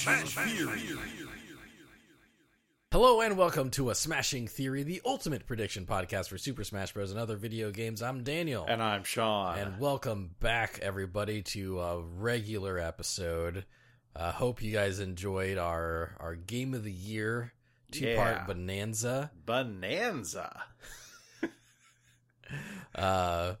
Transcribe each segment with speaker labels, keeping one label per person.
Speaker 1: Theory.
Speaker 2: Hello and welcome to a Smashing Theory, the ultimate prediction podcast for Super Smash Bros. and other video games. I'm Daniel,
Speaker 3: And I'm Sean.
Speaker 2: And welcome back everybody to a regular episode. uh, hope you guys enjoyed our our Game of the Year two part
Speaker 3: Yeah.
Speaker 2: bonanza.
Speaker 3: Bonanza.
Speaker 2: Uh,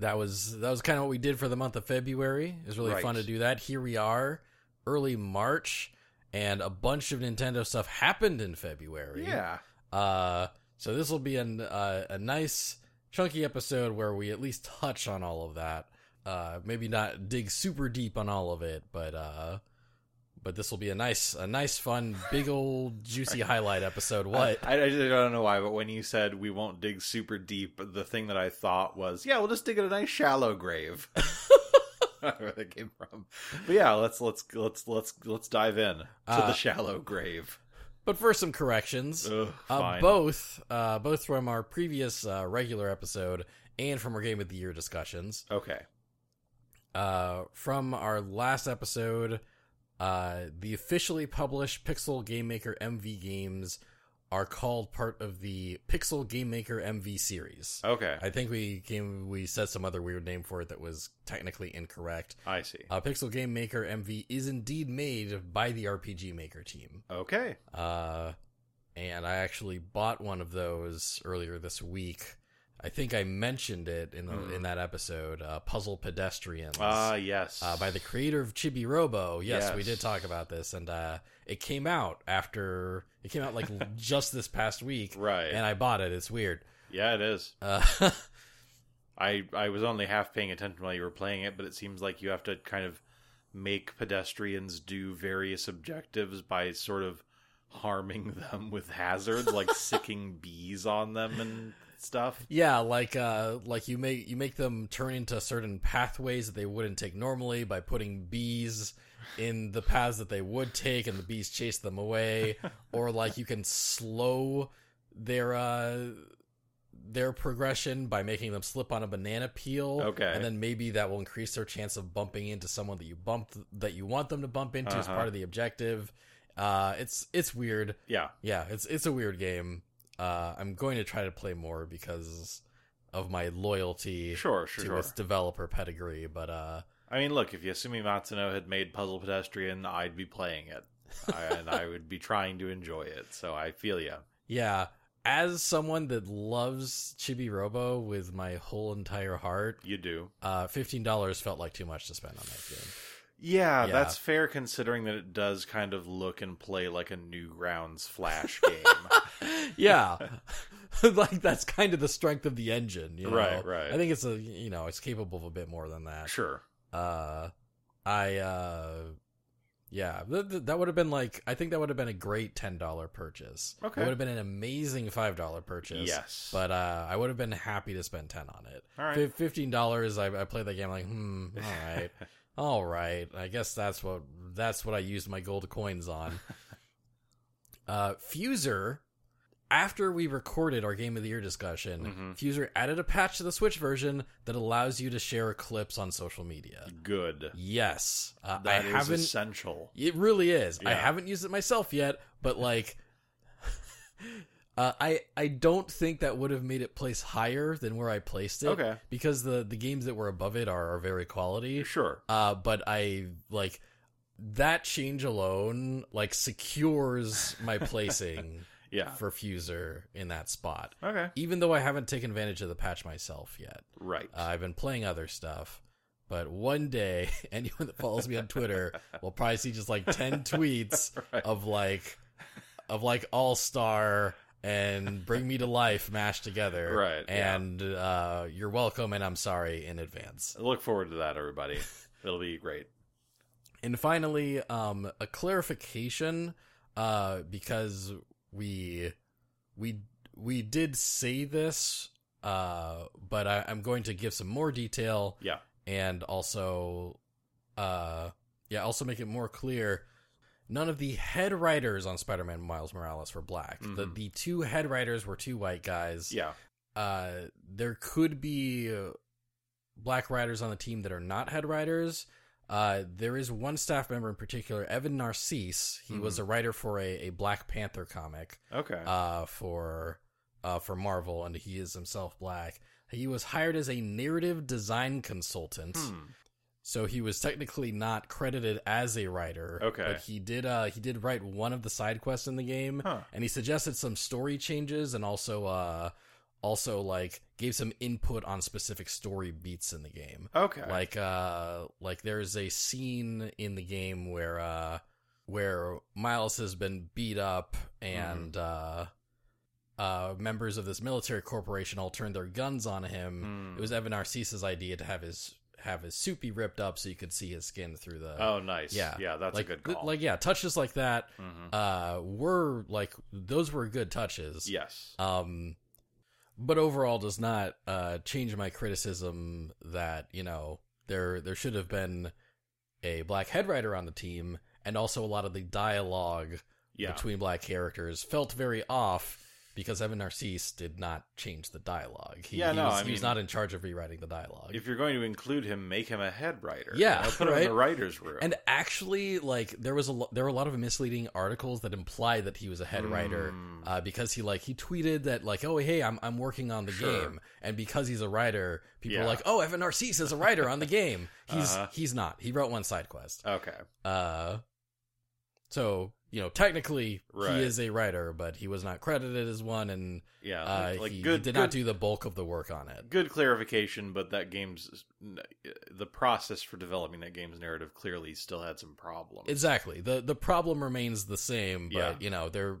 Speaker 2: that was that was kind of what we did for the month of February. It was really
Speaker 3: Right.
Speaker 2: fun to do that. Here we are, early March, and a bunch of Nintendo stuff happened in February.
Speaker 3: Yeah.
Speaker 2: Uh, so this will be an, uh, a nice chunky episode where we at least touch on all of that. Uh, maybe not dig super deep on all of it, but uh, but this will be a nice, a nice, fun, big old juicy highlight episode. What?
Speaker 3: I, I, I don't know why, but when you said we won't dig super deep, the thing that I thought was, yeah, we'll just dig in a nice shallow grave. I don't know where that came from. But yeah, let's let's let's let's let's dive in to
Speaker 2: Uh,
Speaker 3: the shallow grave.
Speaker 2: But first, some corrections.
Speaker 3: Ugh,
Speaker 2: Uh,
Speaker 3: fine.
Speaker 2: both, uh, both from our previous uh, regular episode and from our game of the year discussions.
Speaker 3: Okay.
Speaker 2: Uh, from our last episode, uh, the officially published Pixel Game Maker MV games are called part of the Pixel Game Maker MV series.
Speaker 3: Okay.
Speaker 2: I think we came we said some other weird name for it that was technically incorrect.
Speaker 3: I, see.
Speaker 2: Uh, Pixel Game Maker MV is indeed made by the RPG Maker team.
Speaker 3: Okay.
Speaker 2: Uh, and I actually bought one of those earlier this week. I think I mentioned it in the,
Speaker 3: Mm.
Speaker 2: in that episode, uh, Puzzle Pedestrians,
Speaker 3: Ah, yes.
Speaker 2: uh, by the creator of Chibi Robo. Yes, we
Speaker 3: Yes.
Speaker 2: did talk about this, and uh, it came out after it came out like just this past week,
Speaker 3: Right.
Speaker 2: and I bought it. It's weird.
Speaker 3: yeah, it is.
Speaker 2: Uh,
Speaker 3: I I was only half paying attention while you were playing it, but it seems like you have to kind of make pedestrians do various objectives by sort of harming them with hazards, like sicking bees on them and stuff.
Speaker 2: Yeah, like uh like you make you make them turn into certain pathways that they wouldn't take normally by putting bees in the paths that they would take and the bees chase them away or like you can slow their uh their progression by making them slip on a banana peel
Speaker 3: Okay.
Speaker 2: and then maybe that will increase their chance of bumping into someone that you bumped that you want them to bump into as
Speaker 3: Uh-huh.
Speaker 2: part of the objective uh it's it's weird
Speaker 3: Yeah.
Speaker 2: yeah, it's it's a weird game. Uh, I'm going to try to play more because of my loyalty to
Speaker 3: Sure, sure, sure.
Speaker 2: its developer pedigree. But uh,
Speaker 3: I mean, look, if Yasumi Matsuno had made Puzzle Pedestrian, I'd be playing it. I, and I would be trying to enjoy it. So I feel you.
Speaker 2: yeah, as someone that loves Chibi Robo with my whole entire heart,
Speaker 3: You do.
Speaker 2: uh, fifteen dollars felt like too much to spend on that game.
Speaker 3: Yeah,
Speaker 2: Yeah.
Speaker 3: that's fair considering that it does kind of look and play like a Newgrounds Flash game.
Speaker 2: yeah like that's kind of the strength of the engine you know?
Speaker 3: Right, right.
Speaker 2: i think it's a you know it's capable of a bit more than that
Speaker 3: sure.
Speaker 2: uh i uh yeah th- th- that would have been like i think that would have been a great $10 purchase
Speaker 3: Okay.
Speaker 2: it would have been an amazing $5 purchase
Speaker 3: Yes.
Speaker 2: but uh i would have been happy to spend 10 on it
Speaker 3: All right.
Speaker 2: Fif- $15 I, I played that game like hmm all right all right i guess that's what that's what i used my gold coins on uh fuser after we recorded our game of the year discussion
Speaker 3: Mhm.
Speaker 2: fuser added a patch to the switch version that allows you to share clips on social media
Speaker 3: Good.
Speaker 2: Yes, uh, I
Speaker 3: That is
Speaker 2: haven't.
Speaker 3: essential.
Speaker 2: It really is. I
Speaker 3: Yeah.
Speaker 2: haven't used it myself yet, but like, uh, I I don't think that would have made it place higher than where I placed it.
Speaker 3: Okay.
Speaker 2: because the the games that were above it are are very quality.
Speaker 3: Sure.
Speaker 2: Uh, but I like that change alone like secures my placing
Speaker 3: Yeah.
Speaker 2: for Fuser in that spot.
Speaker 3: Okay.
Speaker 2: Even though I haven't taken advantage of the patch myself yet.
Speaker 3: Right.
Speaker 2: Uh, I've been playing other stuff, but one day anyone that follows me on Twitter will probably see just like 10 tweets
Speaker 3: Right.
Speaker 2: of like of like All Star and Bring Me to Life mashed together.
Speaker 3: Right, yeah.
Speaker 2: And uh you're welcome and I'm sorry in advance.
Speaker 3: I look forward to that, everybody. It'll be great.
Speaker 2: And finally, um, a clarification, uh, because we we we did say this, uh, but I, I'm going to give some more detail.
Speaker 3: Yeah.
Speaker 2: and also, uh, yeah, also make it more clear. None of the head writers on Spider-Man Miles Morales were black. The
Speaker 3: Mhm.
Speaker 2: the two head writers were two white guys.
Speaker 3: Yeah.
Speaker 2: Uh, there could be uh, black writers on the team that are not head writers. Uh, there is one staff member in particular, Evan Narcisse. He
Speaker 3: Mm-hmm.
Speaker 2: was a writer for a, a Black Panther comic
Speaker 3: Okay.
Speaker 2: uh, for uh, for Marvel, and he is himself black. He was hired as a narrative design consultant,
Speaker 3: Hmm.
Speaker 2: so he was technically not credited as a writer.
Speaker 3: Okay.
Speaker 2: but he did uh, he did write one of the side quests in the game,
Speaker 3: Huh.
Speaker 2: and he suggested some story changes and also uh, also like gave some input on specific story beats in the game
Speaker 3: Okay.
Speaker 2: like uh like there's a scene in the game where uh where Miles has been beat up and
Speaker 3: Mm-hmm.
Speaker 2: uh uh members of this military corporation all turned their guns on him.
Speaker 3: Hmm.
Speaker 2: It was Evan Narcisse's idea to have his have his suit be ripped up so you could see his skin through the
Speaker 3: oh, nice.
Speaker 2: uh, yeah,
Speaker 3: Yeah. Yeah. That's
Speaker 2: like
Speaker 3: a good
Speaker 2: th-
Speaker 3: call.
Speaker 2: like yeah, touches like that
Speaker 3: hmm
Speaker 2: uh were like those were good touches.
Speaker 3: Yes.
Speaker 2: Um, but overall, does not uh, change my criticism that you know there there should have been a black head writer on the team, and also a lot of the dialogue
Speaker 3: Yeah.
Speaker 2: between black characters felt very off because Evan Narcisse did not change the dialogue. He,
Speaker 3: Yeah,
Speaker 2: he
Speaker 3: no,
Speaker 2: was,
Speaker 3: I
Speaker 2: he was
Speaker 3: mean-
Speaker 2: not in charge of rewriting the dialogue.
Speaker 3: if you're going to include him, make him a head writer.
Speaker 2: Yeah,
Speaker 3: You know, put him in
Speaker 2: right?
Speaker 3: the writer's room.
Speaker 2: and actually, like there was a lo- there were a lot of misleading articles that implied that he was a head writer
Speaker 3: Mm.
Speaker 2: uh, because he like he tweeted that like oh hey I'm I'm working on the
Speaker 3: Sure.
Speaker 2: game and because he's a writer people are
Speaker 3: Yeah.
Speaker 2: like oh Evan Narcisse is a writer on the game he's
Speaker 3: Uh-huh.
Speaker 2: he's not he wrote one side quest
Speaker 3: okay.
Speaker 2: uh so you know technically
Speaker 3: Right.
Speaker 2: he is a writer but he was not credited as one and
Speaker 3: Yeah.
Speaker 2: uh,
Speaker 3: like
Speaker 2: he,
Speaker 3: good.
Speaker 2: he did
Speaker 3: good,
Speaker 2: not do the bulk of the work on it
Speaker 3: good clarification, but that game's the process for developing that game's narrative clearly still had some problems.
Speaker 2: Exactly. The the problem remains the same, but
Speaker 3: Yeah.
Speaker 2: you know, there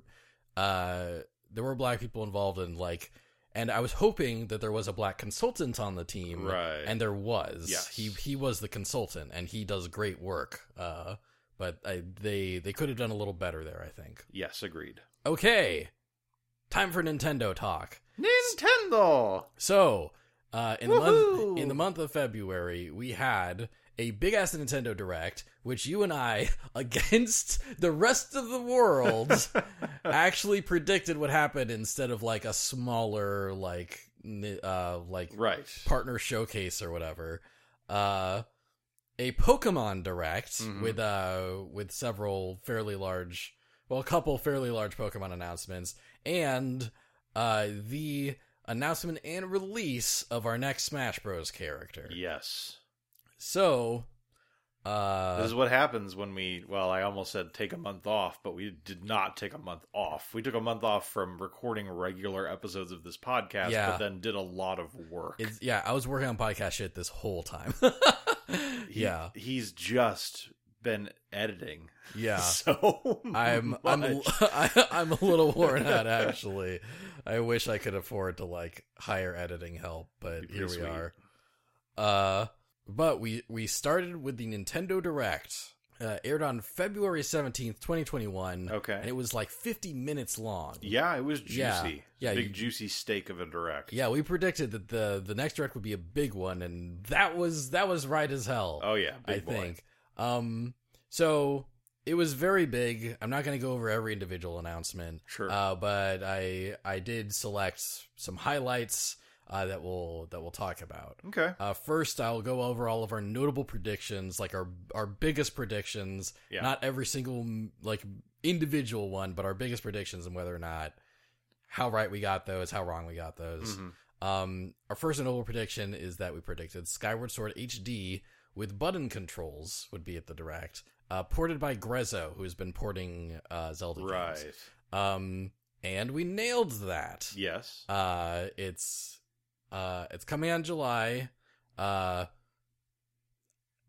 Speaker 2: uh there were black people involved in like and I was hoping that there was a black consultant on the team.
Speaker 3: Right.
Speaker 2: And there was.
Speaker 3: Yes.
Speaker 2: He he was the consultant and he does great work. Uh but I, they they could have done a little better there, I think.
Speaker 3: yes, agreed.
Speaker 2: Okay. Time for Nintendo talk.
Speaker 3: Nintendo.
Speaker 2: So, uh, in the month
Speaker 3: Woohoo!
Speaker 2: in the month of February, we had a big ass Nintendo Direct, which you and I, against the rest of the world, actually predicted what happened instead of like a smaller like ni- uh, like
Speaker 3: Right.
Speaker 2: partner showcase or whatever. Uh, a Pokemon Direct
Speaker 3: Mhm.
Speaker 2: with uh with several fairly large, well, a couple fairly large Pokemon announcements, and uh the announcement and release of our next Smash Bros. character.
Speaker 3: Yes.
Speaker 2: So,
Speaker 3: this
Speaker 2: uh,
Speaker 3: is what happens when we well i almost said take a month off but we did not take a month off we took a month off from recording regular episodes of this podcast
Speaker 2: Yeah.
Speaker 3: but then did a lot of work
Speaker 2: it's, yeah, I was working on podcast shit this whole time.
Speaker 3: He-
Speaker 2: yeah,
Speaker 3: he's just been editing
Speaker 2: yeah.
Speaker 3: so
Speaker 2: I'm I'm a-
Speaker 3: much.
Speaker 2: I, I'm a little worn out actually. I wish I could afford to like hire editing help, but
Speaker 3: Be pretty
Speaker 2: here we
Speaker 3: sweet.
Speaker 2: are. Uh, but we we started with the Nintendo Direct, uh, aired on February seventeenth, twenty twenty one, and
Speaker 3: okay
Speaker 2: it was like fifty minutes long.
Speaker 3: yeah it was
Speaker 2: Yeah.
Speaker 3: juicy
Speaker 2: Yeah,
Speaker 3: big
Speaker 2: you-
Speaker 3: juicy steak of a direct
Speaker 2: Yeah, we predicted that the the next direct would be a big one, and that was that was right as hell.
Speaker 3: oh yeah big
Speaker 2: I
Speaker 3: boy.
Speaker 2: think. Um, so it was very big. I'm not going to go over every individual announcement.
Speaker 3: sure
Speaker 2: Uh, but I I did select some highlights uh, that we'll that we'll talk about.
Speaker 3: okay
Speaker 2: Uh, first, I'll go over all of our notable predictions, like our our biggest predictions.
Speaker 3: Yeah.
Speaker 2: Not every single mm, like individual one, but our biggest predictions and whether or not how right we got those, how wrong we got those.
Speaker 3: Mhm.
Speaker 2: Um, our first notable prediction is that we predicted Skyward Sword HD with button controls would be at the direct, uh, ported by Grezzo, who has been porting uh, Zelda games.
Speaker 3: right
Speaker 2: Um, and we nailed that.
Speaker 3: yes
Speaker 2: Uh, it's uh, it's coming on July. Uh,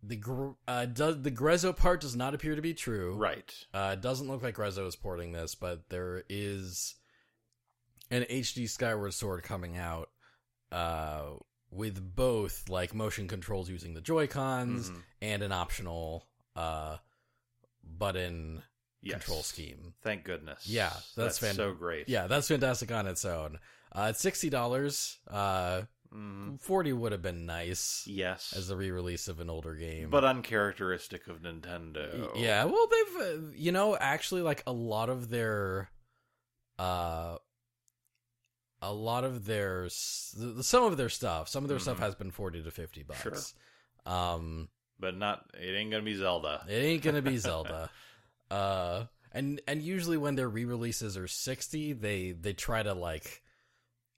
Speaker 2: the gr- uh, does the Grezzo part does not appear to be true.
Speaker 3: right
Speaker 2: Uh, it doesn't look like Grezzo is porting this, but there is an HD Skyward Sword coming out. Uh. With both like motion controls using the Joy Cons
Speaker 3: Mhm.
Speaker 2: and an optional uh button
Speaker 3: Yes.
Speaker 2: control scheme.
Speaker 3: thank goodness
Speaker 2: Yeah, that's fan-
Speaker 3: so great
Speaker 2: Yeah, that's fantastic on its own. Uh, it's sixty dollars. Uh,
Speaker 3: Mhm.
Speaker 2: forty would have been nice
Speaker 3: yes
Speaker 2: as a re-release of an older game,
Speaker 3: but uncharacteristic of Nintendo.
Speaker 2: yeah. Well, they've uh, you know actually like a lot of their, uh, a lot of their s- th- some of their stuff, some of their stuff
Speaker 3: Mhm.
Speaker 2: has been forty to fifty bucks. Um,
Speaker 3: but not. It ain't gonna be Zelda.
Speaker 2: It ain't gonna be Zelda. Uh, and and usually when their re-releases are sixty, they they try to like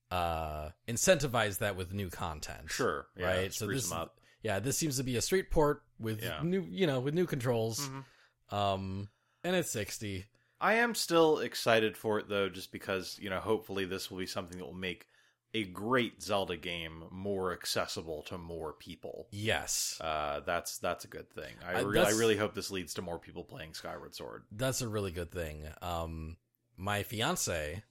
Speaker 2: uh incentivize that with new content.
Speaker 3: Sure, yeah,
Speaker 2: right.
Speaker 3: spruce
Speaker 2: this,
Speaker 3: them up.
Speaker 2: yeah, this seems to be a street port with
Speaker 3: Yeah.
Speaker 2: new, you know, with new controls.
Speaker 3: Mhm.
Speaker 2: Um, and it's sixty.
Speaker 3: I am still excited for it though, just because you know, hopefully this will be something that will make a great Zelda game more accessible to more people.
Speaker 2: Yes,
Speaker 3: Uh, that's that's a good thing. I,
Speaker 2: I-
Speaker 3: re- I
Speaker 2: Uh, that's-
Speaker 3: really hope this leads to more people playing Skyward Sword.
Speaker 2: that's a really good thing. Um, my fiance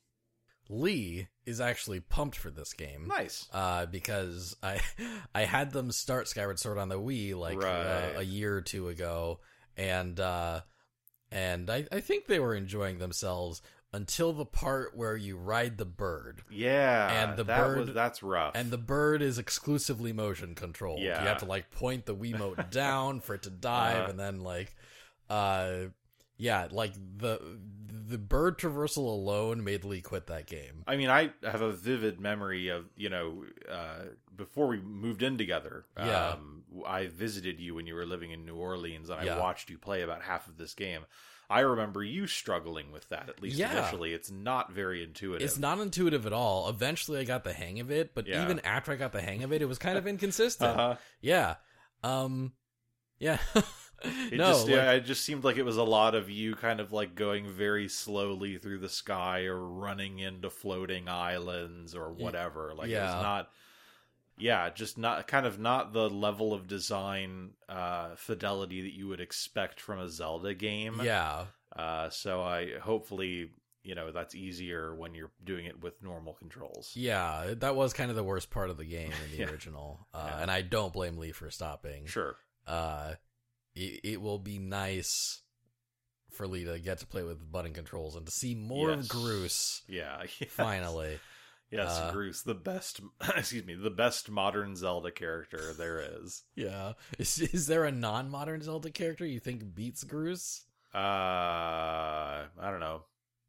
Speaker 2: Lee is actually pumped for this game.
Speaker 3: Nice.
Speaker 2: uh, because I I had them start Skyward Sword on the Wii like
Speaker 3: Right.
Speaker 2: uh, a year or two ago, and uh, and I, I think they were enjoying themselves until the part where you ride the bird,
Speaker 3: Yeah,
Speaker 2: And the
Speaker 3: that
Speaker 2: bird-
Speaker 3: was, that's rough.
Speaker 2: and the bird is exclusively motion controlled.
Speaker 3: Yeah.
Speaker 2: You have to like point the Wiimote down for it to dive,
Speaker 3: Uh-huh.
Speaker 2: and then like, uh, yeah, like the the bird traversal alone made Lee quit that game.
Speaker 3: I mean, I have a vivid memory of you know uh, before we moved in together.
Speaker 2: Yeah.
Speaker 3: Um, I visited you when you were living in New Orleans, and I
Speaker 2: Yeah.
Speaker 3: watched you play about half of this game. I remember you struggling with that at least
Speaker 2: Yeah.
Speaker 3: initially. It's not very intuitive.
Speaker 2: It's not intuitive at all. Eventually, I got the hang of it, but
Speaker 3: Yeah.
Speaker 2: even after I got the hang of it, it was kind of inconsistent.
Speaker 3: Uh-huh.
Speaker 2: Yeah, um, yeah.
Speaker 3: It
Speaker 2: no,
Speaker 3: just
Speaker 2: like-
Speaker 3: yeah, it just seemed like it was a lot of you kind of like going very slowly through the sky or running into floating islands or whatever. Like it
Speaker 2: yeah.
Speaker 3: was not yeah, just not kind of not the level of design uh fidelity that you would expect from a Zelda game.
Speaker 2: yeah,
Speaker 3: Uh so I hopefully, you know, that's easier when you're doing it with normal controls.
Speaker 2: yeah. That was kind of the worst part of the game in the
Speaker 3: Yeah.
Speaker 2: original, uh,
Speaker 3: Yeah.
Speaker 2: and I don't blame Lee for stopping.
Speaker 3: Sure.
Speaker 2: Uh, it, it will be nice for Lee to get to play with button controls and to see more
Speaker 3: Yes.
Speaker 2: of Groose
Speaker 3: Yeah.
Speaker 2: finally.
Speaker 3: Yes,
Speaker 2: Uh,
Speaker 3: Groose, the best excuse me, the best modern Zelda character there is.
Speaker 2: yeah, is, is there a non-modern Zelda character you think beats Groose?
Speaker 3: Uh, I don't know.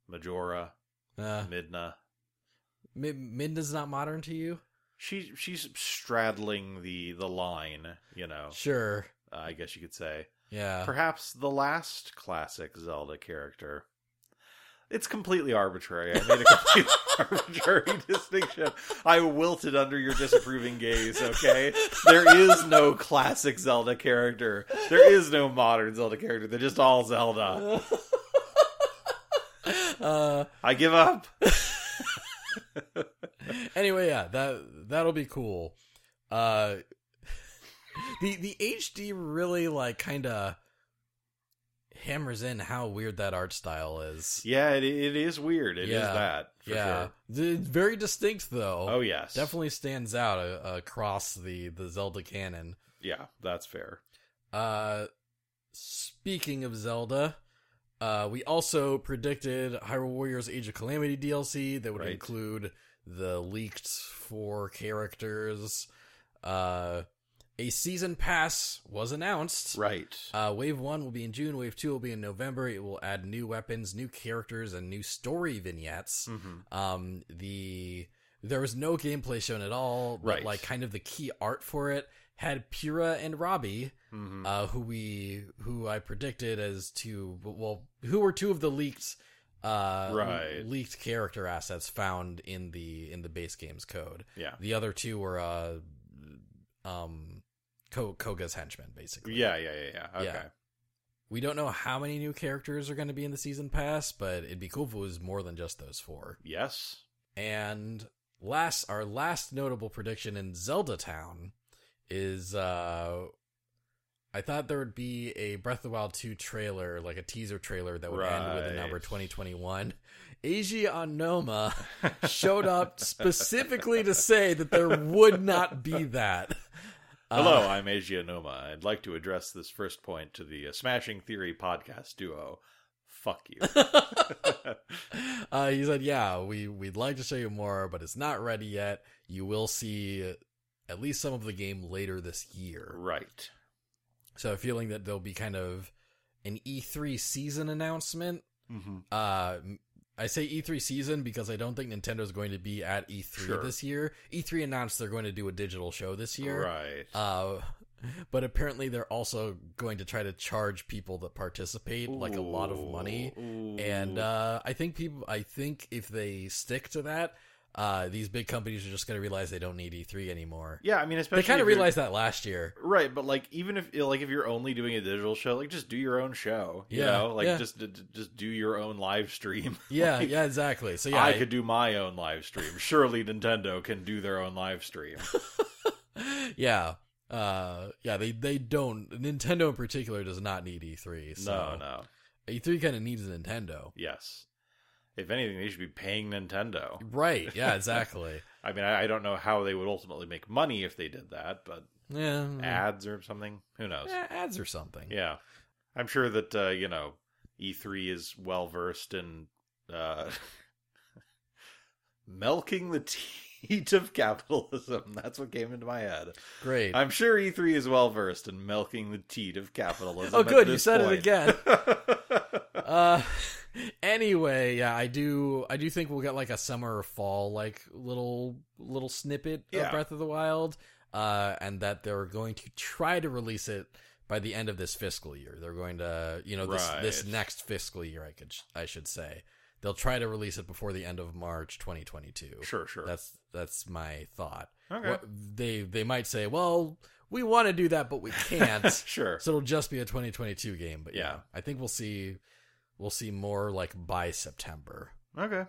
Speaker 3: Majora,
Speaker 2: Uh,
Speaker 3: Midna.
Speaker 2: Mi- Midna's not modern to you?
Speaker 3: She she's straddling the the line, you know.
Speaker 2: Sure.
Speaker 3: Uh, I guess you could say.
Speaker 2: Yeah.
Speaker 3: Perhaps the last classic Zelda character. It's completely arbitrary. I made a completely arbitrary distinction. I wilted under your disapproving gaze, okay? There is no classic Zelda character. There is no modern Zelda character. They're just all Zelda.
Speaker 2: uh,
Speaker 3: I give up.
Speaker 2: anyway, yeah, that that'll be cool. Uh, the the HD really like kind of hammers in how weird that art style is.
Speaker 3: Yeah, it, it is weird. It is
Speaker 2: Yeah.
Speaker 3: that. For
Speaker 2: yeah,
Speaker 3: Sure.
Speaker 2: The- very distinct though.
Speaker 3: Oh yes.
Speaker 2: definitely stands out uh, across the the Zelda canon.
Speaker 3: Yeah, that's fair.
Speaker 2: Uh, speaking of Zelda, uh, we also predicted Hyrule Warriors Age of Calamity DLC that would
Speaker 3: Right.
Speaker 2: include the leaked four characters. Uh, a season pass was announced.
Speaker 3: Right.
Speaker 2: Uh, wave one will be in June. Wave two will be in November. It will add new weapons, new characters, and new story vignettes.
Speaker 3: hmm
Speaker 2: Um, the there was no gameplay shown at all, but
Speaker 3: Right.
Speaker 2: like kind of the key art for it had Pura and Robbie,
Speaker 3: hmm
Speaker 2: uh, who we who I predicted as two well who were two of the leaked uh
Speaker 3: Right.
Speaker 2: leaked character assets found in the in the base game's code.
Speaker 3: yeah.
Speaker 2: The other two were uh um Ko- Koga's henchmen basically.
Speaker 3: Yeah. Yeah. Yeah. Yeah. Okay.
Speaker 2: Yeah. We don't know how many new characters are going to be in the season pass, but it'd be cool if it was more than just those four.
Speaker 3: Yes.
Speaker 2: And last our last notable prediction in Zelda Town is uh I thought there would be a Breath of the Wild 2 trailer, like a teaser trailer that would end with the number
Speaker 3: Right.
Speaker 2: 2021. Eiji Onoma showed up specifically to say that there would not be that.
Speaker 3: Hello,
Speaker 2: Uh,
Speaker 3: I'm Asia Noma. I'd like to address this first point to the uh, Smashing Theory podcast duo. Fuck you.
Speaker 2: uh, he said, "Yeah, we we'd like to show you more, but it's not ready yet. You will see at least some of the game later this year."
Speaker 3: right.
Speaker 2: So, feeling that there'll be kind of an E3 season announcement.
Speaker 3: Mm-hmm.
Speaker 2: Uh, m- I say E3 season because I don't think Nintendo's going to be at E E3
Speaker 3: Sure.
Speaker 2: E this year. E3 announced they're going to do a digital show this year.
Speaker 3: Right.
Speaker 2: Uh, but apparently they're also going to try to charge people that participate like a lot of money.
Speaker 3: Ooh.
Speaker 2: And uh, I think people, I think if they stick to that, uh, these big companies are just going to realize they don't need E3 anymore.
Speaker 3: yeah, I mean, especially
Speaker 2: they kind
Speaker 3: if
Speaker 2: of
Speaker 3: you're-
Speaker 2: realized that last year.
Speaker 3: right, but like even if like if you're only doing a digital show, like just do your own show. You
Speaker 2: Yeah,
Speaker 3: know, like
Speaker 2: yeah.
Speaker 3: just d- d- just do your own live stream.
Speaker 2: Yeah, yeah, exactly. So yeah,
Speaker 3: I could do my own live stream. Surely Nintendo can do their own live stream.
Speaker 2: yeah, uh, yeah. They they don't. Nintendo in particular does not need E3. So
Speaker 3: No, no.
Speaker 2: E3 kind of needs Nintendo.
Speaker 3: Yes. If anything, they should be paying Nintendo.
Speaker 2: Right. Yeah. Exactly.
Speaker 3: I mean, I, I don't know how they would ultimately make money if they did that, but
Speaker 2: yeah.
Speaker 3: ads or something. Who knows?
Speaker 2: Yeah, ads or something.
Speaker 3: Yeah, I'm sure that uh, you know E3 is well versed in uh, milking the teat of capitalism. That's what came into my head.
Speaker 2: Great.
Speaker 3: I'm sure E3 is well versed in milking the teat of capitalism.
Speaker 2: Oh,
Speaker 3: at
Speaker 2: good, you
Speaker 3: this
Speaker 2: said it
Speaker 3: point.
Speaker 2: again. uh anyway yeah i do i do think we'll get like a summer or fall like little little snippet
Speaker 3: Yeah.
Speaker 2: of breath of the wild uh and that they're going to try to release it by the end of this fiscal year they're going to you know this this
Speaker 3: Right.
Speaker 2: next fiscal year i could i should say they'll try to release it before the end of march 2022
Speaker 3: sure, sure.
Speaker 2: that's that's my thought
Speaker 3: okay.
Speaker 2: What- they they might say well we want to do that but we can't
Speaker 3: sure.
Speaker 2: so it'll just be a 2022 game, but yeah,
Speaker 3: Yeah.
Speaker 2: I think we'll see we'll see more like by September.
Speaker 3: Okay.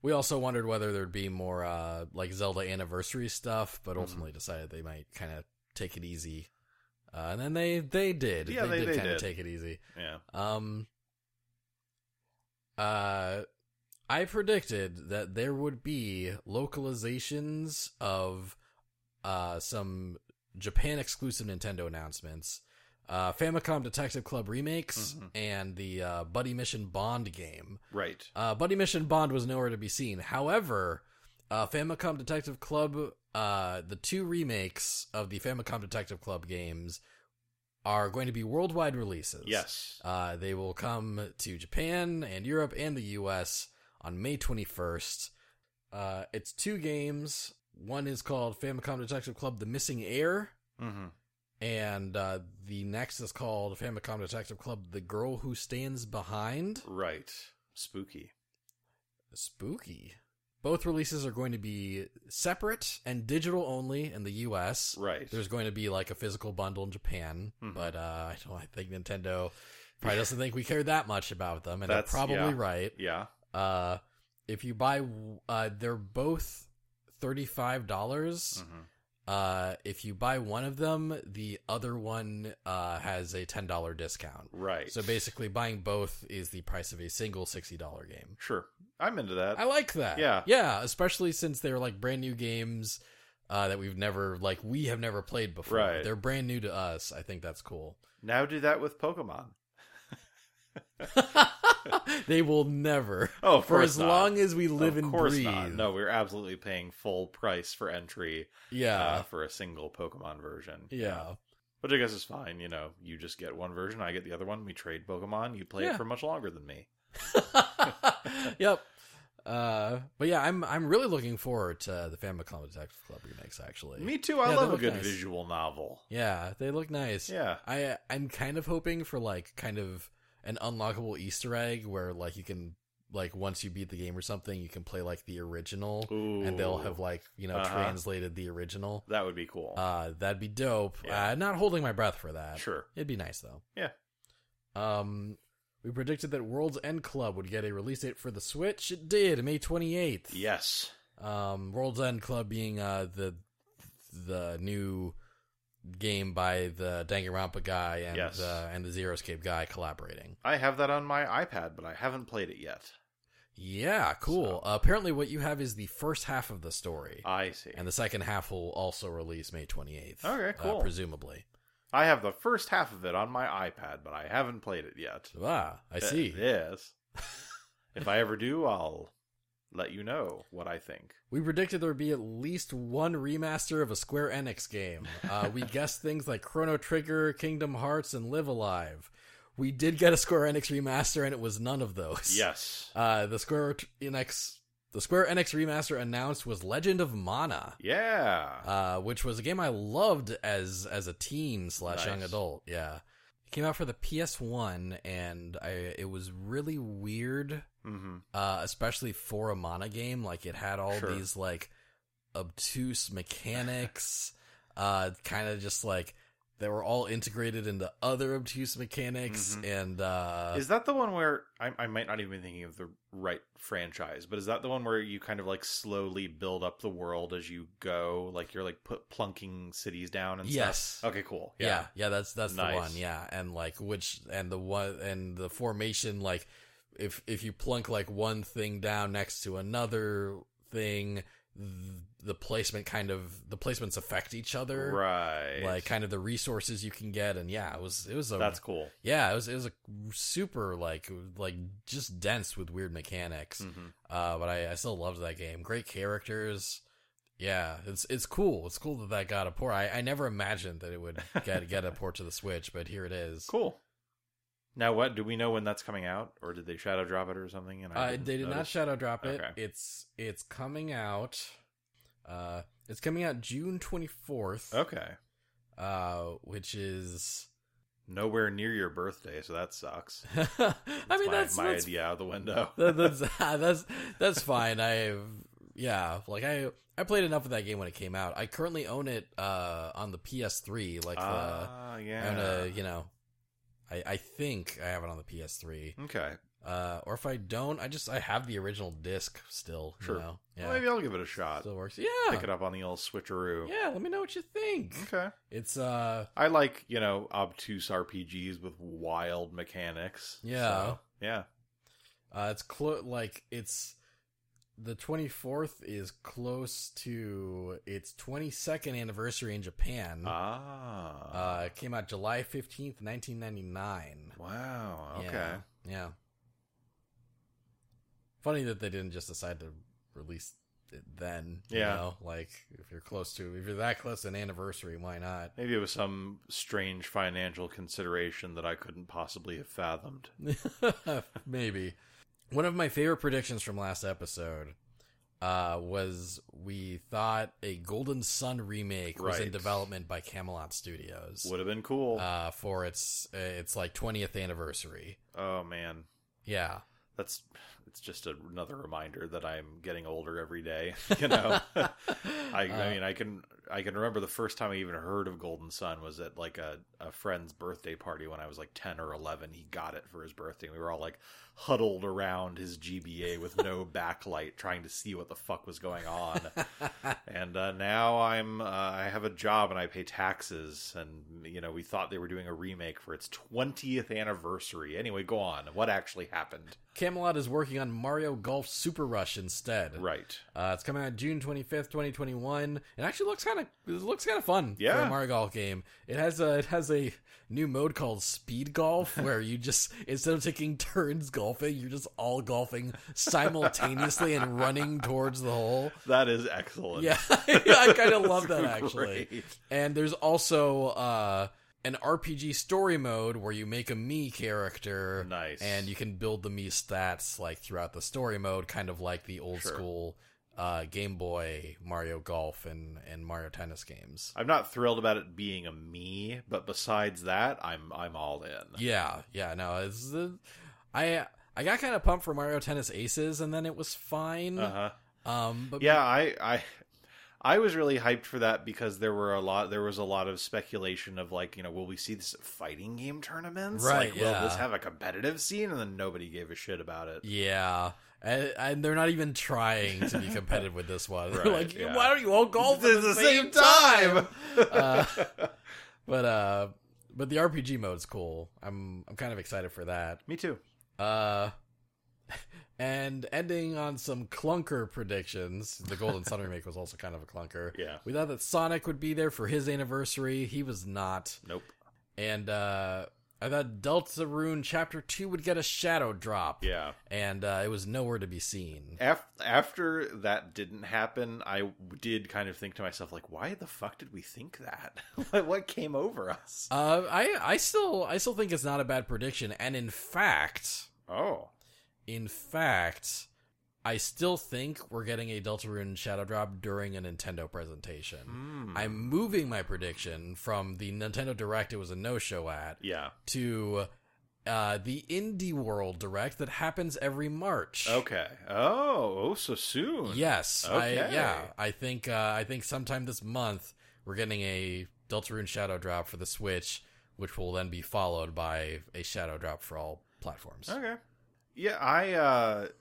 Speaker 2: We also wondered whether there'd be more uh like Zelda anniversary stuff,
Speaker 3: Hmm.
Speaker 2: but ultimately decided they might kind of take it easy. Uh, and then they they did.
Speaker 3: Yeah, they-
Speaker 2: did
Speaker 3: they
Speaker 2: kind
Speaker 3: did.
Speaker 2: of take it easy.
Speaker 3: Yeah.
Speaker 2: Um uh I predicted that there would be localizations of uh some Japan exclusive Nintendo announcements. Uh Famicom Detective Club remakes
Speaker 3: Mhm.
Speaker 2: and the uh Buddy Mission Bond game.
Speaker 3: Right.
Speaker 2: Uh Buddy Mission Bond was nowhere to be seen. However, uh Famicom Detective Club uh the two remakes of the Famicom Detective Club games are going to be worldwide releases.
Speaker 3: Yes.
Speaker 2: Uh, they will come to Japan and Europe and the US on May 21st. Uh, it's two games. One is called Famicom Detective Club The Missing Heir,
Speaker 3: Mm-hmm.
Speaker 2: and uh, the next is called Famicom Detective Club The Girl Who Stands Behind.
Speaker 3: Right. Spooky.
Speaker 2: Spooky. Both releases are going to be separate and digital only in the US.
Speaker 3: Right.
Speaker 2: There's going to be like a physical bundle in Japan,
Speaker 3: Mhm.
Speaker 2: but uh, I don't. I think Nintendo probably doesn't think we care that much about them, and
Speaker 3: That's-
Speaker 2: they're probably
Speaker 3: yeah.
Speaker 2: right.
Speaker 3: yeah.
Speaker 2: Uh, if you buy, uh, they're both thirty five dollars.
Speaker 3: Mm-hmm.
Speaker 2: Uh, if you buy one of them, the other one uh, has a ten dollar discount.
Speaker 3: Right.
Speaker 2: So basically, buying both is the price of a single sixty dollar game.
Speaker 3: Sure. I'm into that.
Speaker 2: I like that.
Speaker 3: Yeah.
Speaker 2: yeah, especially since they're like brand new games. Uh, that we've never like we have never played before.
Speaker 3: Right.
Speaker 2: They're brand new to us. I think that's cool.
Speaker 3: Now do that with Pokemon.
Speaker 2: they will never.
Speaker 3: Oh, of
Speaker 2: For
Speaker 3: course
Speaker 2: as
Speaker 3: not.
Speaker 2: long as we live
Speaker 3: of
Speaker 2: and
Speaker 3: course
Speaker 2: breathe.
Speaker 3: Not. No, we're absolutely paying full price for entry
Speaker 2: Yeah.
Speaker 3: uh, for a single Pokemon version.
Speaker 2: yeah.
Speaker 3: Which I guess is fine. You know, you just get one version, I get the other one. We trade Pokemon. You play it
Speaker 2: Yeah.
Speaker 3: for much longer than me.
Speaker 2: yep. Uh, but yeah, I'm I'm really looking forward to the Famicom Detective Club remakes. Actually,
Speaker 3: Me too. I
Speaker 2: Yeah, they
Speaker 3: love a
Speaker 2: look
Speaker 3: good
Speaker 2: nice.
Speaker 3: visual novel.
Speaker 2: yeah, they look nice.
Speaker 3: Yeah.
Speaker 2: I I'm kind of hoping for like kind of an unlockable Easter egg where like you can like once you beat the game or something, you can play like the original,
Speaker 3: Ooh.
Speaker 2: and they'll have like you know
Speaker 3: Uh-huh.
Speaker 2: translated the original.
Speaker 3: That would be cool.
Speaker 2: Uh, that'd be dope.
Speaker 3: Yeah.
Speaker 2: Uh, not holding my breath for that.
Speaker 3: sure.
Speaker 2: It'd be nice though.
Speaker 3: Yeah.
Speaker 2: Um, we predicted that World's End Club would get a release date for the Switch. It did, May twenty eighth.
Speaker 3: Yes.
Speaker 2: Um, World's End Club being uh the the new game by the Danganronpa guy and
Speaker 3: Yes.
Speaker 2: uh, and the Zero Escape guy collaborating.
Speaker 3: I have that on my iPad, but I haven't played it yet.
Speaker 2: Yeah, cool.
Speaker 3: So-
Speaker 2: Uh, apparently, what you have is the first half of the story,
Speaker 3: I see.
Speaker 2: and the second half will also release May twenty eighth.
Speaker 3: Okay, cool.
Speaker 2: presumably.
Speaker 3: I have the first half of it on my iPad, but I haven't played it yet.
Speaker 2: Ah, I see.
Speaker 3: Uh, yes. if I ever do, I'll let you know what I think.
Speaker 2: We predicted there would be at least one remaster of a Square Enix game. Uh, we guessed things like Chrono Trigger, Kingdom Hearts, and Live Alive. We did get a Uh, Square Enix remaster, and it was none of those.
Speaker 3: Yes.
Speaker 2: Uh, the Square Enix the Square Enix remaster announced was Legend of Mana,
Speaker 3: Yeah.
Speaker 2: uh, which was a game I loved as as a teen slash young
Speaker 3: Nice.
Speaker 2: adult. Yeah, it came out for the PS One, and I it was really weird,
Speaker 3: mm-hmm.
Speaker 2: uh, especially for a Mana game. Like it had all
Speaker 3: Sure.
Speaker 2: these like obtuse mechanics, uh, kind of just like they were all integrated into other obtuse mechanics,
Speaker 3: Mhm.
Speaker 2: and uh,
Speaker 3: is that the one where I, I might not even be thinking of the right franchise, but is that the one where you kind of like slowly build up the world as you go, like you're like put plunking cities down and stuff?
Speaker 2: yes.
Speaker 3: Okay, cool.
Speaker 2: Yeah, yeah, that's that's
Speaker 3: Nice.
Speaker 2: the one. Yeah, and like which and the one and the formation like if if you plunk like one thing down next to another thing, th- the placement kind of the placements affect each other.
Speaker 3: Right.
Speaker 2: Like kind of the resources you can get and yeah, it was it was a
Speaker 3: that's cool.
Speaker 2: yeah, it was it was a super like like just dense with weird mechanics.
Speaker 3: Mhm.
Speaker 2: Uh, but I, I still loved that game. Great characters. Yeah, it's it's cool. It's cool that that got a port. I, I never imagined that it would get get a port to the Switch, but here it is.
Speaker 3: Cool. Now, what do we know when that's coming out, or did they shadow drop it or something? And
Speaker 2: Uh,
Speaker 3: I
Speaker 2: they did not
Speaker 3: notice?
Speaker 2: shadow drop it.
Speaker 3: Okay.
Speaker 2: It's it's coming out. Uh, it's coming out June twenty fourth.
Speaker 3: Okay, Oh.
Speaker 2: Uh, which is.
Speaker 3: nowhere near your birthday, so that sucks.
Speaker 2: I mean,
Speaker 3: my,
Speaker 2: that's
Speaker 3: my
Speaker 2: that's
Speaker 3: idea out of the window.
Speaker 2: that, that's that's that's fine. I yeah, like I I played enough of that game when it came out. I currently own it uh on the PS3. Like uh,
Speaker 3: Ah,
Speaker 2: the
Speaker 3: yeah.
Speaker 2: I own a, you know, I I think I have it on the PS3.
Speaker 3: Okay,
Speaker 2: Uh, or if I don't, I just I have the original disc still.
Speaker 3: Sure.
Speaker 2: You know? Yeah,
Speaker 3: Well, maybe I'll give it a shot.
Speaker 2: still works.
Speaker 3: Pick
Speaker 2: Yeah,
Speaker 3: it up on the old switcheroo.
Speaker 2: yeah. Let me know what you think.
Speaker 3: Okay,
Speaker 2: It's uh
Speaker 3: I like you know obtuse RPGs with wild mechanics.
Speaker 2: Yeah.
Speaker 3: so, yeah.
Speaker 2: uh it's close like it's. The 24th is close to its 22nd anniversary in Japan.
Speaker 3: Ah,
Speaker 2: Mm-hmm. Uh, it came out July 15th, 1999.
Speaker 3: wow. Okay,
Speaker 2: Yeah. yeah. Funny that they didn't just decide to release it then. you
Speaker 3: Yeah.
Speaker 2: know? Like, if you're close to, if you're that close to an anniversary, why not?
Speaker 3: maybe it was some strange financial consideration that I couldn't possibly have fathomed.
Speaker 2: Maybe. One of my favorite predictions from last episode uh, was we thought a Golden Sun remake was in
Speaker 3: Right.
Speaker 2: development by Camelot Studios
Speaker 3: Would have been cool.
Speaker 2: uh, for its uh, its like 20th anniversary.
Speaker 3: oh man.
Speaker 2: Yeah.
Speaker 3: that's it's just a, another reminder that I'm getting older every day. You know, I, I mean, I can I can remember the first time I even heard of Golden Sun was at like a, a friend's birthday party when I was like ten or eleven. He got it for his birthday. We were all like huddled around his GBA with no backlight, trying to see what the fuck was going on. and uh, now I'm uh, I have a job and I pay taxes. And you know, we thought they were doing a remake for its twentieth anniversary. Anyway, go on. What actually happened?
Speaker 2: Camelot is working on Mario Golf Super Rush instead.
Speaker 3: Right.
Speaker 2: Uh, it's coming out June twenty fifth, twenty twenty one. It actually looks kind of it looks kind of fun.
Speaker 3: Yeah.
Speaker 2: for a Mario Golf game. It has a it has a new mode called Speed Golf, where you just instead of taking turns golfing, you're just all golfing simultaneously and running towards the hole.
Speaker 3: That is excellent.
Speaker 2: Yeah, I kind of love that
Speaker 3: Great.
Speaker 2: actually. And there's also uh, an RPG story mode where you make a me character.
Speaker 3: Nice.
Speaker 2: And you can build the Mii stats like throughout the story mode, kind of like the old
Speaker 3: Sure.
Speaker 2: school uh, Game Boy Mario Golf and, and Mario Tennis games.
Speaker 3: I'm not thrilled about it being a me, but besides that, I'm I'm all in.
Speaker 2: Yeah, yeah, no, it's uh, I I got kind of pumped for Mario Tennis Aces, and then it was fine.
Speaker 3: Uh-huh.
Speaker 2: Um, but
Speaker 3: Yeah, I I I was really hyped for that because there were a lot there was a lot of speculation of like, you know, will we see this at fighting game tournaments?
Speaker 2: Right,
Speaker 3: Like will this
Speaker 2: yeah.
Speaker 3: have a competitive scene? And then nobody gave a shit about it.
Speaker 2: yeah. And, and they're not even trying to be competitive with this one. They're
Speaker 3: Right,
Speaker 2: like,
Speaker 3: yeah.
Speaker 2: why don't you all golf at
Speaker 3: This
Speaker 2: the,
Speaker 3: is
Speaker 2: same, time? Uh, but uh, but the RPG mode's cool. I'm I'm kind of excited for that.
Speaker 3: Me too.
Speaker 2: Uh, and ending on some clunker predictions. The Golden Sun remake was also kind of a clunker.
Speaker 3: Yeah.
Speaker 2: We thought that Sonic would be there for his anniversary. He was not.
Speaker 3: Nope.
Speaker 2: And uh, I thought Deltarune Chapter Two would get a shadow drop.
Speaker 3: Yeah.
Speaker 2: And uh, it was nowhere to be seen.
Speaker 3: Af- after that didn't happen, I did kind of think to myself, like, why the fuck did we think that? Like, what came over us?
Speaker 2: Uh, I I still I still think it's not a bad prediction. And in fact,
Speaker 3: Oh,
Speaker 2: in fact, I still think we're getting a Deltarune Shadow Drop during a Nintendo presentation.
Speaker 3: Hmm.
Speaker 2: I'm moving my prediction from the Nintendo Direct it was a no show at
Speaker 3: yeah.
Speaker 2: to uh, the Indie World Direct that happens every March.
Speaker 3: Okay. Oh, oh, so soon.
Speaker 2: Yes. I,
Speaker 3: Okay.
Speaker 2: yeah. I think uh, I think sometime this month we're getting a Deltarune Shadow Drop for the Switch, which will then be followed by a Shadow Drop for all platforms.
Speaker 3: Okay. Yeah, I uh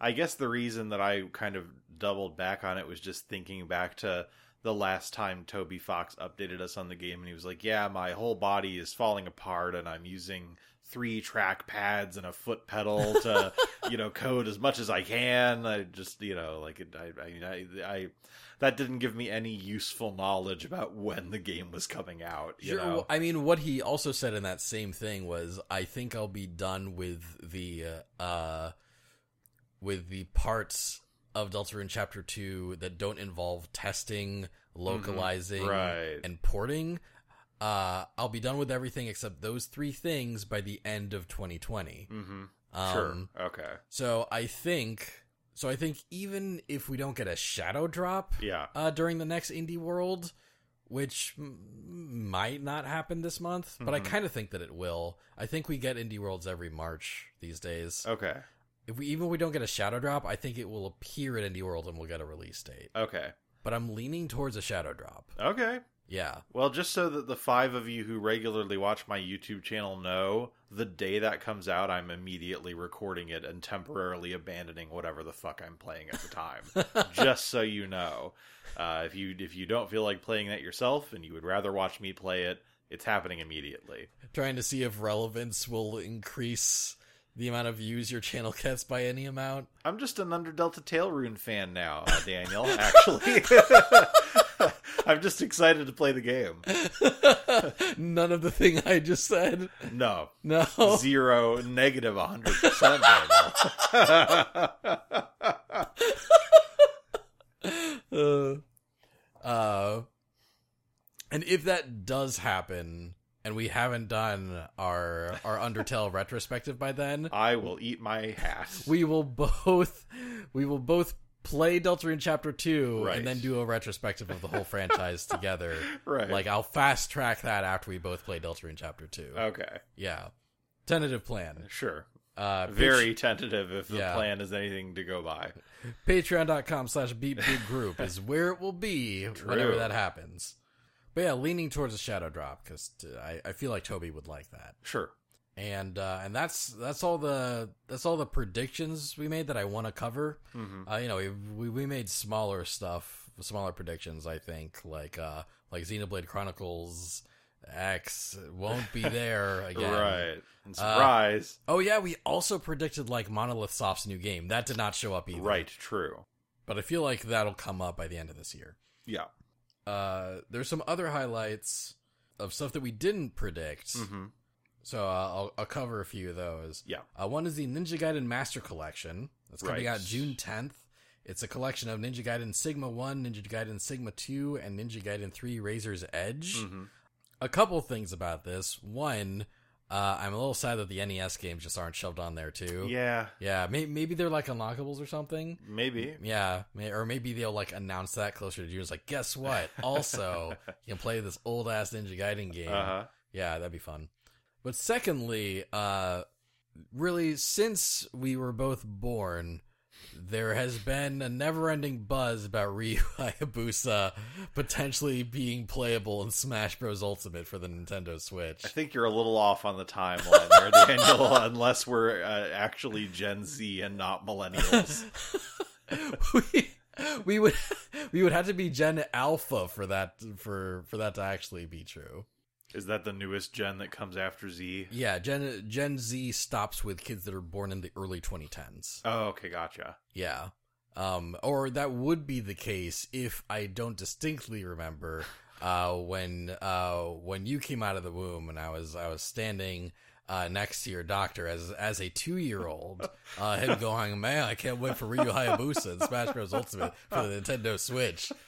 Speaker 3: I guess the reason that I kind of doubled back on it was just thinking back to the last time Toby Fox updated us on the game and he was like, "Yeah, my whole body is falling apart and I'm using three track pads and a foot pedal to, you know, code as much as I can." I just, you know, like it, I I mean, I I that didn't give me any useful knowledge about when the game was coming out, you
Speaker 2: Sure.
Speaker 3: know.
Speaker 2: well, I mean, what he also said in that same thing was, "I think I'll be done with the uh, with the parts of Deltarune Chapter Two that don't involve testing, localizing,
Speaker 3: Mm-hmm. Right.
Speaker 2: and porting. Uh, I'll be done with everything except those three things by the end of 2020."
Speaker 3: mhm.
Speaker 2: Um,
Speaker 3: Sure. Okay.
Speaker 2: So I think, so I think even if we don't get a shadow drop,
Speaker 3: Yeah.
Speaker 2: uh, during the next indie world, which m- might not happen this month, but I
Speaker 3: Mhm.
Speaker 2: kind of think that it will. I think we get indie worlds every March these days.
Speaker 3: Okay.
Speaker 2: If we even if we don't get a shadow drop, I think it will appear at indie world and we'll get a release date.
Speaker 3: Okay.
Speaker 2: But I'm leaning towards a shadow drop.
Speaker 3: Okay.
Speaker 2: Yeah,
Speaker 3: Well, just so that the five of you who regularly watch my YouTube channel know, the day that comes out, I'm immediately recording it and temporarily abandoning whatever the fuck I'm playing at the time. just so you know, uh, if you if you don't feel like playing that yourself and you would rather watch me play it, it's happening immediately.
Speaker 2: trying to see if relevance will increase the amount of views your channel gets by any amount.
Speaker 3: I'm just an Under Delta Tail Rune fan now, uh, Daniel. Actually, I'm just excited to play the game.
Speaker 2: None of the thing I just said.
Speaker 3: No,
Speaker 2: No.
Speaker 3: zero, negative 100%. Daniel.
Speaker 2: uh, uh, and if that does happen, and we haven't done our our Undertale retrospective by then,
Speaker 3: I will eat my hat.
Speaker 2: we will both we will both play Deltarune Chapter Two
Speaker 3: Right.
Speaker 2: and then do a retrospective of the whole franchise together.
Speaker 3: right.
Speaker 2: Like I'll fast track that after we both play Deltarune Chapter Two.
Speaker 3: okay.
Speaker 2: yeah, tentative plan.
Speaker 3: Sure.
Speaker 2: Uh,
Speaker 3: Very tentative if the
Speaker 2: Yeah.
Speaker 3: plan is anything to go by.
Speaker 2: patreon.com slash beat big group is where it will be whenever that happens but yeah leaning towards a shadow drop because I, I feel like toby would like that
Speaker 3: Sure.
Speaker 2: and uh and that's that's all the that's all the predictions we made that i want to cover
Speaker 3: hmm
Speaker 2: uh you know we, we we made smaller stuff smaller predictions i think like uh like xenoblade chronicles x won't be there again Uh,
Speaker 3: Right. And surprise.
Speaker 2: oh yeah we also predicted like monolith soft's new game that did not show up either
Speaker 3: right. True.
Speaker 2: but I feel like that'll come up by the end of this year.
Speaker 3: Yeah.
Speaker 2: Uh, there's some other highlights of stuff that we didn't predict,
Speaker 3: hmm
Speaker 2: so uh, I'll, I'll cover a few of those.
Speaker 3: Yeah.
Speaker 2: Uh, one is the Ninja Gaiden Master Collection. That's coming
Speaker 3: Right.
Speaker 2: out June 10th. It's a collection of Ninja Gaiden Sigma 1, Ninja Gaiden Sigma 2, and Ninja Gaiden 3 Razor's Edge.
Speaker 3: hmm
Speaker 2: A couple things about this. One, uh, I'm a little sad that the NES games just aren't shoved on there too.
Speaker 3: Yeah.
Speaker 2: Yeah, may- maybe they're like unlockables or something.
Speaker 3: Maybe.
Speaker 2: Yeah, may, or maybe they'll like announce that closer to June. It's like, guess what? Also, you can play this old ass Ninja Gaiden game.
Speaker 3: Uh huh.
Speaker 2: Yeah, that'd be fun. But secondly, uh, really, since we were both born, there has been a never-ending buzz about Ryu Hayabusa potentially being playable in Smash Bros. Ultimate for the Nintendo Switch.
Speaker 3: I think you're a little off on the timeline there, Daniel, unless we're uh, actually Gen Z and not millennials.
Speaker 2: we, we would we would have to be Gen Alpha for that for for that to actually be true.
Speaker 3: Is that the newest gen that comes after Z?
Speaker 2: Yeah, Gen Gen Z stops with kids that are born in the early 2010s.
Speaker 3: Oh, okay, gotcha.
Speaker 2: Yeah. Um, or that would be the case if I don't distinctly remember uh, when uh, when you came out of the womb and I was I was standing uh, next to your doctor as as a two year old, uh, him going, man, I can't wait for Ryu Hayabusa and Smash Bros Ultimate for the Nintendo Switch.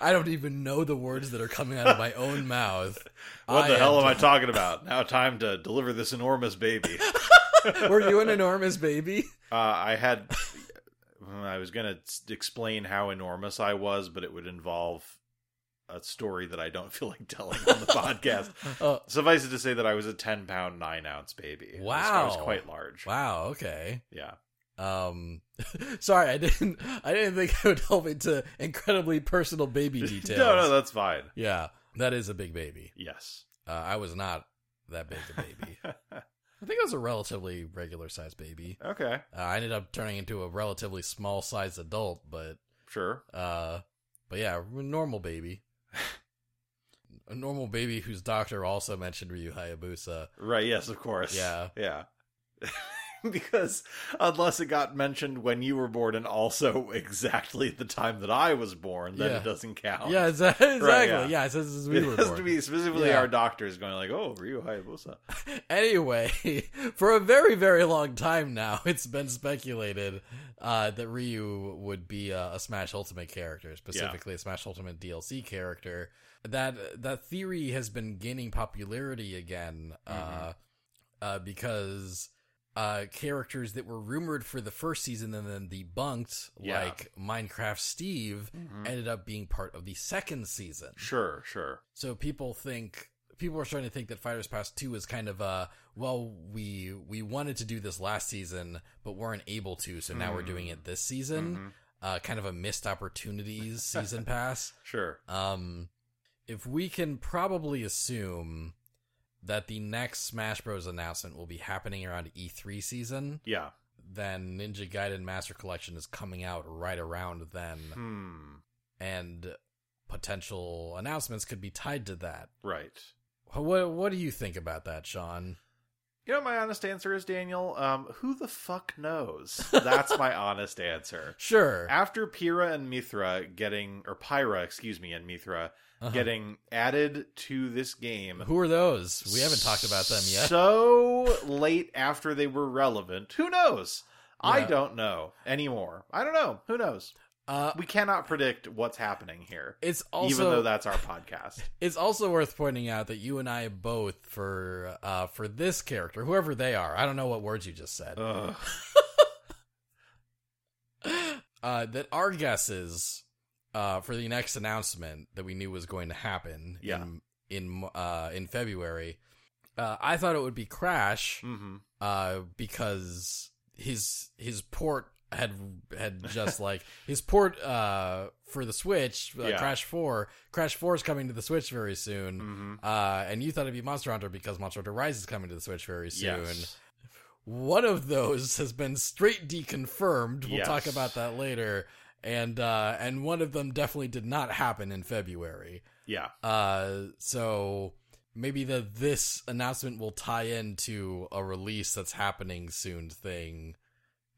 Speaker 2: I don't even know the words that are coming out of my own mouth.
Speaker 3: What the hell am
Speaker 2: I?
Speaker 3: I talking about? Now, time to deliver this enormous baby.
Speaker 2: Were you an enormous baby?
Speaker 3: Uh, I had. I was going to explain how enormous I was, but it would involve a story that I don't feel like telling on the podcast.
Speaker 2: Uh,
Speaker 3: Suffice it to say that I was a 10 pound, 9 ounce baby. I was- I was,
Speaker 2: Wow.
Speaker 3: quite large.
Speaker 2: wow. Okay.
Speaker 3: Yeah.
Speaker 2: Um, sorry, I didn't. I didn't think I would delve into incredibly personal baby details.
Speaker 3: no, no, that's fine.
Speaker 2: yeah, that is a big baby.
Speaker 3: Yes.
Speaker 2: Uh, I was not that big a baby. I think I was a relatively regular sized baby.
Speaker 3: okay.
Speaker 2: Uh, I ended up turning into a relatively small sized adult, but
Speaker 3: Sure.
Speaker 2: uh, but yeah, a normal baby. A normal baby whose doctor also mentioned Ryu Hayabusa.
Speaker 3: Right. Yes, of course.
Speaker 2: Yeah.
Speaker 3: Yeah. because unless it got mentioned when you were born and also exactly the time that I was born, then
Speaker 2: Yeah.
Speaker 3: it doesn't count.
Speaker 2: Yeah, exa- exactly.
Speaker 3: Oh, yeah.
Speaker 2: yeah. it says this is we
Speaker 3: it
Speaker 2: were
Speaker 3: has
Speaker 2: born.
Speaker 3: to be specifically
Speaker 2: Yeah.
Speaker 3: our doctors going like, "Oh, Ryu Hayabusa."
Speaker 2: Anyway, for a very, very long time now, it's been speculated uh, that Ryu would be a, a Smash Ultimate character, specifically a Smash Ultimate DLC character. That that theory has been gaining popularity again uh, uh, because uh, characters that were rumored for the first season and then debunked,
Speaker 3: Yeah.
Speaker 2: like Minecraft Steve, ended up being part of the second season.
Speaker 3: Mm-hmm. Sure, sure.
Speaker 2: So people think people are starting to think that Fighters Pass Two is kind of a well, we we wanted to do this last season but weren't able to, so now we're
Speaker 3: Hmm.
Speaker 2: doing it this season.
Speaker 3: Mhm.
Speaker 2: Uh, kind of a missed opportunities season pass.
Speaker 3: Sure.
Speaker 2: Um, if we can probably assume that the next Smash Bros announcement will be happening around E3 season,
Speaker 3: Yeah.
Speaker 2: then Ninja Gaiden Master Collection is coming out right around then,
Speaker 3: Hmm.
Speaker 2: and potential announcements could be tied to that.
Speaker 3: Right.
Speaker 2: What What do you think about that, Sean?
Speaker 3: You know, what my honest answer is Daniel. Um, who the fuck knows? That's my honest answer.
Speaker 2: Sure.
Speaker 3: After Pyrrha and Mithra getting, or Pyra, excuse me, and Mithra
Speaker 2: Uh-huh.
Speaker 3: getting added to this game,
Speaker 2: Who are those? We haven't talked about them yet.
Speaker 3: So late after they were relevant. Who knows? I
Speaker 2: Yeah.
Speaker 3: don't know anymore. I don't know. Who knows?
Speaker 2: Uh,
Speaker 3: We cannot predict what's happening here,
Speaker 2: it's also
Speaker 3: even though that's our podcast.
Speaker 2: it's also worth pointing out that you and I both for uh for this character, whoever they are, I don't know what words you just said.
Speaker 3: Ugh.
Speaker 2: Uh, that our guesses uh for the next announcement that we knew was going to happen
Speaker 3: Yeah.
Speaker 2: in in uh in February. Uh, I thought it would be Crash.
Speaker 3: hmm
Speaker 2: uh, because his his port had had just like his port uh for the Switch, uh,
Speaker 3: Yeah.
Speaker 2: Crash Four. Crash Four is coming to the Switch very soon.
Speaker 3: hmm
Speaker 2: Uh, and you thought it'd be Monster Hunter because Monster Hunter Rise is coming to the Switch very soon.
Speaker 3: Yes.
Speaker 2: One of those has been straight deconfirmed. We'll
Speaker 3: Yes.
Speaker 2: talk about that later. And uh, and one of them definitely did not happen in February.
Speaker 3: Yeah.
Speaker 2: Uh, so maybe the this announcement will tie into a release that's happening soon thing.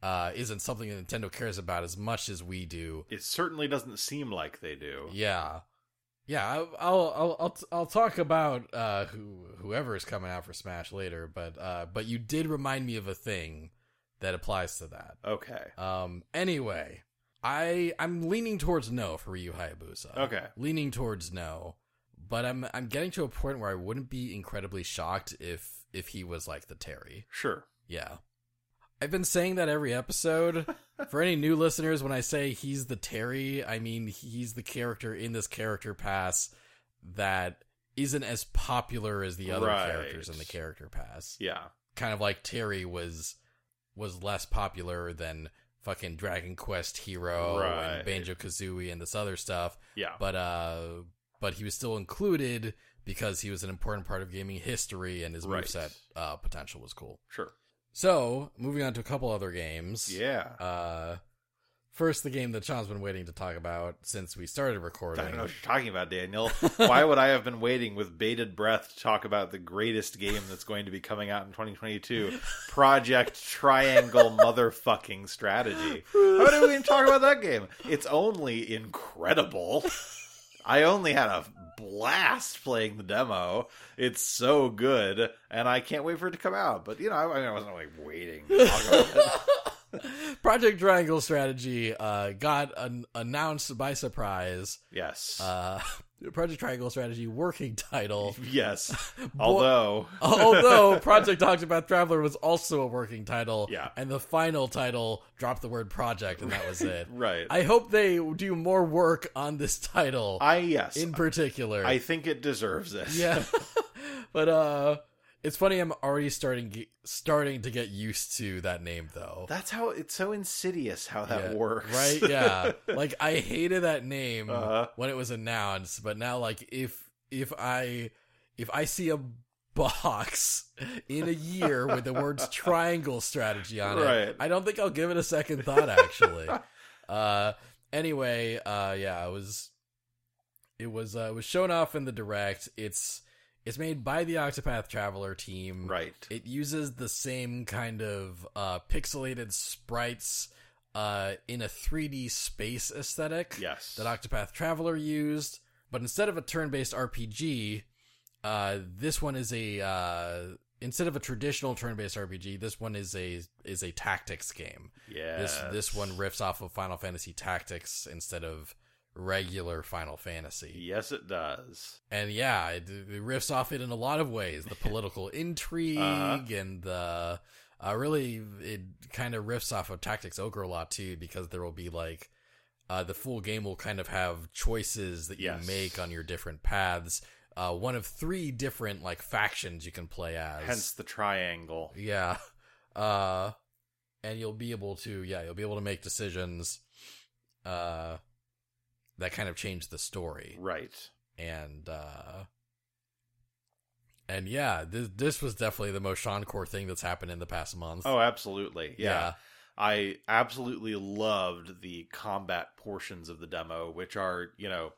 Speaker 2: Uh, isn't something that Nintendo cares about as much as we do.
Speaker 3: It certainly doesn't seem like they do.
Speaker 2: Yeah, yeah. I, I'll I'll I'll t- I'll talk about uh who whoever is coming out for Smash later, but uh, but you did remind me of a thing that applies to that.
Speaker 3: Okay.
Speaker 2: Um. Anyway, I I'm leaning towards no for Ryu Hayabusa.
Speaker 3: Okay.
Speaker 2: Leaning towards no, but I'm I'm getting to a point where I wouldn't be incredibly shocked if if he was like the Terry.
Speaker 3: Sure.
Speaker 2: Yeah. I've been saying that every episode. for any new listeners, when I say he's the Terry, I mean he's the character in this character pass that isn't as popular as the other
Speaker 3: Right.
Speaker 2: characters in the character pass
Speaker 3: Yeah.
Speaker 2: kind of like Terry was was less popular than fucking Dragon Quest Hero
Speaker 3: Right.
Speaker 2: and Banjo Kazooie and this other stuff,
Speaker 3: Yeah.
Speaker 2: but uh, but he was still included because he was an important part of gaming history and his
Speaker 3: Right.
Speaker 2: moveset uh, potential was cool.
Speaker 3: Sure.
Speaker 2: So moving on to a couple other games.
Speaker 3: Yeah.
Speaker 2: Uh, first, the game that Sean's been waiting to talk about since we started
Speaker 3: I
Speaker 2: recording.
Speaker 3: don't know what you're talking about, Daniel. Why would I have been waiting with bated breath to talk about the greatest game that's going to be coming out in 2022? Project Triangle Motherfucking Strategy. How did we even talk about that game? It's only incredible. I only had a blast playing the demo. It's so good, and I can't wait for it to come out. But you know, I, I mean, I wasn't like waiting. To talk about it.
Speaker 2: Project Triangle Strategy uh, got an- announced by surprise
Speaker 3: Yes,
Speaker 2: uh, Project Triangle Strategy working title.
Speaker 3: Yes. Although,
Speaker 2: uh, Although Project Octopath Traveler was also a working title.
Speaker 3: Yeah.
Speaker 2: And the final title dropped the word project and that was it.
Speaker 3: right. I,
Speaker 2: I hope they do more work on this title
Speaker 3: yes.
Speaker 2: in particular.
Speaker 3: I think it deserves this.
Speaker 2: yeah. but uh it's funny I'm already starting starting to get used to that name though.
Speaker 3: That's how it's so insidious how that
Speaker 2: Yeah,
Speaker 3: works.
Speaker 2: Right? Yeah. like I hated that name
Speaker 3: Uh-huh.
Speaker 2: when it was announced, but now like if if I if I see a box in a year with the words triangle strategy on
Speaker 3: Right.
Speaker 2: it, I don't think I'll give it a second thought actually. uh anyway, uh yeah, it was it was uh it was shown off in the direct. It's it's made by the Octopath Traveler team.
Speaker 3: Right.
Speaker 2: It uses the same kind of uh, pixelated sprites uh, in a 3D space aesthetic
Speaker 3: yes.
Speaker 2: that Octopath Traveler used, but instead of a turn-based RPG, uh, this one is a uh, instead of a traditional turn-based RPG, this one is a is a tactics game.
Speaker 3: yeah.
Speaker 2: This this one riffs off of Final Fantasy Tactics instead of regular Final Fantasy.
Speaker 3: Yes, it does.
Speaker 2: And yeah, it, it riffs off it in a lot of ways. The political intrigue
Speaker 3: Uh-huh.
Speaker 2: and the uh, really it kind of riffs off of Tactics Ogre a lot too, because there will be like uh, the full game will kind of have choices that
Speaker 3: Yes.
Speaker 2: you make on your different paths. Uh, one of three different like factions you can play as.
Speaker 3: Hence the triangle.
Speaker 2: Yeah. Uh and you'll be able to yeah, you'll be able to make decisions uh that kind of change the story.
Speaker 3: Right.
Speaker 2: And uh and yeah, this this was definitely the most Sean Core thing that's happened in the past month.
Speaker 3: Oh, absolutely. yeah. I absolutely loved the combat portions of the demo, which are, you know,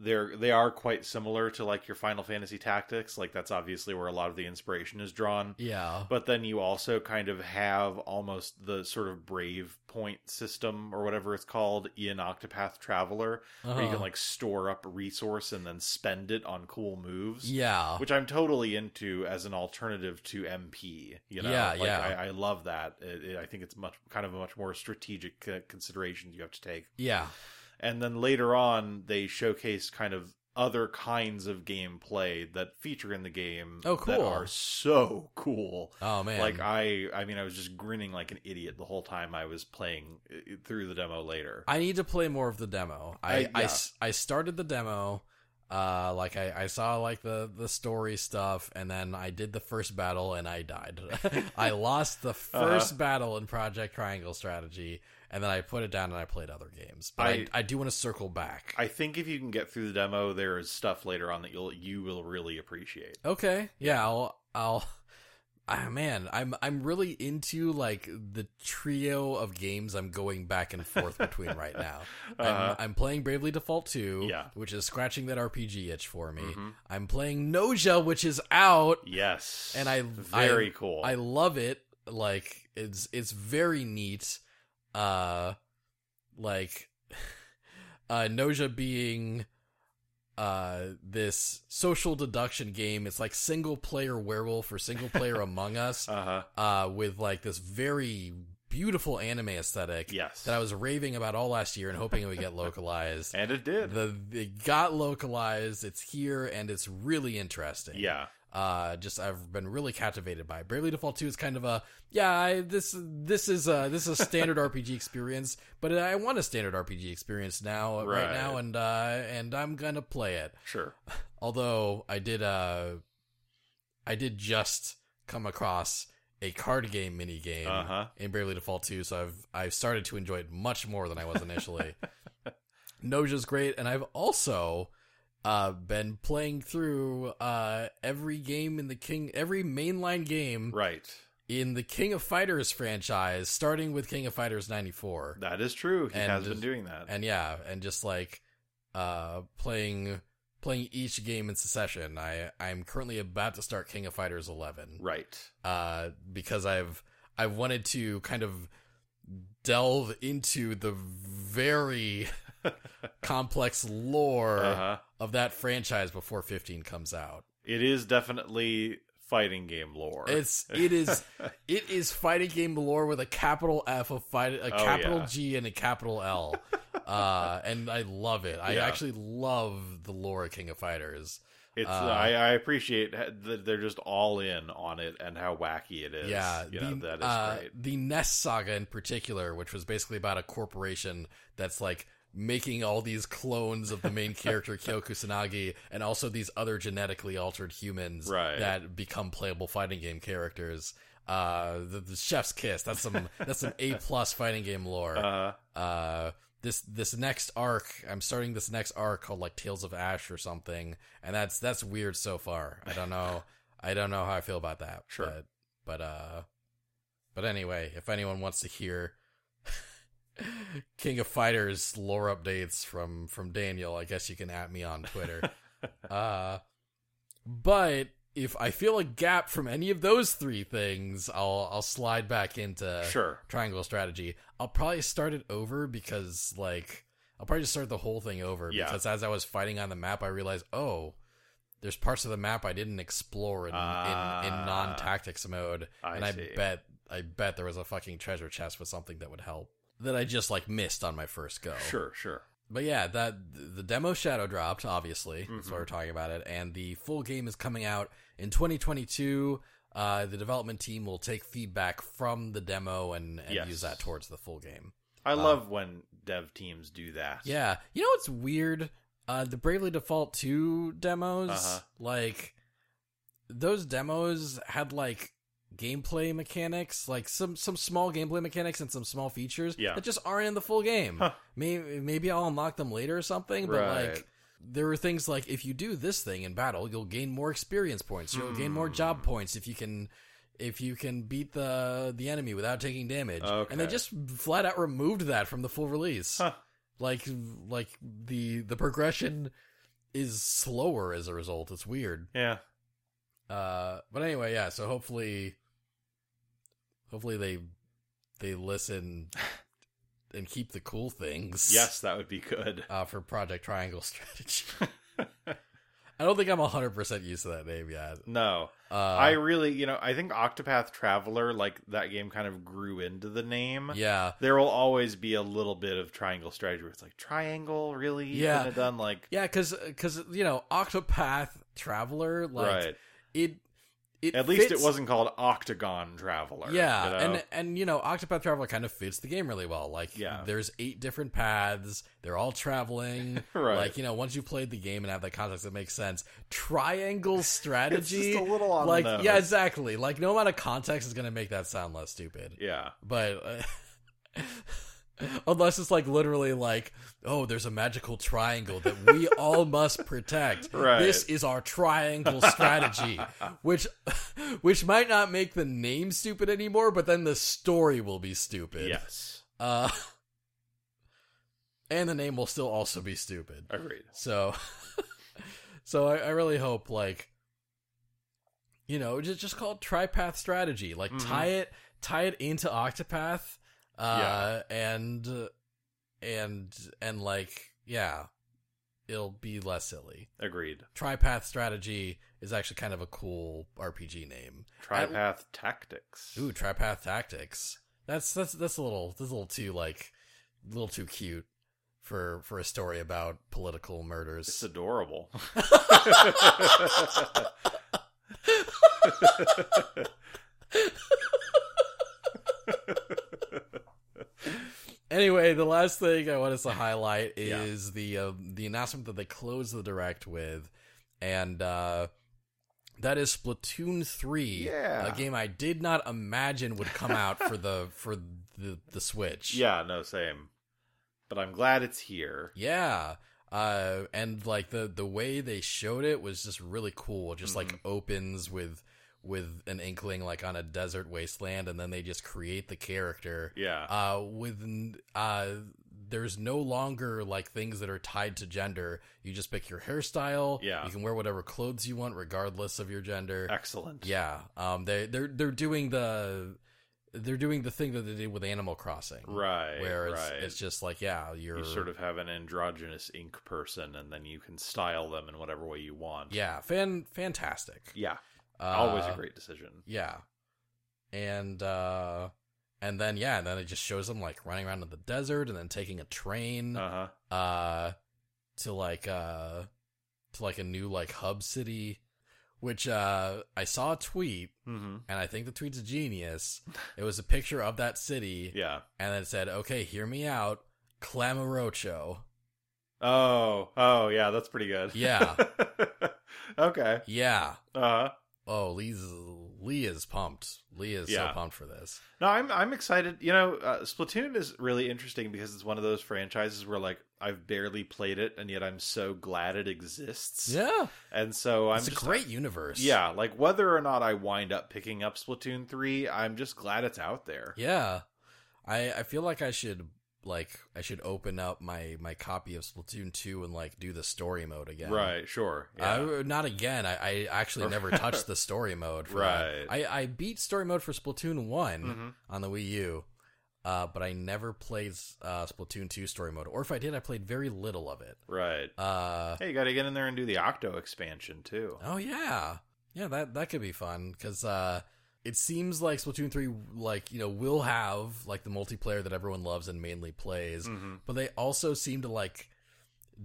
Speaker 3: they're they are quite similar to like your Final Fantasy tactics. Like that's obviously where a lot of the inspiration is drawn.
Speaker 2: Yeah.
Speaker 3: But then you also kind of have almost the sort of brave point system or whatever it's called in Octopath Traveler, where you
Speaker 2: Uh-huh.
Speaker 3: can like store up resource and then spend it on cool moves
Speaker 2: Yeah.
Speaker 3: which I'm totally into as an alternative to MP. You know,
Speaker 2: Yeah,
Speaker 3: Like,
Speaker 2: yeah.
Speaker 3: I, I love that. It, it- I think it's much kind of a much more strategic uh, consideration you have to take.
Speaker 2: Yeah.
Speaker 3: And then later on, they showcased kind of other kinds of gameplay that feature in the game.
Speaker 2: Oh,
Speaker 3: That
Speaker 2: cool.
Speaker 3: are so cool.
Speaker 2: Oh man.
Speaker 3: Like uh, I, I mean, I was just grinning like an idiot the whole time I was playing uh, through the demo later.
Speaker 2: I need to play more of the demo. I,
Speaker 3: I-
Speaker 2: I
Speaker 3: yeah.
Speaker 2: s- I started the demo. Uh, like I, I saw like the, the story stuff and then I did the first battle and I died. I lost the
Speaker 3: Uh-huh.
Speaker 2: 1st battle in Project Triangle Strategy and then I put it down and I played other games. But I,
Speaker 3: I-
Speaker 2: I, do want to circle back.
Speaker 3: I think if you can get through the demo, there is stuff later on that you'll you will really appreciate.
Speaker 2: okay. Yeah. I'll, I'll, ah, man, I'm, I'm really into like the trio of games I'm going back and forth between right now.
Speaker 3: Uh-huh.
Speaker 2: I'm, I'm playing Bravely Default 2,
Speaker 3: Yeah.
Speaker 2: which is scratching that RPG itch for me.
Speaker 3: Mhm.
Speaker 2: I'm playing Noja, which is out,
Speaker 3: Yes,
Speaker 2: and I
Speaker 3: very cool.
Speaker 2: I, I love it. Like it's it's very neat. Uh, like uh, Noja being uh this social deduction game. It's like single player werewolf or single player Among Us,
Speaker 3: uh huh.
Speaker 2: uh, with like this very beautiful anime aesthetic
Speaker 3: Yes,
Speaker 2: that I was raving about all last year and hoping it would get localized.
Speaker 3: and it did.
Speaker 2: the it got localized. It's here and it's really interesting.
Speaker 3: yeah,
Speaker 2: Uh, just I've been really captivated by it. Bravely Default Two is kind of a yeah. I, this this is a this is a standard RPG experience, but I want a standard RPG experience now right,
Speaker 3: Right.
Speaker 2: now, and uh, and I'm gonna play it.
Speaker 3: sure.
Speaker 2: Although I did uh, I did just come across a card game mini game
Speaker 3: Uh huh.
Speaker 2: in Bravely Default 2, so I've I've started to enjoy it much more than I was initially. Noja's great, and I've also uh, been playing through uh, every game in the King, every mainline game
Speaker 3: Right.
Speaker 2: in the King of Fighters franchise, starting with King of Fighters '94,
Speaker 3: That is true. He
Speaker 2: And
Speaker 3: has been
Speaker 2: just-
Speaker 3: doing that.
Speaker 2: and yeah, and just like uh, playing playing each game in succession. I I'm currently about to start King of Fighters 11
Speaker 3: right.
Speaker 2: uh, because I've I've wanted to kind of delve into the very complex lore
Speaker 3: Uh huh.
Speaker 2: of that franchise before 15 comes out.
Speaker 3: It is definitely fighting game lore.
Speaker 2: It's it is it is fighting game lore with a capital F of fight a
Speaker 3: Oh,
Speaker 2: capital
Speaker 3: yeah.
Speaker 2: G and a capital L. uh, and I love it. I
Speaker 3: Yeah.
Speaker 2: actually love the lore of King of Fighters.
Speaker 3: It's
Speaker 2: Uh,
Speaker 3: I, I appreciate ha- that they're just all in on it and how wacky it is.
Speaker 2: yeah,
Speaker 3: you know
Speaker 2: the,
Speaker 3: that is
Speaker 2: uh,
Speaker 3: great.
Speaker 2: The Ness saga in particular, which was basically about a corporation that's like making all these clones of the main character Kyo Kusanagi and also these other genetically altered humans
Speaker 3: Right.
Speaker 2: that become playable fighting game characters. Uh, the, the chef's kiss. That's some that's some A plus fighting game lore.
Speaker 3: Uh,
Speaker 2: Uh, this this next arc, I'm starting this next arc called like Tales of Ash or something, and that's that's weird so far. I don't know, I don't know how I feel about that.
Speaker 3: Sure.
Speaker 2: but, but uh, but anyway, if anyone wants to hear King of Fighters lore updates from from Daniel, I guess you can at me on Twitter. uh, but if I feel a gap from any of those three things, I'll I'll slide back into
Speaker 3: sure.
Speaker 2: triangle strategy. I'll probably start it over because like I'll probably just start the whole thing over
Speaker 3: Yeah.
Speaker 2: because as I was fighting on the map, I realized oh, there's parts of the map I didn't explore in in, in
Speaker 3: Ah.
Speaker 2: non tactics mode,
Speaker 3: I
Speaker 2: and
Speaker 3: see.
Speaker 2: I bet I bet there was a fucking treasure chest with something that would help that I just like missed on my first go.
Speaker 3: Sure. Sure.
Speaker 2: But yeah, that the demo shadow dropped. Obviously, that's why
Speaker 3: Mhm.
Speaker 2: we're talking about it. And the full game is coming out in 2022. Uh, the development team will take feedback from the demo and, and
Speaker 3: Yes.
Speaker 2: use that towards the full game.
Speaker 3: I love when dev teams do that.
Speaker 2: Uh, Yeah, you know what's weird? Uh, the Bravely Default 2 demos,
Speaker 3: Uh-huh.
Speaker 2: like those demos had like gameplay mechanics, like some some small gameplay mechanics and some small features
Speaker 3: Yeah.
Speaker 2: that just aren't in the full game.
Speaker 3: Huh.
Speaker 2: Maybe maybe I'll unlock them later or something, but
Speaker 3: Right.
Speaker 2: like there were things like if you do this thing in battle, you'll gain more experience points. You'll gain more
Speaker 3: Hmm.
Speaker 2: job points if you can if you can beat the the enemy without taking damage. And they
Speaker 3: Okay.
Speaker 2: just flat out removed that from the full release
Speaker 3: Huh.
Speaker 2: like like the the progression is slower as a result it's weird
Speaker 3: Yeah.
Speaker 2: uh but anyway yeah so hopefully hopefully they they listen and keep the cool things
Speaker 3: Yes, that would be good.
Speaker 2: uh for project triangle strategy i don't think i'm 100% used to that name yet
Speaker 3: No,
Speaker 2: uh
Speaker 3: I really, you know, I think Octopath Traveler, like that game, kind of grew into the name.
Speaker 2: yeah
Speaker 3: There will always be a little bit of triangle strategy where it's like triangle, really? You
Speaker 2: Yeah.
Speaker 3: couldn't have done like
Speaker 2: yeah because because you know octopath traveler like
Speaker 3: right.
Speaker 2: it it
Speaker 3: At least it
Speaker 2: fits-
Speaker 3: wasn't called Octagon Traveler.
Speaker 2: Yeah,
Speaker 3: you know?
Speaker 2: and and you know, Octopath Traveler kind of fits the game really well. Like,
Speaker 3: Yeah.
Speaker 2: there's eight different paths. They're all traveling.
Speaker 3: Right.
Speaker 2: Like, you know, once you've played the game and have that context, it makes sense. Triangle
Speaker 3: it's
Speaker 2: strategy.
Speaker 3: just a little on
Speaker 2: like,
Speaker 3: the nose.
Speaker 2: yeah, exactly. Like, no amount of context is gonna make that sound less stupid.
Speaker 3: yeah,
Speaker 2: But uh, unless it's like literally like, oh, there's a magical triangle that we all must protect.
Speaker 3: Right.
Speaker 2: This is our triangle strategy, which which might not make the name stupid anymore, but then the story will be stupid.
Speaker 3: yes,
Speaker 2: Uh, and the name will still also be stupid.
Speaker 3: agreed.
Speaker 2: So, so I, I really hope like, you know, just just call it tripath strategy. Like
Speaker 3: Mhm.
Speaker 2: tie it tie it into Octopath, uh, and and and like yeah, it'll be less silly.
Speaker 3: Agreed.
Speaker 2: Tripath strategy is actually kind of a cool RPG name.
Speaker 3: Tripath Tactics.
Speaker 2: Ooh, tripath tactics. That's that's that's a little that's a little too like, a little too cute for for a story about political murders.
Speaker 3: it's adorable.
Speaker 2: Anyway, the last thing I wanted to highlight
Speaker 3: Yeah.
Speaker 2: is the uh, the announcement that they closed the direct with, and uh, that is Splatoon three,
Speaker 3: Yeah.
Speaker 2: a game I did not imagine would come out for the for the the Switch.
Speaker 3: yeah, no, same. But I'm glad it's here.
Speaker 2: yeah. Uh, and like the the way they showed it was just really cool. It Just
Speaker 3: Mm-hmm.
Speaker 2: like opens with with an inkling like on a desert wasteland, and then they just create the character
Speaker 3: Yeah.
Speaker 2: uh with n- uh there's no longer like things that are tied to gender you just pick your hairstyle
Speaker 3: Yeah.
Speaker 2: you can wear whatever clothes you want regardless of your gender
Speaker 3: Excellent.
Speaker 2: yeah um they they're they're doing the they're doing the thing that they did with animal crossing
Speaker 3: Right.
Speaker 2: where it's,
Speaker 3: right.
Speaker 2: it's just like yeah you're
Speaker 3: you sort of have an androgynous ink person and then you can style them in whatever way you want.
Speaker 2: yeah fan fantastic
Speaker 3: Yeah. Always
Speaker 2: Uh,
Speaker 3: a great decision.
Speaker 2: Yeah. And uh And then yeah, and then it just shows them like running around in the desert and then taking a train
Speaker 3: Uh huh.
Speaker 2: uh to like uh to like a new like hub city which uh I saw a tweet
Speaker 3: Mm-hmm.
Speaker 2: and I think the tweet's a genius. It was a picture of that city
Speaker 3: Yeah.
Speaker 2: and then it said, "Okay, hear me out, Clamorocho."
Speaker 3: Oh. Oh. Yeah. That's pretty good.
Speaker 2: Yeah.
Speaker 3: okay.
Speaker 2: Yeah.
Speaker 3: Uh huh.
Speaker 2: Oh, Lee's Lee is pumped. Lee is
Speaker 3: Yeah.
Speaker 2: so pumped for this.
Speaker 3: No, I'm I'm excited. You know, uh, Splatoon is really interesting because it's one of those franchises where like I've barely played it and yet I'm so glad it exists.
Speaker 2: Yeah,
Speaker 3: And so I'm
Speaker 2: it's a
Speaker 3: just uh,
Speaker 2: great universe.
Speaker 3: Yeah, like whether or not I wind up picking up Splatoon 3, I'm just glad it's out there.
Speaker 2: yeah. I I feel like I should like I should open up my my copy of Splatoon two and like do the story mode again.
Speaker 3: Right, sure. Yeah.
Speaker 2: Uh, not again. I, I actually never touched the story mode. For
Speaker 3: Right.
Speaker 2: That. I I beat story mode for Splatoon one
Speaker 3: Mhm.
Speaker 2: on the Wii U, uh, but I never played uh, Splatoon two story mode. Or if I did, I played very little of it.
Speaker 3: Right.
Speaker 2: Uh,
Speaker 3: Hey, you got to get in there and do the Octo expansion too.
Speaker 2: Oh yeah, yeah that that could be fun because uh, it seems like Splatoon three like you know will have like the multiplayer that everyone loves and mainly plays,
Speaker 3: hmm
Speaker 2: but they also seem to like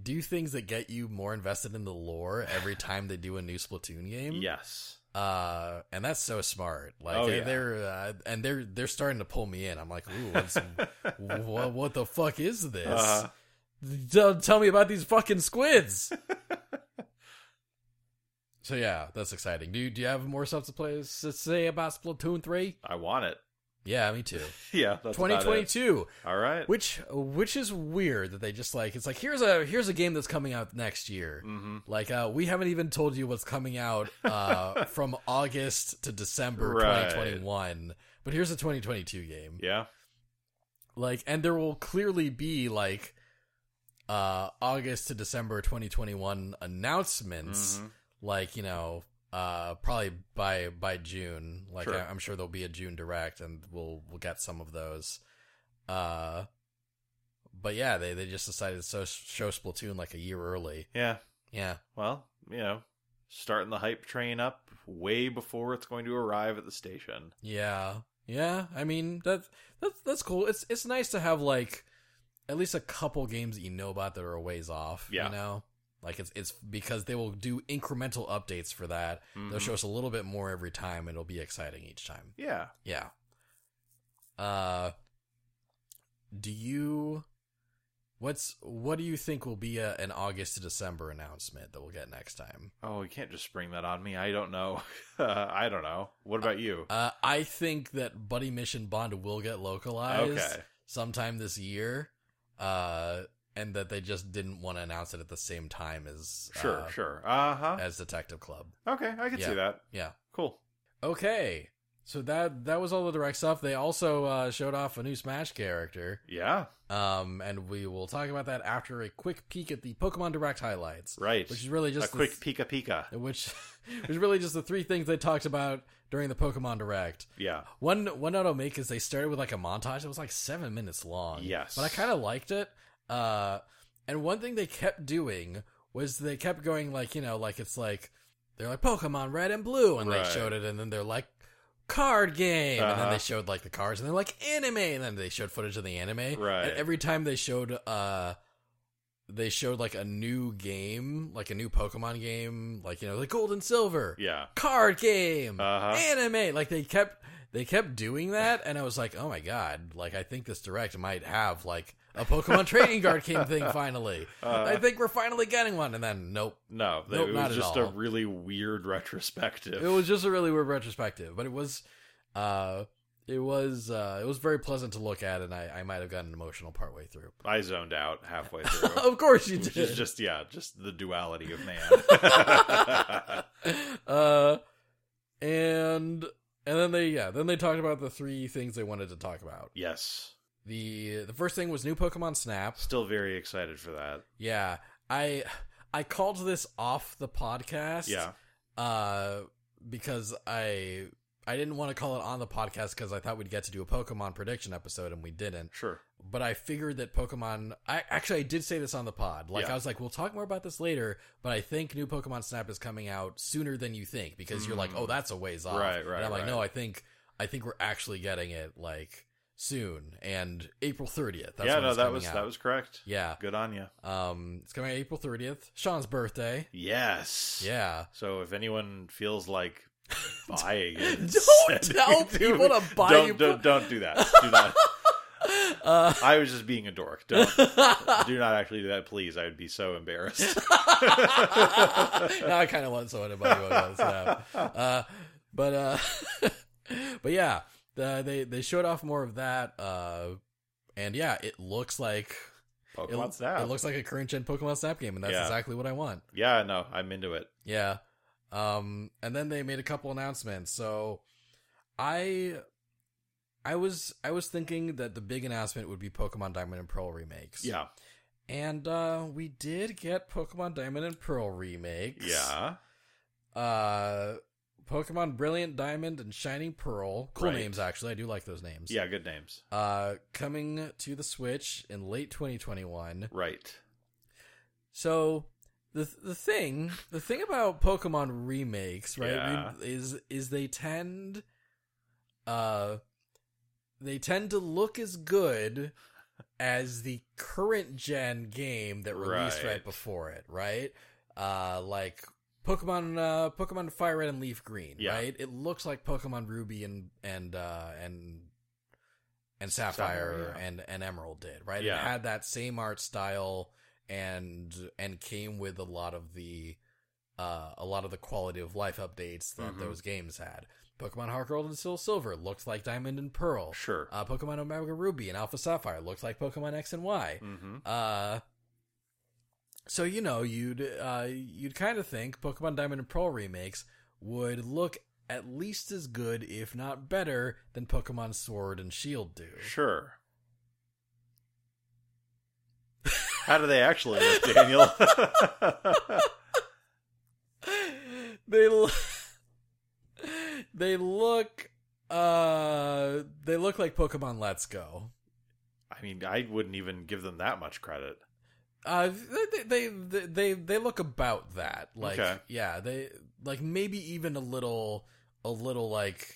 Speaker 2: do things that get you more invested in the lore every time they do a new Splatoon game.
Speaker 3: Yes.
Speaker 2: uh, and that's so smart. Like
Speaker 3: Oh,
Speaker 2: they-
Speaker 3: yeah.
Speaker 2: they're uh, and they're they're starting to pull me in. I'm like, ooh, what's, wha- what the fuck is this?
Speaker 3: Uh-huh.
Speaker 2: Don't tell me about these fucking squids. so yeah, that's exciting. Do you, do you have more stuff to play to say about Splatoon three?
Speaker 3: I want it.
Speaker 2: Yeah, me too.
Speaker 3: Yeah, that's
Speaker 2: Twenty
Speaker 3: about
Speaker 2: twenty
Speaker 3: it.
Speaker 2: two,
Speaker 3: All right.
Speaker 2: which which is weird that they just like it's like here's a here's a game that's coming out next year.
Speaker 3: Mhm.
Speaker 2: Like uh, we haven't even told you what's coming out uh, from August to December
Speaker 3: Right.
Speaker 2: twenty twenty one, but here's a twenty twenty two game
Speaker 3: Yeah.
Speaker 2: like and there will clearly be like uh august to december 2021 announcements
Speaker 3: Mhm.
Speaker 2: like you know uh probably by by june like
Speaker 3: Sure.
Speaker 2: I, i'm sure there'll be a june direct and we'll we'll get some of those uh but yeah they they just decided to so, show splatoon like a year early
Speaker 3: Yeah.
Speaker 2: yeah
Speaker 3: Well, you know, starting the hype train up way before it's going to arrive at the station.
Speaker 2: Yeah, yeah. I mean that that's that's cool. It's it's nice to have like at least a couple games that you know about that are a ways off.
Speaker 3: Yeah.
Speaker 2: You know, like it's it's because they will do incremental updates for that. They'll
Speaker 3: Mhm.
Speaker 2: show us a little bit more every time. It'll be exciting each time.
Speaker 3: Yeah.
Speaker 2: Yeah. Uh, do you? What's what do you think will be a, an August to December announcement that we'll get next time?
Speaker 3: Oh, you can't just spring that on me. I don't know. I don't know. What about you?
Speaker 2: Uh, I think that Buddy Mission Bond will get localized.
Speaker 3: okay.
Speaker 2: sometime this year, uh, and that they just didn't want to announce it at the same time as
Speaker 3: Sure,
Speaker 2: uh,
Speaker 3: sure. Uh huh.
Speaker 2: as Detective Club.
Speaker 3: Okay, I can
Speaker 2: Yeah.
Speaker 3: see that.
Speaker 2: Yeah.
Speaker 3: Cool.
Speaker 2: Okay, so that that was all the direct stuff. They also uh, showed off a new Smash character,
Speaker 3: Yeah.
Speaker 2: um, and we will talk about that after a quick peek at the Pokemon Direct highlights,
Speaker 3: Right.
Speaker 2: which is really
Speaker 3: a
Speaker 2: just the
Speaker 3: quick
Speaker 2: th-
Speaker 3: pika pika.
Speaker 2: which which is really just the three things they talked about during the Pokemon Direct.
Speaker 3: Yeah.
Speaker 2: One one note I'll make is they started with like a montage that was like seven minutes long.
Speaker 3: Yes.
Speaker 2: But I kind of liked it. Uh, and one thing they kept doing was they kept going like you know like it's like they're like Pokemon Red and Blue and
Speaker 3: Right.
Speaker 2: they showed it and then they're like card game and then
Speaker 3: Uh-huh.
Speaker 2: they showed like the cards and they're like anime and then they showed footage of the anime.
Speaker 3: Right.
Speaker 2: And every time they showed uh they showed like a new game like a new Pokemon game like you know like Gold and Silver
Speaker 3: Yeah.
Speaker 2: card game
Speaker 3: Uh-huh.
Speaker 2: anime like they kept they kept doing that and i was like oh my god like i think this direct might have like a pokemon trading card game thing finally
Speaker 3: Uh,
Speaker 2: i think we're finally getting one and then nope
Speaker 3: No, that-
Speaker 2: Nope,
Speaker 3: it
Speaker 2: not
Speaker 3: was
Speaker 2: at
Speaker 3: just
Speaker 2: all.
Speaker 3: a really weird retrospective.
Speaker 2: it was just a really weird retrospective but it was uh it was uh it was very pleasant to look at and i i might have gotten emotional partway through
Speaker 3: I zoned out halfway through.
Speaker 2: of course you
Speaker 3: which
Speaker 2: Oh, did
Speaker 3: is just yeah, just the duality of man.
Speaker 2: uh and and then they yeah then they talked about the three things they wanted to talk about
Speaker 3: yes.
Speaker 2: the the first thing was new pokemon snap
Speaker 3: Still very excited for that.
Speaker 2: Yeah, I I called this off the podcast.
Speaker 3: Yeah.
Speaker 2: uh, because I I didn't want to call it on the podcast because I thought we'd get to do a Pokemon prediction episode and we didn't.
Speaker 3: Sure.
Speaker 2: But I figured that Pokemon. I actually I did say this on the pod. Like
Speaker 3: Yeah.
Speaker 2: I was like, we'll talk more about this later. But I think new Pokemon Snap is coming out sooner than you think because you're like,
Speaker 3: Mm.
Speaker 2: oh, that's a ways off.
Speaker 3: Right,
Speaker 2: And
Speaker 3: right,
Speaker 2: I'm like,
Speaker 3: right.
Speaker 2: no, I think I think we're actually getting it like soon and April 30th.
Speaker 3: yeah,
Speaker 2: when
Speaker 3: no,
Speaker 2: it's
Speaker 3: that
Speaker 2: coming
Speaker 3: was
Speaker 2: out.
Speaker 3: that was correct.
Speaker 2: Yeah.
Speaker 3: Good on you.
Speaker 2: Um, it's coming out April 30th. Sean's birthday.
Speaker 3: Yes.
Speaker 2: Yeah.
Speaker 3: So if anyone feels like buying it, and
Speaker 2: Don't
Speaker 3: sending
Speaker 2: tell
Speaker 3: it to
Speaker 2: people
Speaker 3: me-
Speaker 2: to buy
Speaker 3: Don't
Speaker 2: you- Uh,
Speaker 3: don't, don't do that. Do not. I was just being a dork. Don't do not actually do that, please. I would be so embarrassed.
Speaker 2: now I kind of want someone to buy you one. So, uh, but uh, but yeah, the, they they showed off more of that. Uh, and yeah, it looks like it,
Speaker 3: Pokemon Snap.
Speaker 2: it looks like a current gen Pokemon Snap game, and that's
Speaker 3: Yeah.
Speaker 2: exactly what I want.
Speaker 3: yeah, no, I'm into it.
Speaker 2: Yeah. Um and then they made a couple announcements. So I I was I was thinking that the big announcement would be Pokemon Diamond and Pearl remakes.
Speaker 3: Yeah,
Speaker 2: And uh we did get Pokemon Diamond and Pearl remakes.
Speaker 3: yeah.
Speaker 2: Uh Pokemon Brilliant Diamond and Shining Pearl. Cool
Speaker 3: Right.
Speaker 2: names actually. I do like those names.
Speaker 3: Yeah, good names.
Speaker 2: Uh coming to the Switch in late 2021.
Speaker 3: Right.
Speaker 2: So the the thing the thing about Pokemon remakes, right,
Speaker 3: Yeah.
Speaker 2: re- is is they tend, uh, they tend to look as good as the current gen game that released right,
Speaker 3: Right.
Speaker 2: before it, right? Uh, like Pokemon uh, Pokemon Fire Red and Leaf Green,
Speaker 3: Yeah.
Speaker 2: right? It looks like Pokemon Ruby and and uh, and and Sapphire,
Speaker 3: Sapphire, yeah.
Speaker 2: and and Emerald did, right? It
Speaker 3: Yeah.
Speaker 2: had that same art style and and came with a lot of the uh, a lot of the quality of life updates that
Speaker 3: Mhm.
Speaker 2: those games had. Pokemon Heart Gold and Soul Silver looked like Diamond and Pearl.
Speaker 3: Sure.
Speaker 2: Uh, Pokemon Omega Ruby and Alpha Sapphire looked like Pokemon X and Y.
Speaker 3: mm-hmm.
Speaker 2: Uh, so you know you'd uh, you'd kind of think Pokemon Diamond and Pearl remakes would look at least as good, if not better, than Pokemon Sword and Shield do.
Speaker 3: Sure. How do they actually look, Daniel?
Speaker 2: they l- they look uh they look like Pokemon Let's Go.
Speaker 3: I mean, I wouldn't even give them that much credit.
Speaker 2: Uh, they they they they, they look about that. Like
Speaker 3: Okay.
Speaker 2: yeah, they like maybe even a little a little like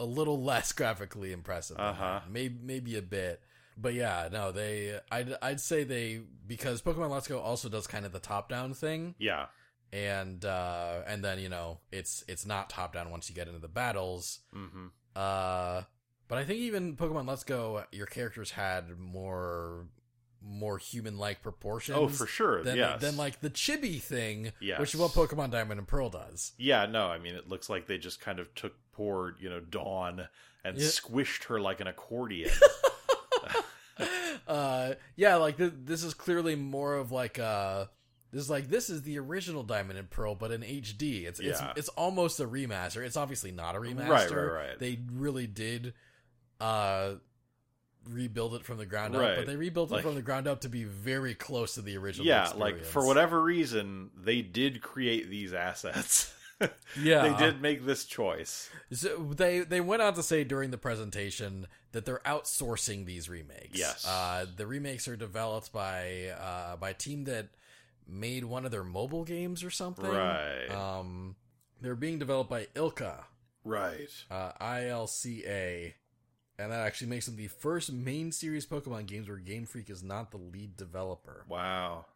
Speaker 2: a little less graphically impressive. than
Speaker 3: Uh-huh.
Speaker 2: that. Maybe maybe a bit. But yeah, no, they I'd I'd say they because Pokemon Let's Go also does kind of the top down thing.
Speaker 3: Yeah.
Speaker 2: and uh and then you know it's it's not top down once you get into the battles
Speaker 3: Mm-hmm.
Speaker 2: uh but i think even pokemon let's go your characters had more more human like proportions
Speaker 3: Oh, for sure.
Speaker 2: than,
Speaker 3: yes.
Speaker 2: than like the chibi thing which
Speaker 3: Yes.
Speaker 2: is what pokemon diamond and pearl does
Speaker 3: Yeah, no, I mean, it looks like they just kind of took poor, you know, Dawn and
Speaker 2: Yeah.
Speaker 3: squished her like an accordion.
Speaker 2: uh yeah like th- this is clearly more of like uh this is like this is the original diamond and pearl but in hd it's it's
Speaker 3: Yeah.
Speaker 2: it's almost a remaster it's obviously not a remaster
Speaker 3: right, right.
Speaker 2: they really did uh rebuild it from the ground up but
Speaker 3: Right.
Speaker 2: they rebuilt it
Speaker 3: Like-
Speaker 2: from the ground up to be very close to the original
Speaker 3: yeah, like for
Speaker 2: experience.
Speaker 3: whatever reason, they did create these assets.
Speaker 2: yeah
Speaker 3: They did make this choice.
Speaker 2: So they they went on to say during the presentation that they're outsourcing these remakes.
Speaker 3: Yes.
Speaker 2: uh, the remakes are developed by uh, by a team that made one of their mobile games or something.
Speaker 3: Right.
Speaker 2: Um, they're being developed by Ilka,
Speaker 3: Right.
Speaker 2: uh, I L C A, and that actually makes them the first main series Pokemon games where Game Freak is not the lead developer.
Speaker 3: Wow.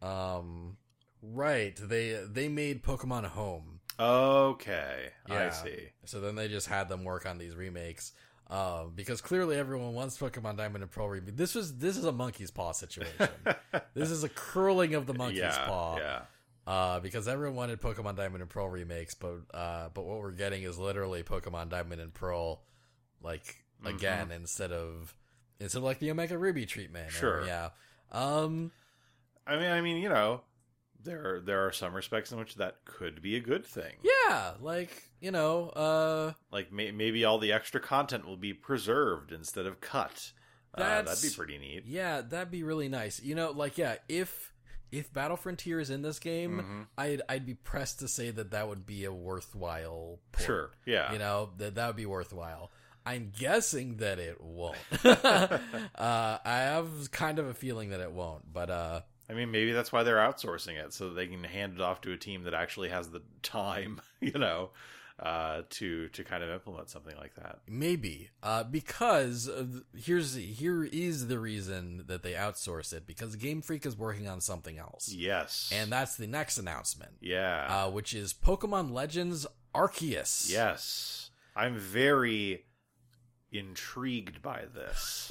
Speaker 2: Um, right. They they made Pokemon Home.
Speaker 3: Okay.
Speaker 2: Yeah.
Speaker 3: I see.
Speaker 2: So then they just had them work on these remakes. Uh, because clearly everyone wants Pokemon Diamond and Pearl remake. This was this is a monkey's paw situation. this is a curling of the monkey's
Speaker 3: yeah,
Speaker 2: paw.
Speaker 3: Yeah.
Speaker 2: Uh, because everyone wanted Pokemon Diamond and Pearl remakes, but uh, but what we're getting is literally Pokemon Diamond and Pearl, like
Speaker 3: Mm-hmm.
Speaker 2: again instead of instead of like the Omega Ruby treatment. or-
Speaker 3: Sure.
Speaker 2: yeah. Um.
Speaker 3: I mean, I mean, you know, there there are some respects in which that could be a good thing.
Speaker 2: Yeah. Like you know. Uh.
Speaker 3: Like may, maybe all the extra content will be preserved instead of cut. Uh, that'd be
Speaker 2: That's-
Speaker 3: pretty neat.
Speaker 2: Yeah, that'd be really nice. You know, like yeah, if if Battle Frontier is in this game,
Speaker 3: Mhm.
Speaker 2: I'd I'd be pressed to say that that would be a worthwhile port.
Speaker 3: Sure. Yeah.
Speaker 2: You know, that that would be worthwhile. I'm guessing that it won't. uh, I have kind of a feeling that it won't, but uh
Speaker 3: I mean, maybe that's why they're outsourcing it so that they can hand it off to a team that actually has the time, you know, uh, to to kind of implement something like that.
Speaker 2: Maybe uh, because of, here's here is the reason that they outsource it because Game Freak is working on something else,
Speaker 3: Yes,
Speaker 2: and that's the next announcement,
Speaker 3: yeah,
Speaker 2: uh, which is Pokemon Legends Arceus.
Speaker 3: yes. I'm very intrigued by this.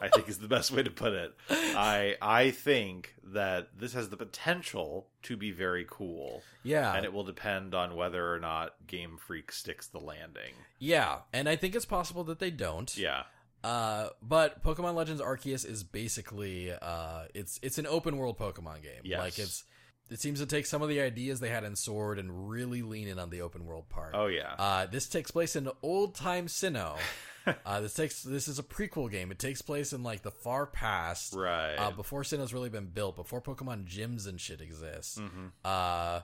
Speaker 3: I think is the best way to put it. I I think that this has the potential to be very cool,
Speaker 2: yeah,
Speaker 3: and it will depend on whether or not Game Freak sticks the landing.
Speaker 2: yeah, and I think it's possible that they don't.
Speaker 3: Yeah,
Speaker 2: Uh, but Pokemon Legends Arceus is basically uh, it's it's an open world Pokemon game.
Speaker 3: Yes.
Speaker 2: Like it's it seems to take some of the ideas they had in Sword and really lean in on the open world part.
Speaker 3: Oh yeah.
Speaker 2: Uh, this takes place in old time Sinnoh. uh, this takes this is a prequel game. It takes place in like the far past,
Speaker 3: right.
Speaker 2: uh, before Sinnoh's really been built, before Pokemon gyms and shit exist.
Speaker 3: Mhm.
Speaker 2: Uh,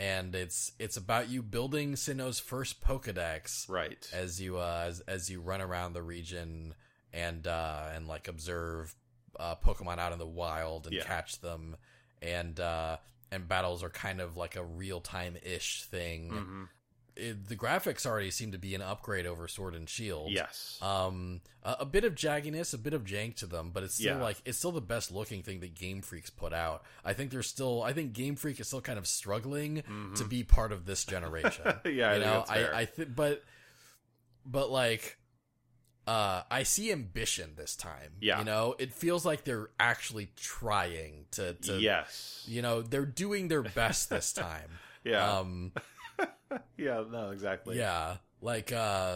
Speaker 2: and it's it's about you building Sinnoh's first Pokedex
Speaker 3: Right.
Speaker 2: as you uh, as as you run around the region and uh, and like observe uh, Pokemon out in the wild and
Speaker 3: Yeah.
Speaker 2: catch them, and uh, and battles are kind of like a real time ish thing.
Speaker 3: hmm
Speaker 2: It, the graphics already seem to be an upgrade over Sword and Shield.
Speaker 3: Yes.
Speaker 2: Um, a, a bit of jagginess, a bit of jank to them, but it's still
Speaker 3: Yeah.
Speaker 2: like it's still the best looking thing that Game Freak's put out. I think they're still. I think Game Freak is still kind of struggling to be part of this generation.
Speaker 3: Mm-hmm. yeah, I
Speaker 2: you
Speaker 3: think
Speaker 2: know,
Speaker 3: that's fair.
Speaker 2: I, I think, but, but like, uh, I see ambition this time.
Speaker 3: Yeah.
Speaker 2: you know, it feels like they're actually trying to, to
Speaker 3: yes.
Speaker 2: you know, they're doing their best this time.
Speaker 3: Yeah.
Speaker 2: Um,
Speaker 3: yeah. No. Exactly.
Speaker 2: yeah, like uh,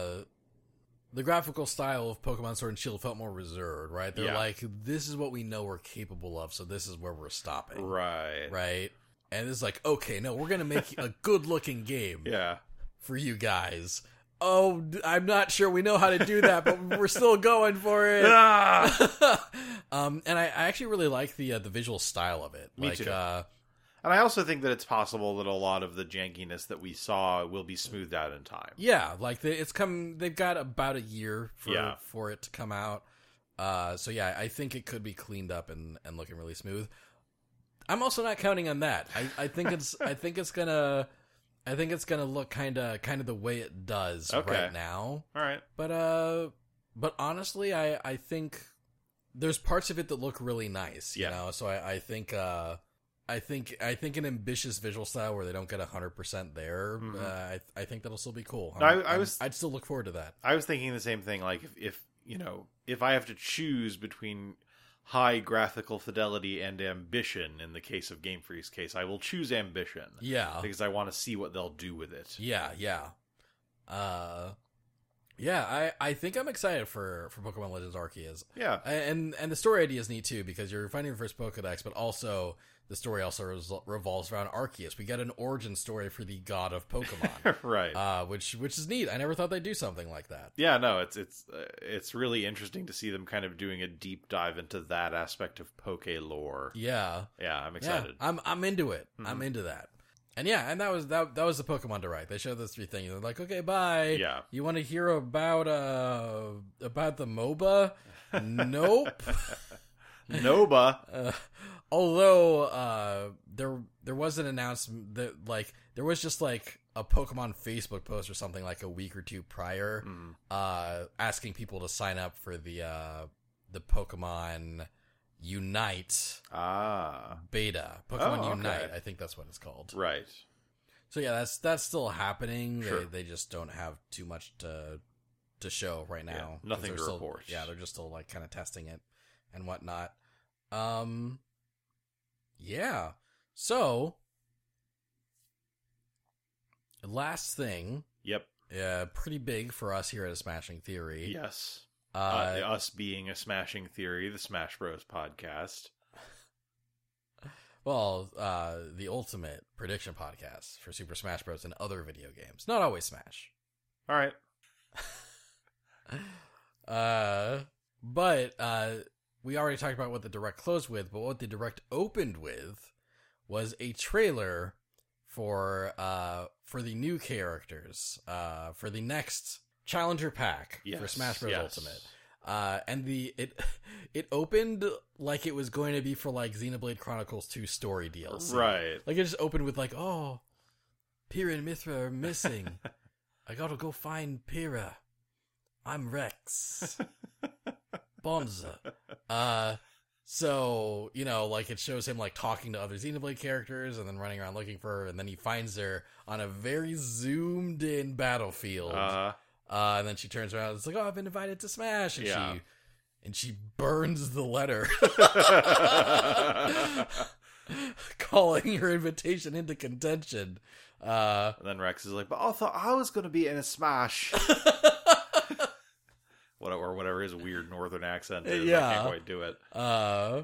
Speaker 2: the graphical style of Pokemon Sword and Shield felt more reserved, right? They're
Speaker 3: Yeah.
Speaker 2: like, this is what we know we're capable of, so this is where we're stopping,
Speaker 3: Right.
Speaker 2: right? And it's like, okay, no, we're gonna make a good looking game.
Speaker 3: Yeah.
Speaker 2: for you guys. Oh, d- I'm not sure we know how to do that, but we're still going for it.
Speaker 3: Ah!
Speaker 2: um, and I, I actually really like the uh, the visual style of it.
Speaker 3: Me
Speaker 2: like,
Speaker 3: too.
Speaker 2: Uh,
Speaker 3: and I also think that it's possible that a lot of the jankiness that we saw will be smoothed out in time.
Speaker 2: yeah, like they, it's come. They've got about a year for
Speaker 3: Yeah.
Speaker 2: for it to come out. Uh, so yeah, I think it could be cleaned up and, and looking really smooth. I'm also not counting on that. I, I think it's I think it's gonna I think it's gonna look kind of kind of the way it does
Speaker 3: Okay.
Speaker 2: right now.
Speaker 3: All right.
Speaker 2: But uh but honestly I I think there's parts of it that look really nice, you
Speaker 3: Yeah.
Speaker 2: know. So I I think uh I think I think an ambitious visual style where they don't get hundred percent there.
Speaker 3: Mhm.
Speaker 2: Uh, I I think that'll still be cool.
Speaker 3: No, I-
Speaker 2: I'm-
Speaker 3: I was-
Speaker 2: I'm- I'd still look forward to that.
Speaker 3: I was thinking the same thing. Like if, if you know if I have to choose between high graphical fidelity and ambition in the case of Game Freak's case, I will choose ambition
Speaker 2: Yeah,
Speaker 3: because I want to see what they'll do with it.
Speaker 2: yeah, yeah. Uh, yeah. I I think I'm excited for for Pokemon Legends Arceus.
Speaker 3: Yeah.
Speaker 2: and and the story idea is neat too because you're finding the first Pokedex, but also the story also res- revolves around Arceus. We get an origin story for the god of Pokemon,
Speaker 3: right.
Speaker 2: uh, which which is neat. I never thought they'd do something like that.
Speaker 3: yeah no it's it's uh, it's really interesting to see them kind of doing a deep dive into that aspect of poke lore
Speaker 2: Yeah,
Speaker 3: yeah i'm excited
Speaker 2: yeah. I'm I'm into it. I'm
Speaker 3: Mhm.
Speaker 2: into that. And yeah, and that was that that was the Pokemon direct. They showed those three things. They're like, okay, bye.
Speaker 3: Yeah.
Speaker 2: You want to hear about uh about the MOBA? nope.
Speaker 3: noba
Speaker 2: Uh, although uh, there there was an announcement that like there was just like a Pokemon Facebook post or something like a week or two prior,
Speaker 3: Mm,
Speaker 2: uh, asking people to sign up for the uh, the Pokemon Unite
Speaker 3: ah
Speaker 2: beta. Pokemon
Speaker 3: Oh, okay.
Speaker 2: Unite, I think that's what it's called.
Speaker 3: right
Speaker 2: So yeah, that's that's still happening.
Speaker 3: Sure.
Speaker 2: They, they just don't have too much to to show right
Speaker 3: Yeah,
Speaker 2: now. 'cause
Speaker 3: nothing
Speaker 2: they're
Speaker 3: to
Speaker 2: still-
Speaker 3: report.
Speaker 2: Yeah, they're just still like kind of testing it and whatnot. Um, yeah. So last thing,
Speaker 3: yep
Speaker 2: uh, pretty big for us here at a Smashing Theory.
Speaker 3: yes
Speaker 2: Uh,
Speaker 3: uh, us being a smashing theory the smash bros podcast
Speaker 2: well, uh, the ultimate prediction podcast for Super Smash Bros. and other video games. Not always Smash.
Speaker 3: all right
Speaker 2: Uh, but uh, we already talked about what the direct closed with, but what the direct opened with was a trailer for uh for the new characters uh for the next challenger pack
Speaker 3: yes
Speaker 2: for Smash Bros
Speaker 3: yes.
Speaker 2: Ultimate. Uh, and the it it opened like it was going to be for like Xenoblade Chronicles 2 story DLC.
Speaker 3: right
Speaker 2: Like it just opened with like, oh, Pyra and Mithra are missing. I gotta go find Pyrrha. I'm Rex. Bonza. Uh, so, you know, like it shows him like talking to other Xenoblade characters and then running around looking for her, and then he finds her on a very zoomed in battlefield. Uh,
Speaker 3: Uh,
Speaker 2: and then she turns around and it's like, Oh, I've been invited to Smash and
Speaker 3: Yeah.
Speaker 2: she and she burns the letter
Speaker 3: Uh,
Speaker 2: calling her invitation into contention. Uh
Speaker 3: and then Rex is like, "But I thought I was gonna be in a smash." what or whatever his weird northern accent is. I
Speaker 2: Yeah.
Speaker 3: can't quite do it.
Speaker 2: Uh,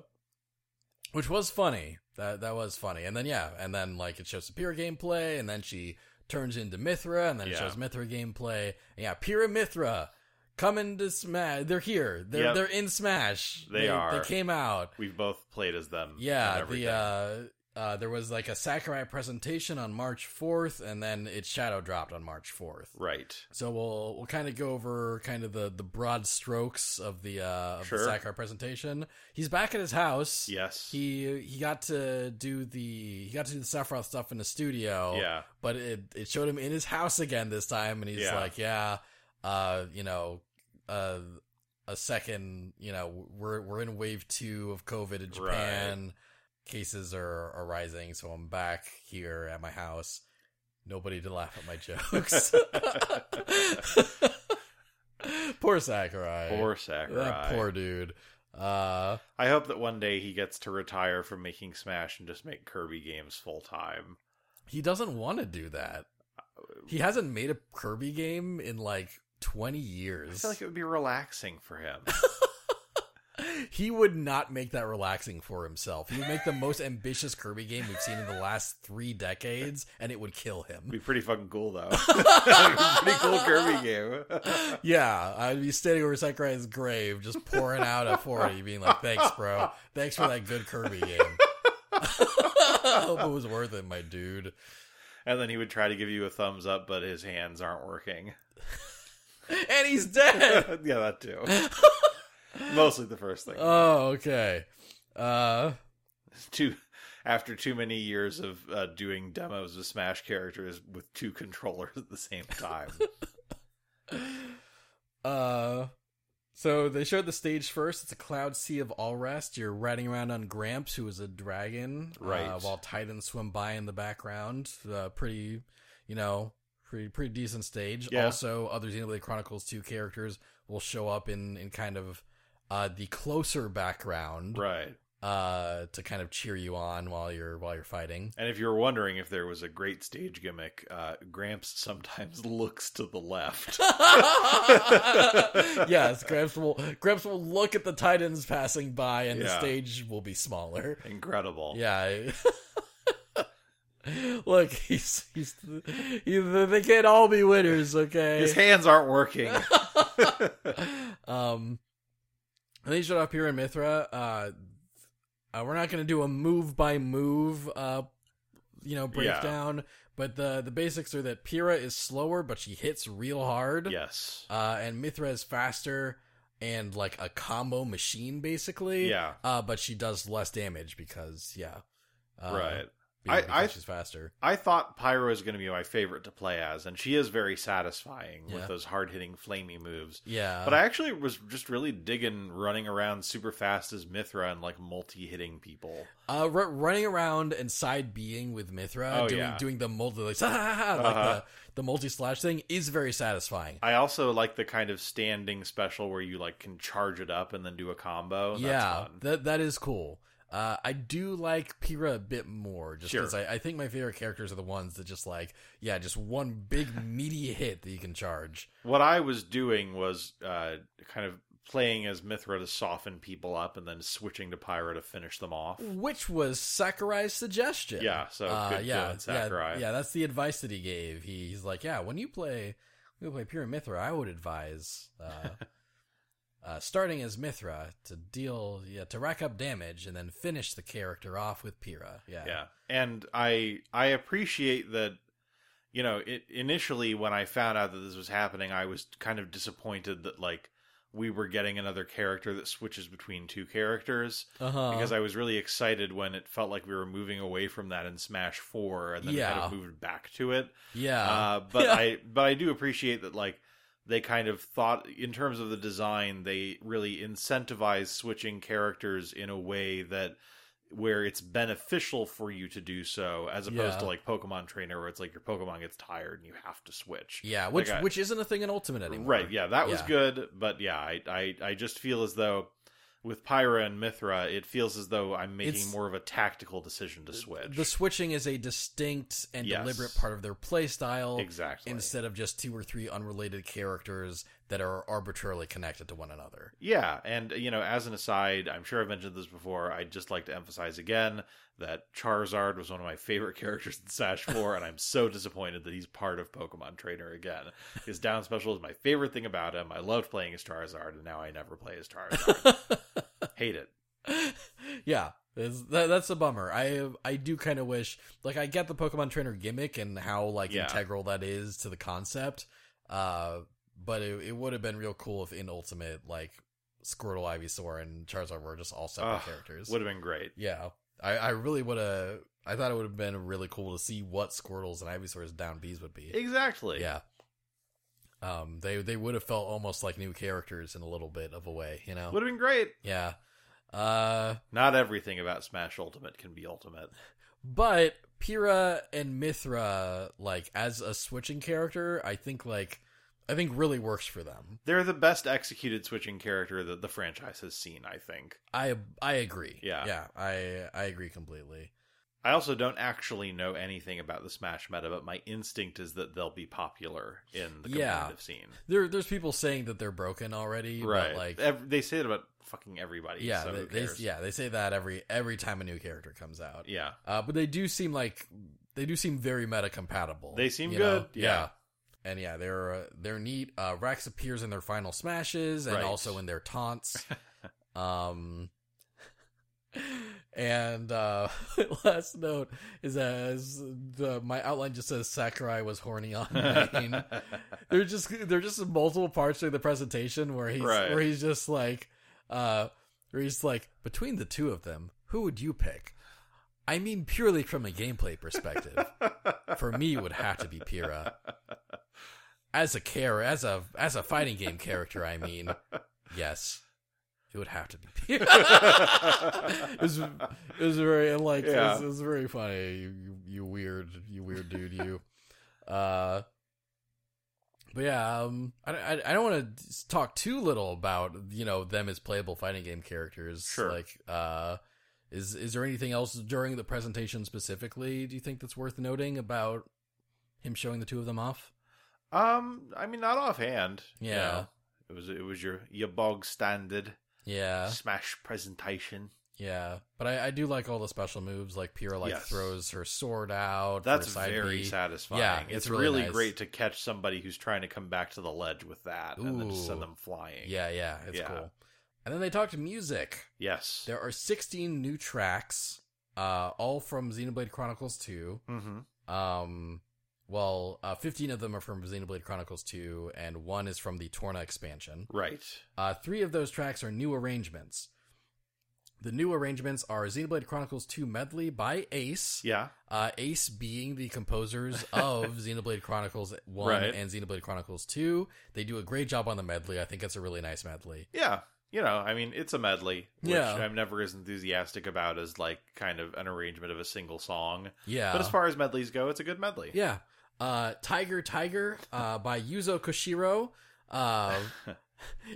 Speaker 2: which was funny. That that was funny. And then yeah, and then like it shows the Pyrrha gameplay, and then she turns into Mithra, and then it
Speaker 3: Yeah.
Speaker 2: shows Mithra gameplay. And yeah, Pyrrha Mithra coming to Smash. They're here. They're
Speaker 3: Yep.
Speaker 2: they're in Smash.
Speaker 3: They are.
Speaker 2: They came out.
Speaker 3: We've both played as them. and
Speaker 2: Yeah.
Speaker 3: everything.
Speaker 2: The uh. Uh, there was like a Sakurai presentation on March 4th, and then it shadow dropped on March 4th.
Speaker 3: right.
Speaker 2: So we'll we'll kind of go over kind of the, the broad strokes of the uh, of the
Speaker 3: Sure.
Speaker 2: Sakurai presentation. He's back at his house.
Speaker 3: Yes.
Speaker 2: He he got to do the he got to do the Sephiroth stuff in the studio.
Speaker 3: yeah.
Speaker 2: But it it showed him in his house again this time, and he's
Speaker 3: Yeah.
Speaker 2: like, yeah, uh, you know, uh, a second, you know, we're we're in wave two of COVID in Japan. Cases are are rising, so I'm back here at my house. Nobody to laugh at my jokes. poor Sakurai.
Speaker 3: Poor Sakurai.
Speaker 2: That Uh, poor dude. Uh,
Speaker 3: I hope that one day he gets to retire from making Smash and just make Kirby games full time.
Speaker 2: He doesn't want to do that. He hasn't made a Kirby game in like 20
Speaker 3: I
Speaker 2: years.
Speaker 3: feel like it would be relaxing for him.
Speaker 2: he would not make that relaxing for himself. He would make the most ambitious Kirby game we've seen in the last three decades, and it would kill him.
Speaker 3: be pretty fucking cool though. pretty cool Kirby game.
Speaker 2: Yeah, I'd be standing over Sakurai's grave, just pouring out at 40, being like, thanks, bro. Thanks for that good Kirby game. I hope it was worth it, my dude.
Speaker 3: and then he would try to give you a thumbs up, but his hands aren't working.
Speaker 2: And he's dead!
Speaker 3: yeah, that too. Mostly the first thing.
Speaker 2: Oh, okay. Uh,
Speaker 3: too after too many years of uh, doing demos of Smash characters with two controllers at the same time.
Speaker 2: Uh, so they showed the stage first. It's a cloud sea of all rest. You're riding around on Gramps, who is a dragon, uh,
Speaker 3: Right.
Speaker 2: while Titans swim by in the background. Uh, pretty, you know, pretty pretty decent stage.
Speaker 3: Yeah.
Speaker 2: Also, other Xenoblade Chronicles two characters will show up in in kind of uh the closer background,
Speaker 3: right.
Speaker 2: uh, to kind of cheer you on while you're while you're fighting.
Speaker 3: And if you were wondering if there was a great stage gimmick, uh, Gramps sometimes looks to the left.
Speaker 2: yes, Gramps will Gramps will look at the Titans passing by, and the
Speaker 3: Yeah.
Speaker 2: stage will be smaller.
Speaker 3: Incredible.
Speaker 2: Yeah. I- Look, he's he's he, they can't all be winners,
Speaker 3: His
Speaker 2: okay?
Speaker 3: hands aren't working.
Speaker 2: um, and they showed up here in Mithra. Uh, uh, we're not gonna do a move by move, uh, you know, breakdown. But the the basics are that Pyrrha is slower, but she hits real hard.
Speaker 3: yes.
Speaker 2: Uh, and Mithra is faster and like a combo machine, basically.
Speaker 3: Yeah.
Speaker 2: Uh, but she does less damage because yeah. Uh,
Speaker 3: right.
Speaker 2: because,
Speaker 3: I-
Speaker 2: because
Speaker 3: I-
Speaker 2: she's faster.
Speaker 3: I thought Pyro is going to be my favorite to play as, and she is very satisfying
Speaker 2: Yeah. Uh.
Speaker 3: with those hard hitting flamey moves.
Speaker 2: Yeah.
Speaker 3: But I actually was just really digging running around super fast as Mithra and like multi hitting people.
Speaker 2: uh, r- running around and side being with Mithra,
Speaker 3: Oh,
Speaker 2: doing
Speaker 3: yeah.
Speaker 2: doing the multi like, like the,
Speaker 3: Uh-huh.
Speaker 2: the multi slash thing is very satisfying.
Speaker 3: I also like the kind of standing special where you like can charge it up and then do a combo. and Oh, that's
Speaker 2: yeah,
Speaker 3: fun.
Speaker 2: that that is cool. Uh, I do like Pyrrha a bit more, just
Speaker 3: Sure.
Speaker 2: because I, I think my favorite characters are the ones that just like, yeah, just one big meaty hit that you can charge.
Speaker 3: what I was doing was uh, kind of playing as Mithra to soften people up and then switching to Pyro to finish them off.
Speaker 2: which was Sakurai's suggestion. Uh,
Speaker 3: Yeah, so good going, Sakurai.
Speaker 2: yeah, yeah. That's the advice that he gave. He, he's like, yeah, when you play, when you play pure Mithra, I would advise uh, uh, starting as Mithra to deal, yeah, to rack up damage and then finish the character off with Pyrrha. Yeah,
Speaker 3: yeah and i i appreciate that you know it initially when i found out that this was happening i was kind of disappointed that like we were getting another character that switches between two characters
Speaker 2: Uh-huh.
Speaker 3: because uh, I was really excited when it felt like we were moving away from that in Smash Four, and then kind of
Speaker 2: Yeah.
Speaker 3: moved back to it.
Speaker 2: yeah.
Speaker 3: Uh, but
Speaker 2: Uh-huh. Yeah.
Speaker 3: I but I do appreciate that like they kind of thought in terms of the design, they really incentivize switching characters in a way that where it's beneficial for you to do so, as opposed
Speaker 2: Yeah.
Speaker 3: to like Pokemon Trainer, where it's like your Pokemon gets tired and you have to switch.
Speaker 2: yeah, which
Speaker 3: I-
Speaker 2: which isn't a thing in Ultimate anymore.
Speaker 3: Right, yeah, that was
Speaker 2: Yeah.
Speaker 3: good, but yeah, I, I I just feel as though with Pyra and Mithra, it feels as though I'm making
Speaker 2: It's-
Speaker 3: more of a tactical decision to switch.
Speaker 2: The switching is a distinct and
Speaker 3: Yes.
Speaker 2: deliberate part of their playstyle
Speaker 3: exactly.
Speaker 2: instead of just two or three unrelated characters that are arbitrarily connected to one another.
Speaker 3: Yeah, and you know, as an aside, I'm sure I've mentioned this before. I'd just like to emphasize again that Charizard was one of my favorite characters in Sash Four, and I'm so disappointed that he's part of Pokemon Trainer again. His down special is my favorite thing about him. I loved playing as Charizard, and now I never play as Charizard. Hate it.
Speaker 2: yeah, it's- that, that's a bummer. I I do kind of wish, like, I get the Pokemon trainer gimmick and how like
Speaker 3: Yeah.
Speaker 2: integral that is to the concept. Uh, but it, it would have been real cool if in Ultimate, like, Squirtle, Ivysaur, and Charizard were just all separate
Speaker 3: Ugh,
Speaker 2: characters.
Speaker 3: Would have been great.
Speaker 2: Yeah, I, I really would have. I thought it would have been really cool to see what Squirtles and Ivysaur's down Bs would be.
Speaker 3: Exactly.
Speaker 2: Yeah. Um, they they would have felt almost like new characters in a little bit of a way, you know.
Speaker 3: Would have been great.
Speaker 2: yeah. Uh,
Speaker 3: Not everything about Smash Ultimate can be Ultimate.
Speaker 2: but Pyrrha and Mithra, like as a switching character, I think like I think really works for them.
Speaker 3: They're the best executed switching character that the franchise has seen, I think.
Speaker 2: I I agree.
Speaker 3: Yeah.
Speaker 2: yeah, I I agree completely.
Speaker 3: I also don't actually know anything about the Smash meta, but my instinct is that they'll be popular in the
Speaker 2: Yeah.
Speaker 3: competitive scene.
Speaker 2: There there's people saying that they're broken already,
Speaker 3: Right.
Speaker 2: But like
Speaker 3: Ev- they say it about fucking everybody.
Speaker 2: Yeah,
Speaker 3: so
Speaker 2: they,
Speaker 3: who
Speaker 2: they-
Speaker 3: cares?
Speaker 2: yeah, they say that every every time a new character comes out.
Speaker 3: yeah.
Speaker 2: Uh, but they do seem like they do seem very meta compatible.
Speaker 3: They seem good, yeah.
Speaker 2: And yeah, they're uh, they're neat. Uh, Rax appears in their final smashes and
Speaker 3: Right.
Speaker 2: also in their taunts. um, and uh, last note is as the my outline just says Sakurai was horny on main. There's just there's just multiple parts during the presentation where he's
Speaker 3: Right.
Speaker 2: where he's just like uh where he's like between the two of them, who would you pick? I mean purely from a gameplay perspective. For me it would have to be Pyrrha. As a care as a as a fighting game character, I mean, yes. It would have to be Pyrrha. it was it was very and like it,
Speaker 3: Yeah.
Speaker 2: was, it was very funny. You, you you weird you weird dude you. Uh but yeah, um, I, I, I don't want to talk too little about you know them as playable fighting game characters.
Speaker 3: Sure.
Speaker 2: Like, uh, is is there anything else during the presentation specifically? Do you think that's worth noting about him showing the two of them off?
Speaker 3: um, I mean, not offhand. you
Speaker 2: Yeah.
Speaker 3: know. it was it was your your bog standard
Speaker 2: Yeah,
Speaker 3: Smash presentation.
Speaker 2: yeah. But I, I do like all the special moves. Like Pyrrha like
Speaker 3: Yes.
Speaker 2: throws her sword out.
Speaker 3: That's
Speaker 2: for a side
Speaker 3: very
Speaker 2: B.
Speaker 3: satisfying.
Speaker 2: Yeah,
Speaker 3: it's,
Speaker 2: it's really
Speaker 3: really,
Speaker 2: nice.
Speaker 3: great to catch somebody who's trying to come back to the ledge with that and then just
Speaker 2: Ooh.
Speaker 3: send them flying.
Speaker 2: Yeah, yeah. It's
Speaker 3: Yeah.
Speaker 2: cool. And then they talked music.
Speaker 3: Yes.
Speaker 2: There are 16 new tracks, uh, all from Xenoblade Chronicles 2.
Speaker 3: Mm-hmm.
Speaker 2: Um, well, uh, 15 of them are from Xenoblade Chronicles 2, and one is from the Torna expansion.
Speaker 3: Right.
Speaker 2: Uh, three of those tracks are new arrangements. The new arrangements are Xenoblade Chronicles 2 Medley by Ace.
Speaker 3: Yeah.
Speaker 2: Uh, Ace being the composers of Xenoblade Chronicles 1
Speaker 3: Right.
Speaker 2: and Xenoblade Chronicles 2. They do a great job on the medley. I think it's a really nice medley.
Speaker 3: Yeah. You know, I mean, it's a medley, which
Speaker 2: Yeah.
Speaker 3: I'm never as enthusiastic about as like kind of an arrangement of a single song.
Speaker 2: Yeah.
Speaker 3: But as far as medleys go, it's a good medley.
Speaker 2: Yeah. Uh, Tiger Tiger uh, by Yuzo Koshiro. Uh,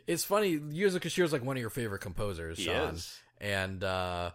Speaker 2: it's funny. Yuzo Koshiro's like one of your favorite composers,
Speaker 3: He
Speaker 2: Sean.
Speaker 3: is.
Speaker 2: And uh,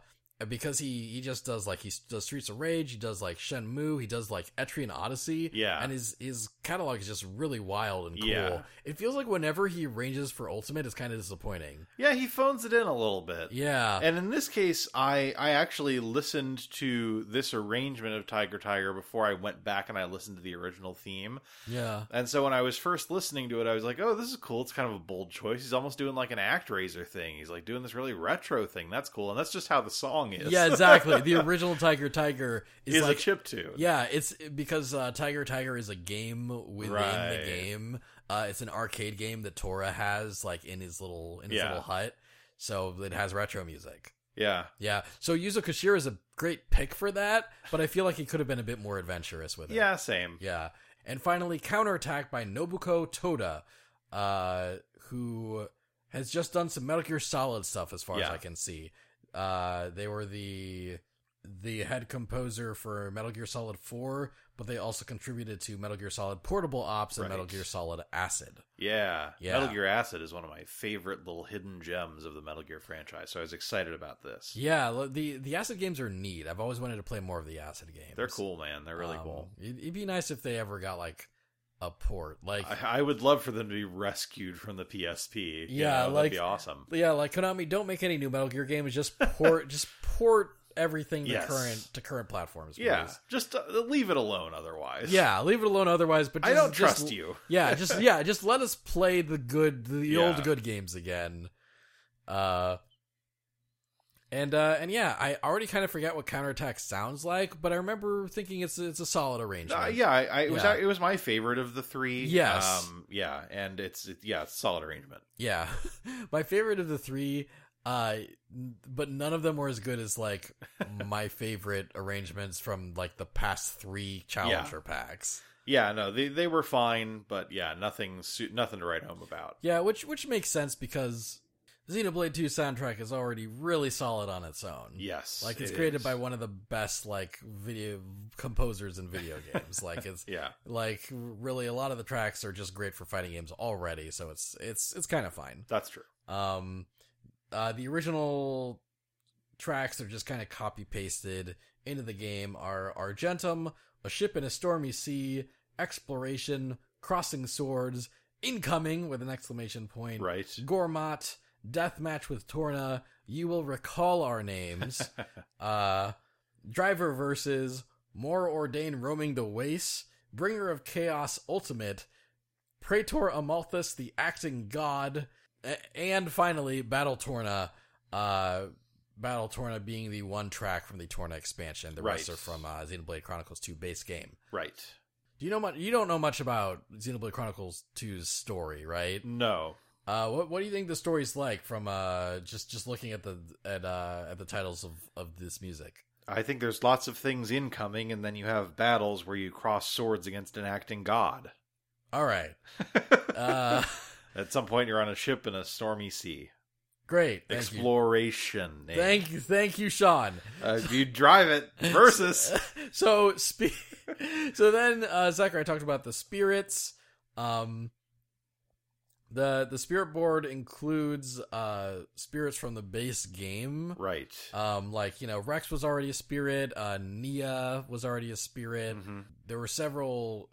Speaker 2: because he, he just does like, he does Streets of Rage, he does like Shenmue, he does like Etrian Odyssey.
Speaker 3: Yeah.
Speaker 2: And his, his catalog is just really wild and cool.
Speaker 3: Yeah.
Speaker 2: It feels like whenever he arranges for Ultimate, it's kind of disappointing.
Speaker 3: Yeah, he phones it in a little bit.
Speaker 2: Yeah.
Speaker 3: And in this case, I I actually listened to this arrangement of Tiger Tiger before I went back and I listened to the original theme.
Speaker 2: yeah.
Speaker 3: And so when I was first listening to it, I was like, "Oh, this is cool. It's kind of a bold choice. He's almost doing like an act raiser thing. He's like doing this really retro thing. That's cool." And that's just how the song song is.
Speaker 2: Yeah, exactly. The original Tiger Tiger is,
Speaker 3: is
Speaker 2: like
Speaker 3: a chip tune.
Speaker 2: yeah, it's because uh, Tiger Tiger is a game within
Speaker 3: Right.
Speaker 2: the game. Uh, it's an arcade game that Tora has like in his little in his
Speaker 3: Yeah.
Speaker 2: little hut, so it has retro music.
Speaker 3: yeah.
Speaker 2: Yeah, so Yuzo Koshiro is a great pick for that, but I feel like he could have been a bit more adventurous with it.
Speaker 3: Yeah, same.
Speaker 2: Yeah. And finally, counterattack by Nobuko Toda, uh, who has just done some Metal Gear Solid stuff as far as
Speaker 3: Yeah.
Speaker 2: I can see. Uh, they were the the head composer for Metal Gear Solid 4, but they also contributed to Metal Gear Solid Portable Ops and Metal
Speaker 3: Right.
Speaker 2: Gear Solid Acid.
Speaker 3: Yeah.
Speaker 2: Yeah.
Speaker 3: Metal Gear Acid is one of my favorite little hidden gems of the Metal Gear franchise, so I was excited about this.
Speaker 2: Yeah, lo- the the Acid games are neat. I've always wanted to play more of the Acid games.
Speaker 3: They're cool, man. They're really
Speaker 2: Um,
Speaker 3: cool.
Speaker 2: It'd, it'd be nice if they ever got like a port. Like
Speaker 3: I, I would love for them to be rescued from the PSP. you
Speaker 2: Yeah,
Speaker 3: know,
Speaker 2: like-
Speaker 3: that'd be awesome.
Speaker 2: Yeah, like Konami, don't make any new Metal Gear games. Just port, just port everything to
Speaker 3: Yes.
Speaker 2: current to current platforms. Please.
Speaker 3: Yeah, just uh, leave it alone. Otherwise,
Speaker 2: yeah. Leave it alone. Otherwise, but
Speaker 3: I
Speaker 2: just,
Speaker 3: don't
Speaker 2: just-
Speaker 3: trust you.
Speaker 2: Yeah, just yeah, just let us play the good, the
Speaker 3: Yeah.
Speaker 2: old good games again. Uh, and uh, and yeah, I already kind of forgot what counterattack sounds like, but I remember thinking it's it's a solid arrangement.
Speaker 3: Uh, yeah, I, I it was
Speaker 2: Yeah.
Speaker 3: it was my favorite of the three.
Speaker 2: Yes.
Speaker 3: um, yeah, and it's it, yeah, it's a solid arrangement.
Speaker 2: Yeah. my favorite of the three, uh, n- but none of them were as good as like my favorite arrangements from like the past three Challenger packs.
Speaker 3: Yeah, no, they they were fine, but yeah, nothing su- nothing to write home about.
Speaker 2: Yeah, which which makes sense because Xenoblade 2 soundtrack is already really solid on its own.
Speaker 3: Yes,
Speaker 2: Like it's
Speaker 3: it
Speaker 2: created
Speaker 3: is.
Speaker 2: by one of the best like video composers in video games. like it's
Speaker 3: yeah,
Speaker 2: like really a lot of the tracks are just great for fighting games already, so it's it's it's kind of fine.
Speaker 3: that's true.
Speaker 2: Um, uh, the original tracks are just kind of copy pasted into the game. Are Argentum, a ship in a stormy sea, exploration, crossing swords, incoming with an exclamation point,
Speaker 3: Right.
Speaker 2: Gormat, deathmatch with Torna. You will recall our names. uh, driver versus more ordained roaming the wastes. Bringer of chaos ultimate. Praetor Amalthus, the acting god, a- and finally Battle Torna. Uh, Battle Torna being the one track from the Torna expansion. The rest
Speaker 3: Right.
Speaker 2: are from uh, Xenoblade Chronicles 2 base game.
Speaker 3: Right.
Speaker 2: Do you know much? You don't know much about Xenoblade Chronicles 2's story, right?
Speaker 3: No.
Speaker 2: Uh, what what do you think the story's like from uh just just looking at the at uh at the titles of of this music?
Speaker 3: I think there's lots of things incoming, and then you have battles where you cross swords against an acting god.
Speaker 2: All right, uh,
Speaker 3: At some point, you're on a ship in a stormy sea.
Speaker 2: great. Thank
Speaker 3: Exploration.
Speaker 2: You.
Speaker 3: Nate.
Speaker 2: Thank you, thank you, Sean.
Speaker 3: Uh, you drive it versus.
Speaker 2: Uh, So spe- so then uh, Zachary talked about the spirits. Um, the the spirit board includes uh spirits from the base game.
Speaker 3: right.
Speaker 2: Um, like you know, Rex was already a spirit. Uh, Nia was already a spirit.
Speaker 3: Mhm.
Speaker 2: there were several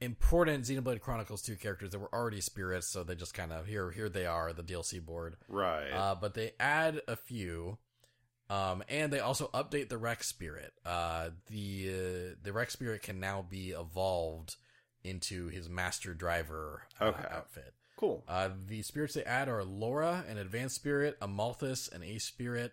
Speaker 2: important Xenoblade Chronicles 2 characters that were already spirits, so they just kind of here here they are, the DLC board.
Speaker 3: Right.
Speaker 2: Uh, but they add a few. Um, and they also update the Rex Spirit. Uh, the uh, the Rex Spirit can now be evolved into his Master Driver uh,
Speaker 3: Okay.
Speaker 2: outfit.
Speaker 3: cool.
Speaker 2: Uh, the spirits they add are Laura, an Advanced Spirit, Amalthus, an Ace Spirit,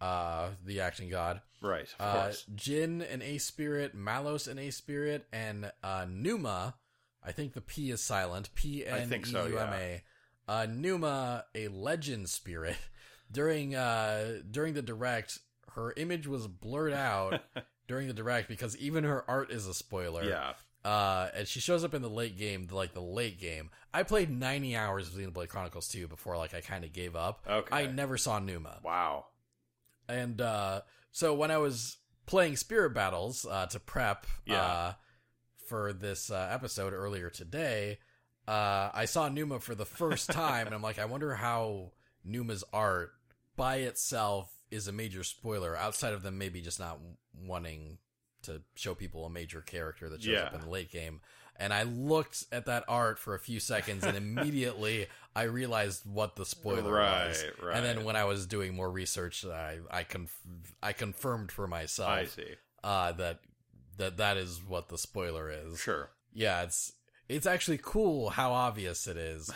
Speaker 2: uh, the Action God,
Speaker 3: right. Of
Speaker 2: uh,
Speaker 3: course.
Speaker 2: Jin and A Spirit, Malos and A Spirit, and uh, Numa. I think the P is silent. P N
Speaker 3: think
Speaker 2: E
Speaker 3: so,
Speaker 2: U M A. Uh, Numa, a legend spirit. During uh, during the direct, her image was blurred out during the direct because even her art is a spoiler.
Speaker 3: Yeah.
Speaker 2: Uh, and she shows up in the late game, like the late game. I played ninety hours of Xenoblade Chronicles 2 before, like I kind of gave up.
Speaker 3: Okay.
Speaker 2: I never saw Numa.
Speaker 3: wow.
Speaker 2: And uh, so when I was playing Spirit Battles uh, to prep
Speaker 3: Yeah.
Speaker 2: uh, for this uh, episode earlier today, uh, I saw Numa for the first time, and I'm like, I wonder how Numa's art by itself is a major spoiler outside of them maybe just not wanting to show people a major character that shows up
Speaker 3: Yeah.
Speaker 2: in the late game. And I looked at that art for a few seconds, and immediately I realized what the spoiler
Speaker 3: right.
Speaker 2: was.
Speaker 3: Right.
Speaker 2: And then when I was doing more research, I I conf- I confirmed for
Speaker 3: I
Speaker 2: myself
Speaker 3: see.
Speaker 2: uh, that that that is what the spoiler is.
Speaker 3: Sure.
Speaker 2: Yeah, it's it's actually cool how obvious it is.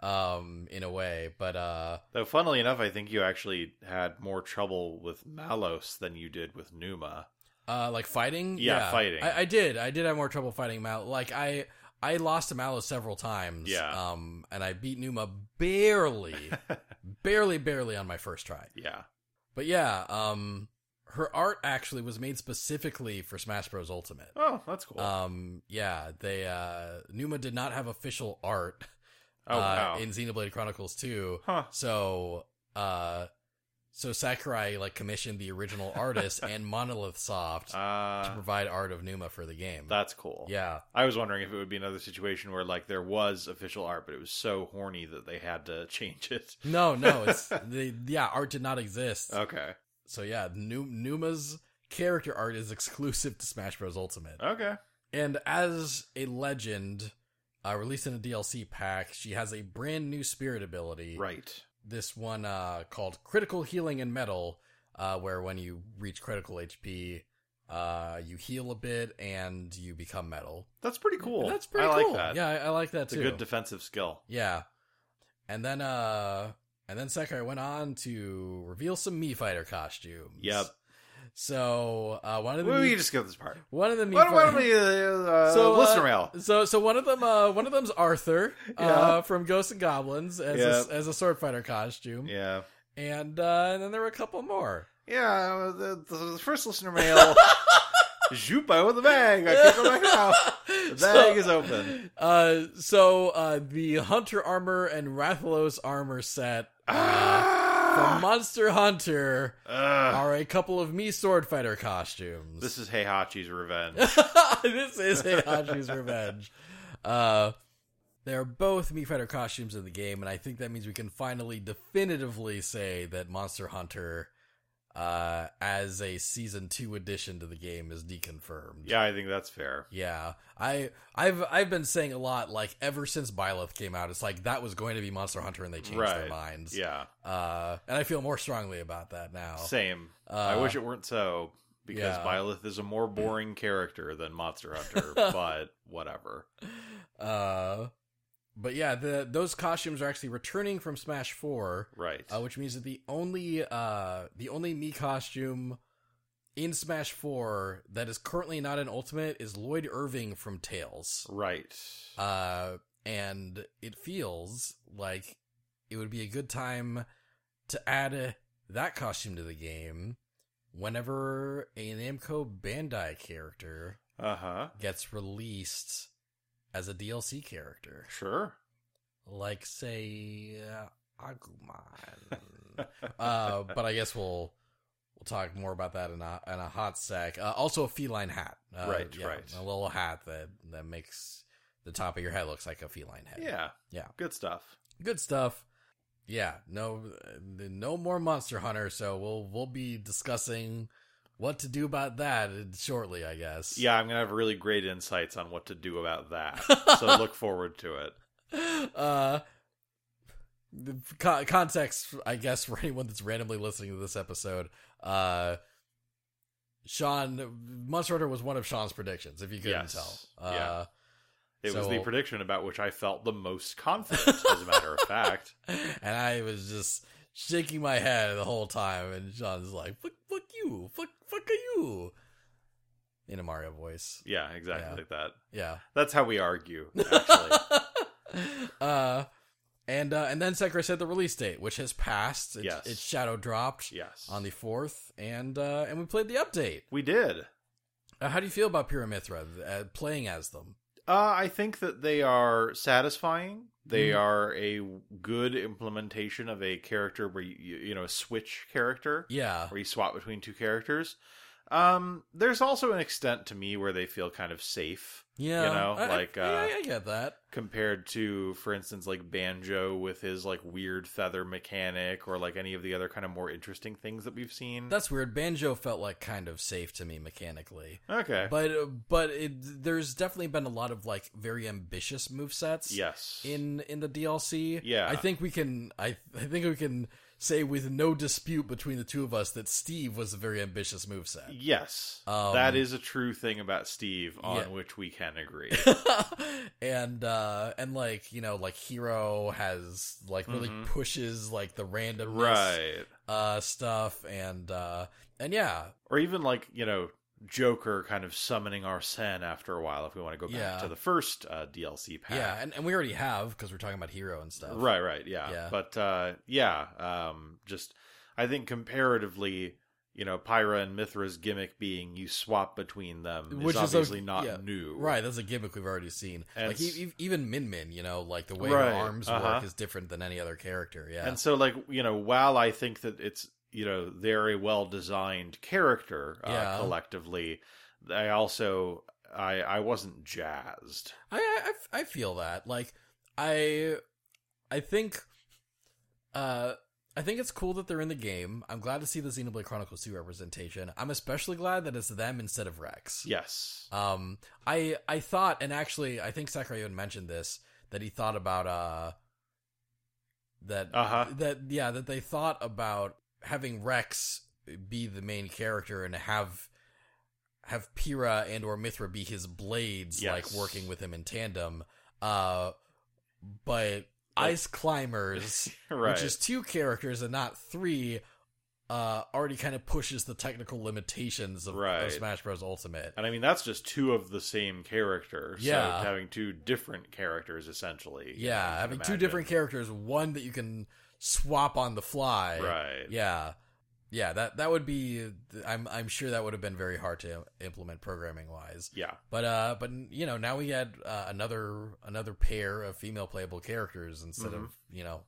Speaker 2: um, in a way. But uh,
Speaker 3: Though, funnily enough, I think you actually had more trouble with Malos than you did with Numa.
Speaker 2: uh, like fighting,
Speaker 3: Yeah, fighting.
Speaker 2: I, I did. I did have more trouble fighting Mal. Like I, I lost to Mallow several times.
Speaker 3: Yeah.
Speaker 2: Um, and I beat Numa barely, barely, barely on my first try.
Speaker 3: Yeah.
Speaker 2: But yeah, um, her art actually was made specifically for Smash Bros. Ultimate.
Speaker 3: Oh, that's cool.
Speaker 2: Um, yeah, they uh, Numa did not have official art
Speaker 3: oh,
Speaker 2: uh,
Speaker 3: wow.
Speaker 2: in Xenoblade Chronicles 2.
Speaker 3: huh.
Speaker 2: So, uh, so Sakurai like commissioned the original artist and Monolith Soft to
Speaker 3: Uh,
Speaker 2: provide art of Numa for the game.
Speaker 3: that's cool.
Speaker 2: yeah,
Speaker 3: I was wondering if it would be another situation where like there was official art, but it was so horny that they had to change it.
Speaker 2: no, no, it's the yeah art did not exist.
Speaker 3: Okay.
Speaker 2: So yeah, Nu- Numa's character art is exclusive to Smash Bros. Ultimate.
Speaker 3: Okay.
Speaker 2: And as a legend, uh, released in a DLC pack, she has a brand new spirit ability.
Speaker 3: Right.
Speaker 2: This one uh, called Critical Healing in Metal, uh, where when you reach critical HP, uh, you heal a bit and you become metal.
Speaker 3: That's pretty cool.
Speaker 2: That's pretty
Speaker 3: I
Speaker 2: cool.
Speaker 3: like that.
Speaker 2: Yeah, I, I like that
Speaker 3: It's
Speaker 2: too.
Speaker 3: a good defensive skill.
Speaker 2: yeah. And then, uh, and then Sakurai went on to reveal some Mii Fighter costumes.
Speaker 3: Yep.
Speaker 2: So uh, one of the
Speaker 3: Well, we
Speaker 2: Mii-
Speaker 3: just got this part.
Speaker 2: one of the Mii
Speaker 3: Why don't, why
Speaker 2: Fighter-
Speaker 3: don't we, uh, uh,
Speaker 2: So, uh,
Speaker 3: listener mail?
Speaker 2: So, so one of them, uh, one of them's Arthur uh,
Speaker 3: Yeah.
Speaker 2: from Ghosts and Goblins as
Speaker 3: Yeah.
Speaker 2: a, as a sword fighter costume,
Speaker 3: Yeah.
Speaker 2: and uh, and then there were a couple more.
Speaker 3: Yeah, uh, the, the, the first listener mail. Jupa with a bag. I can't go back now. The bag is open.
Speaker 2: Uh, so uh, the Hunter armor and Rathalos armor set uh, from
Speaker 3: Ah!
Speaker 2: Monster Hunter
Speaker 3: Ugh.
Speaker 2: are a couple of me sword fighter costumes.
Speaker 3: This is Heihachi's revenge.
Speaker 2: this is Heihachi's revenge. Uh, they're both Mii Fighter costumes in the game, and I think that means we can finally definitively say that Monster Hunter, uh, as a season two addition to the game, is deconfirmed.
Speaker 3: yeah, I think that's fair.
Speaker 2: Yeah, I, I've, I've been saying a lot. Like ever since Byleth came out, it's like that was going to be Monster Hunter, and they changed their
Speaker 3: Right.
Speaker 2: minds.
Speaker 3: Yeah,
Speaker 2: uh, and I feel more strongly about that now.
Speaker 3: same.
Speaker 2: Uh,
Speaker 3: I wish it weren't so because
Speaker 2: yeah. Mm.
Speaker 3: Byleth is a more boring character than Monster Hunter, but whatever.
Speaker 2: Uh, but yeah, the those costumes are actually returning from Smash Four,
Speaker 3: Right.
Speaker 2: uh, which means that the only uh the only me costume in Smash Four that is currently not an Ultimate is Lloyd Irving from Tails.
Speaker 3: right.
Speaker 2: Uh, and it feels like it would be a good time to add that costume to the game whenever a Namco Bandai character
Speaker 3: Uh huh.
Speaker 2: gets released as a DLC character
Speaker 3: Sure.
Speaker 2: like say uh, Agumon. uh, but I guess we'll we'll talk more about that in a in a hot sec. Uh, also, a feline hat, uh,
Speaker 3: Right, right.
Speaker 2: a little hat that that makes the top of your head looks like a feline head.
Speaker 3: yeah.
Speaker 2: Yeah.
Speaker 3: Good stuff.
Speaker 2: good stuff. Yeah, no, uh, no more Monster Hunter. So we'll we'll be discussing what to do about that shortly, I guess.
Speaker 3: Yeah, I'm gonna have really great insights on what to do about that. so look forward to it.
Speaker 2: uh the con- context i guess for anyone that's randomly listening to this episode uh sean monster hunter was one of sean's predictions if you couldn't
Speaker 3: Yes.
Speaker 2: tell
Speaker 3: Yeah.
Speaker 2: uh
Speaker 3: It was
Speaker 2: So-
Speaker 3: the prediction about which I felt the most confident, as a matter of fact.
Speaker 2: Uh, and i was just shaking my head the whole time and sean's like fuck fuck you fuck fuck are you in a mario voice
Speaker 3: Yeah, exactly
Speaker 2: Yeah.
Speaker 3: like that.
Speaker 2: yeah
Speaker 3: That's how we argue, actually.
Speaker 2: uh and uh and then Sekiro said the release date which has passed it's,
Speaker 3: Yes.
Speaker 2: it's shadow dropped
Speaker 3: yes.
Speaker 2: on the fourth, and uh, and we played the update.
Speaker 3: we did.
Speaker 2: Uh, how do you feel about Pyramithra uh, playing as them?
Speaker 3: Uh, I think that they are satisfying. They
Speaker 2: Mhm.
Speaker 3: are a good implementation of a character where you, you you know a switch character
Speaker 2: Yeah,
Speaker 3: where you swap between two characters. Um, there's also an extent to me where they feel kind of safe
Speaker 2: yeah,
Speaker 3: You know,
Speaker 2: I- I-
Speaker 3: like,
Speaker 2: yeah, I,
Speaker 3: uh,
Speaker 2: I get that.
Speaker 3: compared to, for instance, like Banjo with his like weird feather mechanic or like any of the other kind of more interesting things that we've seen.
Speaker 2: That's weird. Banjo felt like kind of safe to me mechanically,
Speaker 3: okay.
Speaker 2: but uh, but it, there's definitely been a lot of like very ambitious movesets
Speaker 3: yes.
Speaker 2: in in the DLC.
Speaker 3: Yeah.
Speaker 2: I think we can I I think we can say with no dispute between the two of us that Steve was a very ambitious moveset.
Speaker 3: Yes,
Speaker 2: Um,
Speaker 3: that is a true thing about Steve, on
Speaker 2: yeah.
Speaker 3: which we can agree.
Speaker 2: and uh and like you know like hero has like really
Speaker 3: Mhm.
Speaker 2: pushes like the randomness
Speaker 3: right.
Speaker 2: uh stuff and uh and yeah
Speaker 3: Or even like, you know, Joker kind of summoning Arsene after a while if we want to go back
Speaker 2: Yeah.
Speaker 3: to the first uh, DLC pack.
Speaker 2: yeah and, and we already have because we're talking about hero and stuff
Speaker 3: Right, right, yeah.
Speaker 2: Yeah.
Speaker 3: But uh yeah, um just I think comparatively, you know, Pyra and Mithra's gimmick being you swap between them
Speaker 2: Which
Speaker 3: is
Speaker 2: is
Speaker 3: obviously
Speaker 2: okay-
Speaker 3: not
Speaker 2: yeah,
Speaker 3: new.
Speaker 2: right that's a gimmick we've already seen
Speaker 3: And
Speaker 2: like e-
Speaker 3: s-
Speaker 2: e- even min min you know like the way
Speaker 3: Right,
Speaker 2: her arms
Speaker 3: uh-huh.
Speaker 2: work is different than any other character yeah
Speaker 3: And so like, you know, while I think that it's, you know, they're a well-designed character uh,
Speaker 2: Yeah.
Speaker 3: collectively, I also I I wasn't jazzed.
Speaker 2: I, I- I, I feel that like I I think uh I think it's cool that they're in the game. I'm glad to see the Xenoblade Chronicles 2 representation. I'm especially glad that it's them instead of Rex.
Speaker 3: Yes.
Speaker 2: Um I I thought and actually I think Sakurai even mentioned this that he thought about uh that
Speaker 3: Uh-huh.
Speaker 2: that yeah that they thought about having Rex be the main character and have have Pyrrha and or Mithra be his blades
Speaker 3: Yes.
Speaker 2: like working with him in tandem uh but Ice Climbers
Speaker 3: right.
Speaker 2: which is two characters and not three uh already kind of pushes the technical limitations of, of
Speaker 3: Right.
Speaker 2: Smash Bros Ultimate
Speaker 3: And I mean, that's just two of the same character.
Speaker 2: Yeah.
Speaker 3: So having two different characters, essentially. you know, you
Speaker 2: Yeah,
Speaker 3: can
Speaker 2: having two
Speaker 3: imagine.
Speaker 2: different characters, one that you can swap on the fly.
Speaker 3: Right.
Speaker 2: Yeah. Yeah, that that would be I'm I'm sure that would have been very hard to implement programming wise.
Speaker 3: Yeah.
Speaker 2: But uh but you know, now we had uh, another another pair of female playable characters instead of,
Speaker 3: Mm-hmm.
Speaker 2: you know,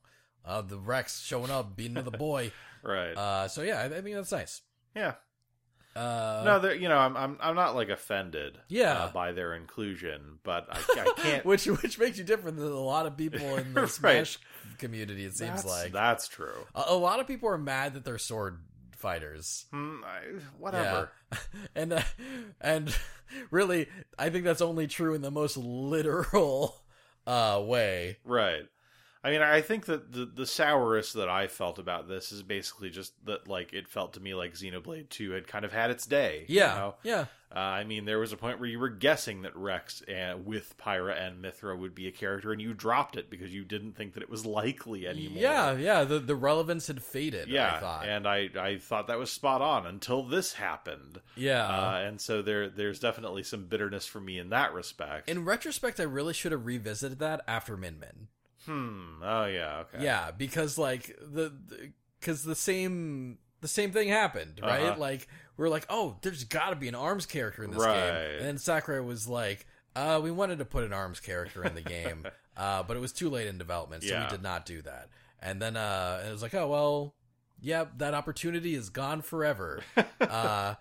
Speaker 2: uh the Rex showing up beating the boy.
Speaker 3: Right.
Speaker 2: Uh so yeah, I, I think that's nice.
Speaker 3: yeah.
Speaker 2: Uh
Speaker 3: no, they're- you know, I'm, I'm, I'm not like offended.
Speaker 2: Yeah.
Speaker 3: uh, by their inclusion, but I, I can't.
Speaker 2: which which makes you different than a lot of people in the
Speaker 3: Right.
Speaker 2: Smash community it seems
Speaker 3: that's,
Speaker 2: like.
Speaker 3: that's true.
Speaker 2: A, a lot of people are mad that they're sword fighters.
Speaker 3: Hmm, I, whatever.
Speaker 2: Yeah. and uh, and really, I think that's only true in the most literal uh, way.
Speaker 3: Right. I mean, I think that the the sourest that I felt about this is basically just that, like, it felt to me like Xenoblade Two had kind of had its day. you
Speaker 2: Yeah,
Speaker 3: know?
Speaker 2: yeah,
Speaker 3: Uh, I mean, there was a point where you were guessing that Rex and, with Pyra and Mithra would be a character, and you dropped it because you didn't think that it was likely anymore.
Speaker 2: yeah, yeah. The the relevance had faded.
Speaker 3: yeah.
Speaker 2: I thought.
Speaker 3: and I, I thought that was spot on until this happened.
Speaker 2: yeah.
Speaker 3: Uh, and so there there's definitely some bitterness for me in that respect.
Speaker 2: in retrospect, I really should have revisited that after Min Min.
Speaker 3: hmm. Oh yeah. Okay.
Speaker 2: Yeah, because like the because the same the same thing happened, right?
Speaker 3: Uh-huh.
Speaker 2: Like we're like, oh, there's got to be an arms character in this
Speaker 3: Right.
Speaker 2: game, and then Sakurai was like, uh, we wanted to put an arms character in the game, uh, but it was too late in development, so
Speaker 3: Yeah.
Speaker 2: we did not do that. And then uh, and it was like, oh well, yeah, that opportunity is gone forever. uh,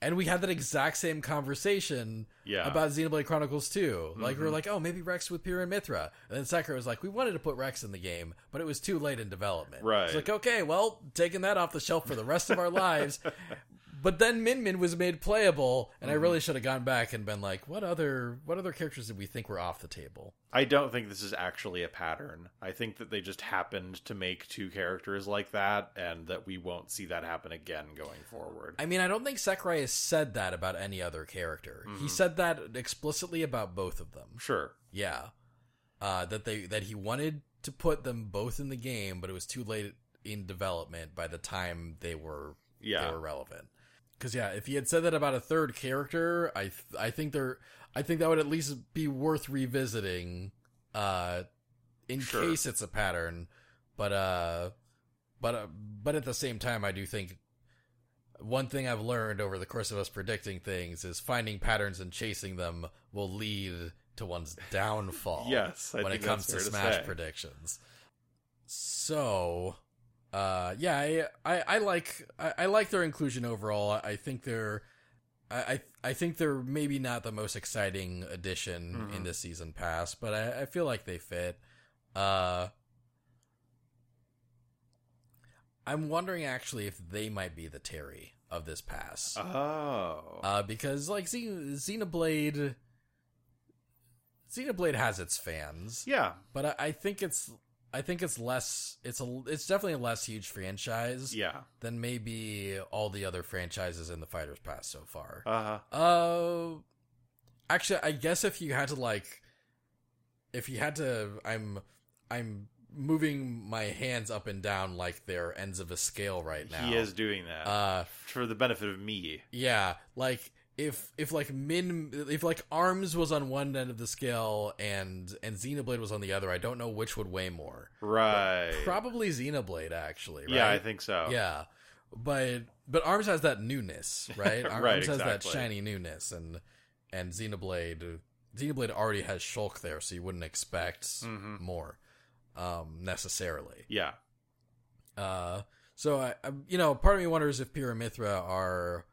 Speaker 2: and we had that exact same conversation
Speaker 3: Yeah.
Speaker 2: about Xenoblade Chronicles 2. Like, we were
Speaker 3: Mhm.
Speaker 2: like, oh, maybe Rex with Pyrrha and Mithra. And then Sekiro was like, we wanted to put Rex in the game, but it was too late in development.
Speaker 3: Right.
Speaker 2: It's like, okay, well, taking that off the shelf for the rest of our lives. But then Min Min was made playable, and
Speaker 3: Mm-hmm.
Speaker 2: I really should have gone back and been like, what other what other characters did we think were off the table?
Speaker 3: I don't think this is actually a pattern. I think that they just happened to make two characters like that, and that we won't see that happen again going forward.
Speaker 2: I mean, I don't think Sakurai has said that about any other character.
Speaker 3: Mm-hmm.
Speaker 2: He said that explicitly about both of them.
Speaker 3: sure.
Speaker 2: Yeah. Uh, that they that he wanted to put them both in the game, but it was too late in development by the time they were
Speaker 3: Yeah.
Speaker 2: they were relevant. Because yeah, if he had said that about a third character, I th- I think there I think that would at least be worth revisiting, uh, in
Speaker 3: Sure.
Speaker 2: case it's a pattern. But uh, but uh, but at the same time, I do think one thing I've learned over the course of us predicting things is finding patterns and chasing them will lead to one's downfall.
Speaker 3: Yes, I
Speaker 2: when it
Speaker 3: think
Speaker 2: comes
Speaker 3: that's
Speaker 2: to
Speaker 3: fair to
Speaker 2: Smash
Speaker 3: say.
Speaker 2: predictions. So, uh, yeah, I, I, I like I, I like their inclusion overall. I- I think they're I, I I think they're maybe not the most exciting addition
Speaker 3: Mhm.
Speaker 2: in this season pass, but I, I feel like they fit. Uh, I'm wondering actually if they might be the Terry of this pass.
Speaker 3: Oh.
Speaker 2: Uh, because like Xen- Xenoblade, Xenoblade has its fans,
Speaker 3: yeah.
Speaker 2: but I, I think it's I think it's less. It's a. It's definitely a less huge franchise
Speaker 3: Yeah.
Speaker 2: than maybe all the other franchises in the Fighters Pass so far.
Speaker 3: Uh huh.
Speaker 2: Uh, actually, I guess if you had to like, if you had to, I'm, I'm moving my hands up and down like they're ends of a scale right now.
Speaker 3: He is doing that
Speaker 2: Uh,
Speaker 3: for the benefit of me.
Speaker 2: yeah, like if if like min if like arms was on one end of the scale and and Xenoblade was on the other, I don't know which would weigh more.
Speaker 3: Right.
Speaker 2: Probably Xenoblade, actually. Right?
Speaker 3: Yeah, I think so.
Speaker 2: Yeah, but but Arms has that newness, right? Arms
Speaker 3: Right,
Speaker 2: has that
Speaker 3: exactly.
Speaker 2: shiny newness, and and Xenoblade Xenoblade already has Shulk there, so you wouldn't expect
Speaker 3: hmm
Speaker 2: more um, necessarily.
Speaker 3: Yeah.
Speaker 2: Uh, so I, I, you know, part of me wonders if Pyra Mithra are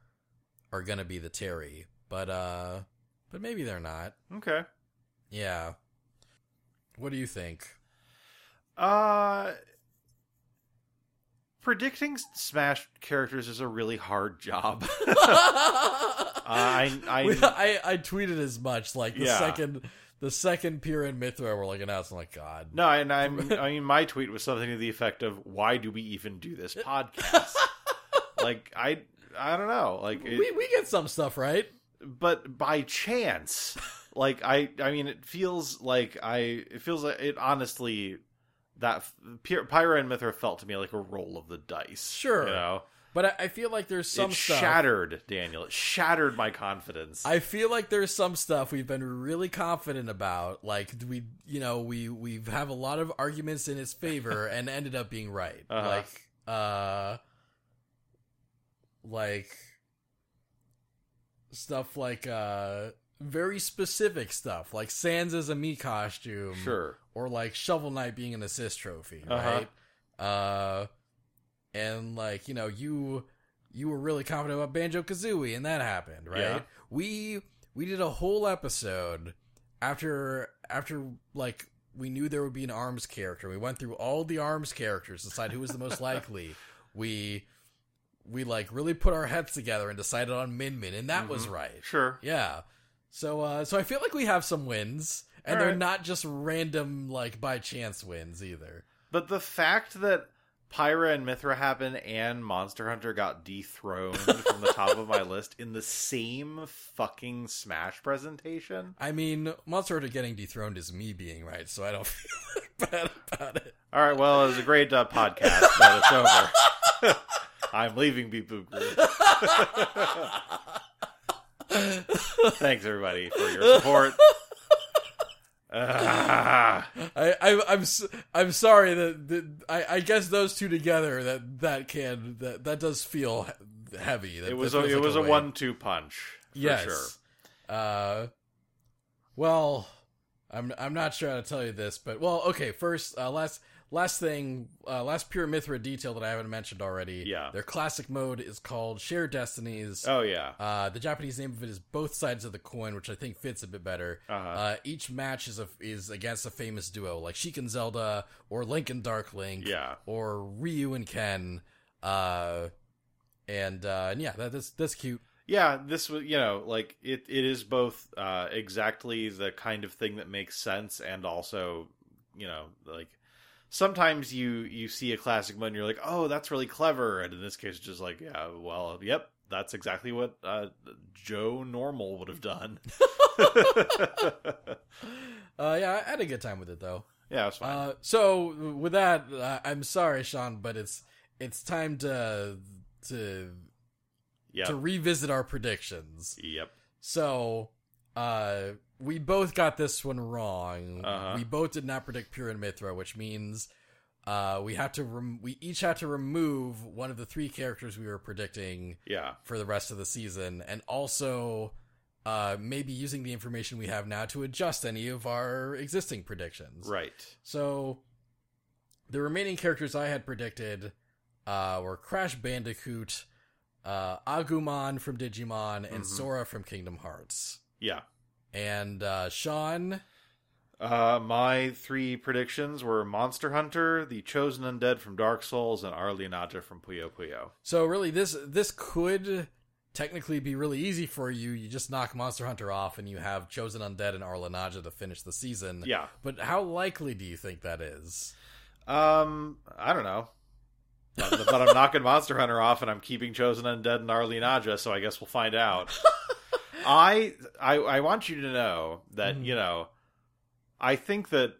Speaker 2: are gonna be the Terry, but uh, but maybe they're not.
Speaker 3: Okay.
Speaker 2: Yeah. What do you think?
Speaker 3: Uh predicting s- Smash characters is a really hard job. I I
Speaker 2: We- I, I tweeted as much. Like the
Speaker 3: Yeah.
Speaker 2: second the second Pyra and Mithra were like announced. I'm like, God,
Speaker 3: no, and I'm, I mean, my tweet was something to the effect of, "Why do we even do this podcast?" like, I, I don't know. Like, it-
Speaker 2: we we get some stuff right.
Speaker 3: but by chance like i i mean it feels like i it feels like it honestly that Pyra Pyra and Mithra felt to me like a roll of the dice.
Speaker 2: Sure.
Speaker 3: you know
Speaker 2: But I, I feel like there's some
Speaker 3: it
Speaker 2: stuff.
Speaker 3: shattered Daniel. It shattered my confidence.
Speaker 2: I feel like there's some stuff we've been really confident about. Like we, you know, we we have a lot of arguments in his favor and ended up being right.
Speaker 3: Uh-huh.
Speaker 2: Like, uh, like stuff like uh very specific stuff like Sans is a me costume.
Speaker 3: sure,
Speaker 2: or like Shovel Knight being an assist trophy,
Speaker 3: Uh-huh.
Speaker 2: right? Uh, and like you know, you you were really confident about Banjo Kazooie, and that happened, right?
Speaker 3: Yeah.
Speaker 2: We we did a whole episode after after like we knew there would be an arms character. We went through all the arms characters, decide who was the most likely. We we like really put our heads together and decided on Min Min, and that was
Speaker 3: Mhm.
Speaker 2: right.
Speaker 3: sure.
Speaker 2: Yeah. So uh so I feel like we have some wins and
Speaker 3: All
Speaker 2: they're
Speaker 3: right.
Speaker 2: not just random like by chance wins either.
Speaker 3: But the fact that Pyra and Mithra happened and Monster Hunter got dethroned from the top of my list in the same fucking Smash presentation.
Speaker 2: I mean, Monster Hunter getting dethroned is me being right, so I don't feel bad about it.
Speaker 3: All right, well, it was a great uh, podcast, but it's over. I'm leaving Beep Boop Group. Thanks, everybody, for your support. Ah.
Speaker 2: I, I I'm s- I'm sorry that, that I, I guess those two together that that can that that does feel he- heavy. That,
Speaker 3: it was
Speaker 2: that
Speaker 3: a,
Speaker 2: feels
Speaker 3: it
Speaker 2: like
Speaker 3: was a
Speaker 2: weight.
Speaker 3: one-two punch. For
Speaker 2: yes.
Speaker 3: sure.
Speaker 2: Uh, well, I'm I'm not sure how to tell you this, but well, okay. First, uh, last last thing, uh, last pure Mithra detail that I haven't mentioned already.
Speaker 3: Yeah.
Speaker 2: their classic mode is called Shared Destinies.
Speaker 3: Oh yeah.
Speaker 2: Uh, the Japanese name of it is both sides of the coin, which I think fits a bit better.
Speaker 3: Uh-huh.
Speaker 2: Uh, each match is a, is against a famous duo like Sheik and Zelda, or Link and Dark Link,
Speaker 3: Yeah.
Speaker 2: or Ryu and Ken. Uh, and uh, and yeah, that, that's that's cute.
Speaker 3: Yeah, this was you know like it. It is both uh, exactly the kind of thing that makes sense, and also you know like sometimes you you see a classic mode and you're like, oh, that's really clever, and in this case, it's just like yeah, well, yep, that's exactly what uh, Joe Normal would have done.
Speaker 2: Uh, yeah, I had a good time with it though.
Speaker 3: yeah, it's fine.
Speaker 2: Uh, so with that, uh, I'm sorry, Sean, but it's it's time to to
Speaker 3: yep,
Speaker 2: to revisit our predictions.
Speaker 3: yep,
Speaker 2: So uh, we both got this one wrong.
Speaker 3: Uh-huh.
Speaker 2: We both did not predict Pure and Mithra, which means uh, we have to rem- we each have to remove one of the three characters we were predicting
Speaker 3: yeah,
Speaker 2: for the rest of the season, and also. Uh, maybe using the information we have now to adjust any of our existing predictions.
Speaker 3: right.
Speaker 2: So the remaining characters I had predicted uh, were Crash Bandicoot, uh, Agumon from Digimon, and
Speaker 3: Mhm.
Speaker 2: Sora from Kingdom Hearts.
Speaker 3: Yeah.
Speaker 2: And uh, Sean,
Speaker 3: Uh, my three predictions were Monster Hunter, the Chosen Undead from Dark Souls, and Arlianata from Puyo Puyo.
Speaker 2: so really this this could technically be really easy for you. You just knock Monster Hunter off, and you have Chosen Undead and Arlanaja to finish the season.
Speaker 3: Yeah.
Speaker 2: But how likely do you think that is?
Speaker 3: Um, I don't know. But, but I'm knocking Monster Hunter off, and I'm keeping Chosen Undead and Arlie Nadja, so I guess we'll find out. I, I I want you to know that
Speaker 2: Mhm.
Speaker 3: you know, I think that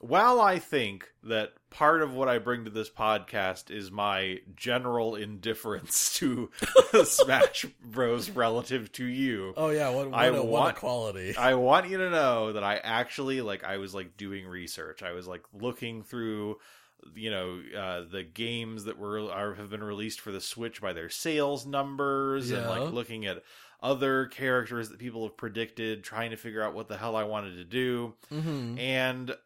Speaker 3: while I think that part of what I bring to this podcast is my general indifference to Smash Bros. relative to you,
Speaker 2: Oh yeah, what, what,
Speaker 3: I
Speaker 2: a, what a
Speaker 3: want-
Speaker 2: quality.
Speaker 3: I want you to know that I actually like I was like doing research. I was like looking through you know uh the games that were are, have been released for the Switch by their sales numbers and
Speaker 2: Yeah.
Speaker 3: like looking at other characters that people have predicted, trying to figure out what the hell I wanted to do
Speaker 2: hmm
Speaker 3: and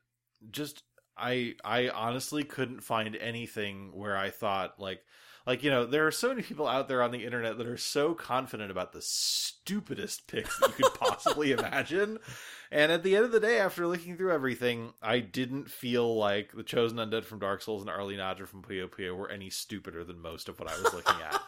Speaker 3: just i i honestly couldn't find anything where i thought like like you know there are so many people out there on the internet that are so confident about the stupidest picks that you could possibly imagine and at the end of the day after looking through everything i didn't feel like the chosen undead from dark souls and arlie nadja from puyo puyo were any stupider than most of what i was looking at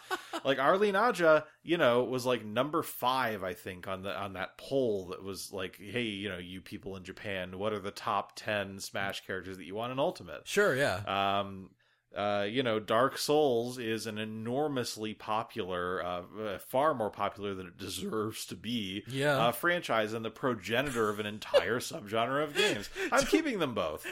Speaker 3: like Arlie Naja, you know, was like number five, I think, on the on that poll that was like, hey, you know, you people in Japan, what are the top ten Smash characters that you want in Ultimate?
Speaker 2: Sure, yeah.
Speaker 3: Um, uh, you know, Dark Souls is an enormously popular, uh, uh, far more popular than it deserves to be.
Speaker 2: Yeah.
Speaker 3: Uh, franchise and the progenitor of an entire subgenre of games. I'm keeping them both.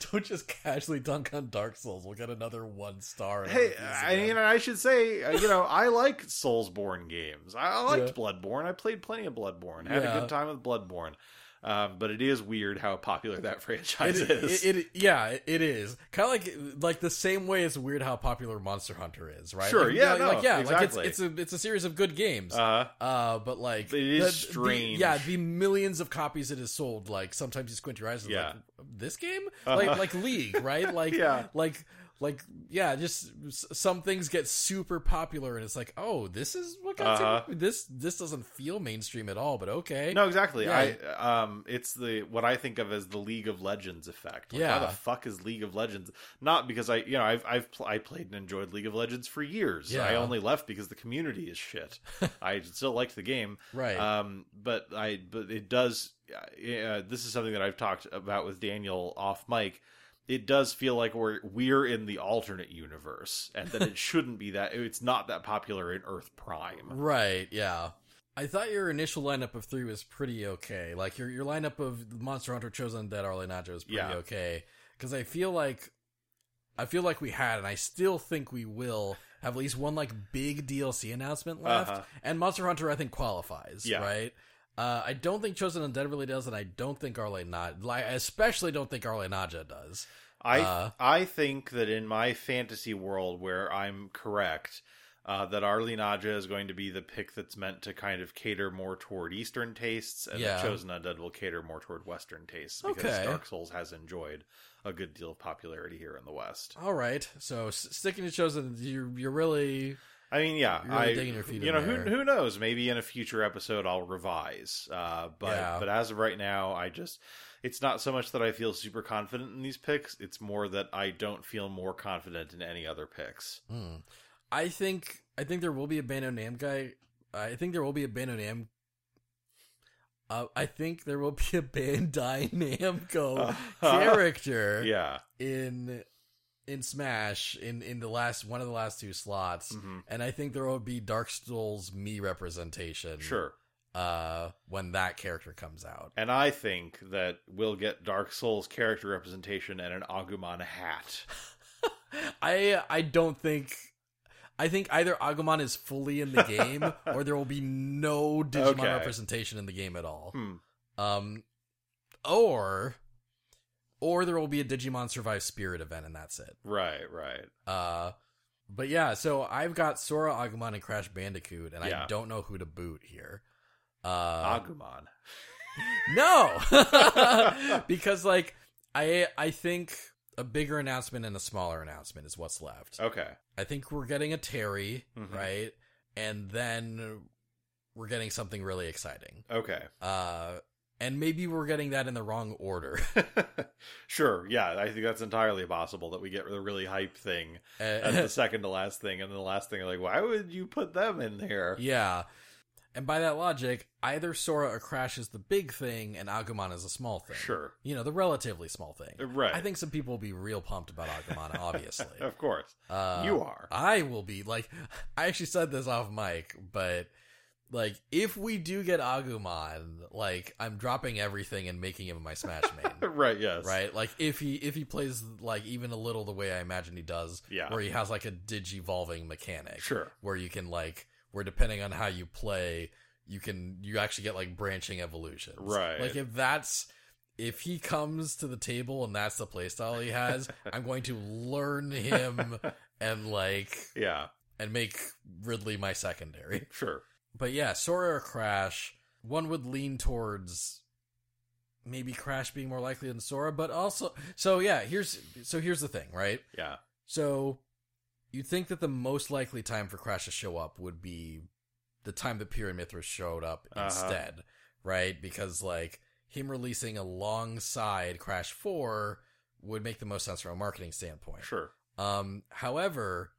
Speaker 2: Don't just casually dunk on Dark Souls. We'll get another one star. in
Speaker 3: Hey,
Speaker 2: reviews
Speaker 3: I
Speaker 2: again.
Speaker 3: mean, I should say, uh, you know, I like Soulsborne games. I, I liked
Speaker 2: Yeah.
Speaker 3: Bloodborne. I played plenty of Bloodborne. Had
Speaker 2: Yeah.
Speaker 3: a good time with Bloodborne. Um, but it is weird how popular that
Speaker 2: It,
Speaker 3: franchise is.
Speaker 2: is. It, it, yeah, it is kind of like like the same way it's weird how popular Monster Hunter is, right?
Speaker 3: Sure,
Speaker 2: Like,
Speaker 3: yeah, no,
Speaker 2: like yeah,
Speaker 3: exactly.
Speaker 2: like it's, it's a it's a series of good games. Uh,
Speaker 3: uh,
Speaker 2: but like
Speaker 3: It is
Speaker 2: the- the-
Speaker 3: strange.
Speaker 2: yeah, the millions of copies it has sold. Like sometimes you squint your eyes. And
Speaker 3: Yeah.
Speaker 2: like, this game,
Speaker 3: Uh-huh.
Speaker 2: like like League, right? Like
Speaker 3: Yeah.
Speaker 2: like like yeah, just s- some things get super popular, and it's like, oh, this is what got
Speaker 3: Uh-huh.
Speaker 2: super- this this doesn't feel mainstream at all, but okay,
Speaker 3: no, exactly.
Speaker 2: Yeah.
Speaker 3: I um, it's the what I think of as the League of Legends effect. Like, how
Speaker 2: Yeah.
Speaker 3: the fuck is League of Legends? Not because I, you know, I've I've pl- I played and enjoyed League of Legends for years.
Speaker 2: Yeah.
Speaker 3: I only left because the community is shit. I still liked the game,
Speaker 2: right,
Speaker 3: Um, but I but it does. Uh, this is something that I've talked about with Daniel off mic. It does feel like we're we're in the alternate universe, and that it shouldn't be that. It's not that popular in Earth Prime.
Speaker 2: Right, yeah. I thought your initial lineup of three was pretty okay. Like your your lineup of Monster Hunter Chosen Dead Arlen Nacho is pretty
Speaker 3: Yeah.
Speaker 2: okay. Because I feel like I feel like we had, and I still think we will have at least one like big DLC announcement left.
Speaker 3: Uh-huh.
Speaker 2: And Monster Hunter, I think qualifies.
Speaker 3: Yeah.
Speaker 2: Right. Uh, I don't think Chosen Undead really does, and I don't think Arle Naja, like, I especially don't think Arle Naja does.
Speaker 3: I
Speaker 2: Uh.
Speaker 3: I think that in my fantasy world where I'm correct, uh, that Arlie Naja is going to be the pick that's meant to kind of cater more toward Eastern tastes, and
Speaker 2: Yeah.
Speaker 3: the Chosen Undead will cater more toward Western tastes because
Speaker 2: Okay.
Speaker 3: Dark Souls has enjoyed a good deal of popularity here in the West.
Speaker 2: All right, so s- sticking to Chosen, you're you're really
Speaker 3: I mean, yeah,
Speaker 2: You're really
Speaker 3: I,
Speaker 2: digging your feet
Speaker 3: you
Speaker 2: in
Speaker 3: know, who
Speaker 2: there.
Speaker 3: who knows? Maybe in a future episode, I'll revise. Uh, but
Speaker 2: Yeah.
Speaker 3: but as of right now, I just it's not so much that I feel super confident in these picks. It's more that I don't feel more confident in any other picks.
Speaker 2: Hmm. I think I think there will be a Bano Nam guy. I think there will be a Bano Nam. Uh, I think there will be a Bandai Namco character
Speaker 3: Uh-huh. Uh, yeah,
Speaker 2: in in Smash in in the last one of the last two slots,
Speaker 3: Mhm.
Speaker 2: and I think there will be Dark Souls me representation.
Speaker 3: sure.
Speaker 2: Uh, when that character comes out.
Speaker 3: And I think that we'll get Dark Souls character representation and an Agumon hat.
Speaker 2: I I don't think I think either Agumon is fully in the game or there will be no Digimon
Speaker 3: Okay.
Speaker 2: representation in the game at all.
Speaker 3: Hmm.
Speaker 2: Um or or there will be a Digimon Survive Spirit event and that's it.
Speaker 3: Right, right.
Speaker 2: Uh but yeah, so I've got Sora, Agumon and Crash Bandicoot and I
Speaker 3: Yeah.
Speaker 2: don't know who to boot here. Uh
Speaker 3: Agumon.
Speaker 2: no. because like I I think a bigger announcement and a smaller announcement is what's left.
Speaker 3: Okay.
Speaker 2: I think we're getting a Terry,
Speaker 3: Mhm.
Speaker 2: right? And then we're getting something really exciting.
Speaker 3: Okay.
Speaker 2: Uh and maybe we're getting that in the wrong order.
Speaker 3: sure. Yeah, I think that's entirely possible that we get the really hype thing
Speaker 2: Uh,
Speaker 3: as the second to last thing, and then the last thing, like, why would you put them in there?
Speaker 2: yeah. And by that logic, either Sora or Crash is the big thing and Agumon is a small thing.
Speaker 3: Sure.
Speaker 2: You know, the relatively small thing.
Speaker 3: Right.
Speaker 2: I think some people will be real pumped about Agumon, obviously.
Speaker 3: Of course.
Speaker 2: Uh,
Speaker 3: you are.
Speaker 2: I will be like, I actually said this off mic, but like, if we do get Agumon, like, I'm dropping everything and making him my Smash main,
Speaker 3: right, yes.
Speaker 2: uh, right? Like, if he if he plays like even a little the way I imagine he does,
Speaker 3: Yeah.
Speaker 2: where he has like a digivolving mechanic,
Speaker 3: Sure.
Speaker 2: where you can like, where depending on how you play, you can you actually get like branching evolutions,
Speaker 3: Right.
Speaker 2: Like, if that's if he comes to the table and that's the playstyle he has, I'm going to learn him and like
Speaker 3: yeah,
Speaker 2: and make Ridley my secondary.
Speaker 3: sure.
Speaker 2: But yeah, Sora or Crash, one would lean towards maybe Crash being more likely than Sora, but also so yeah, here's so here's the thing, right?
Speaker 3: Yeah.
Speaker 2: So you'd think that the most likely time for Crash to show up would be the time that Pyramid Mithras showed up
Speaker 3: Uh-huh.
Speaker 2: instead, right? Because like him releasing alongside Crash 4 would make the most sense from a marketing standpoint.
Speaker 3: Sure.
Speaker 2: Um, however,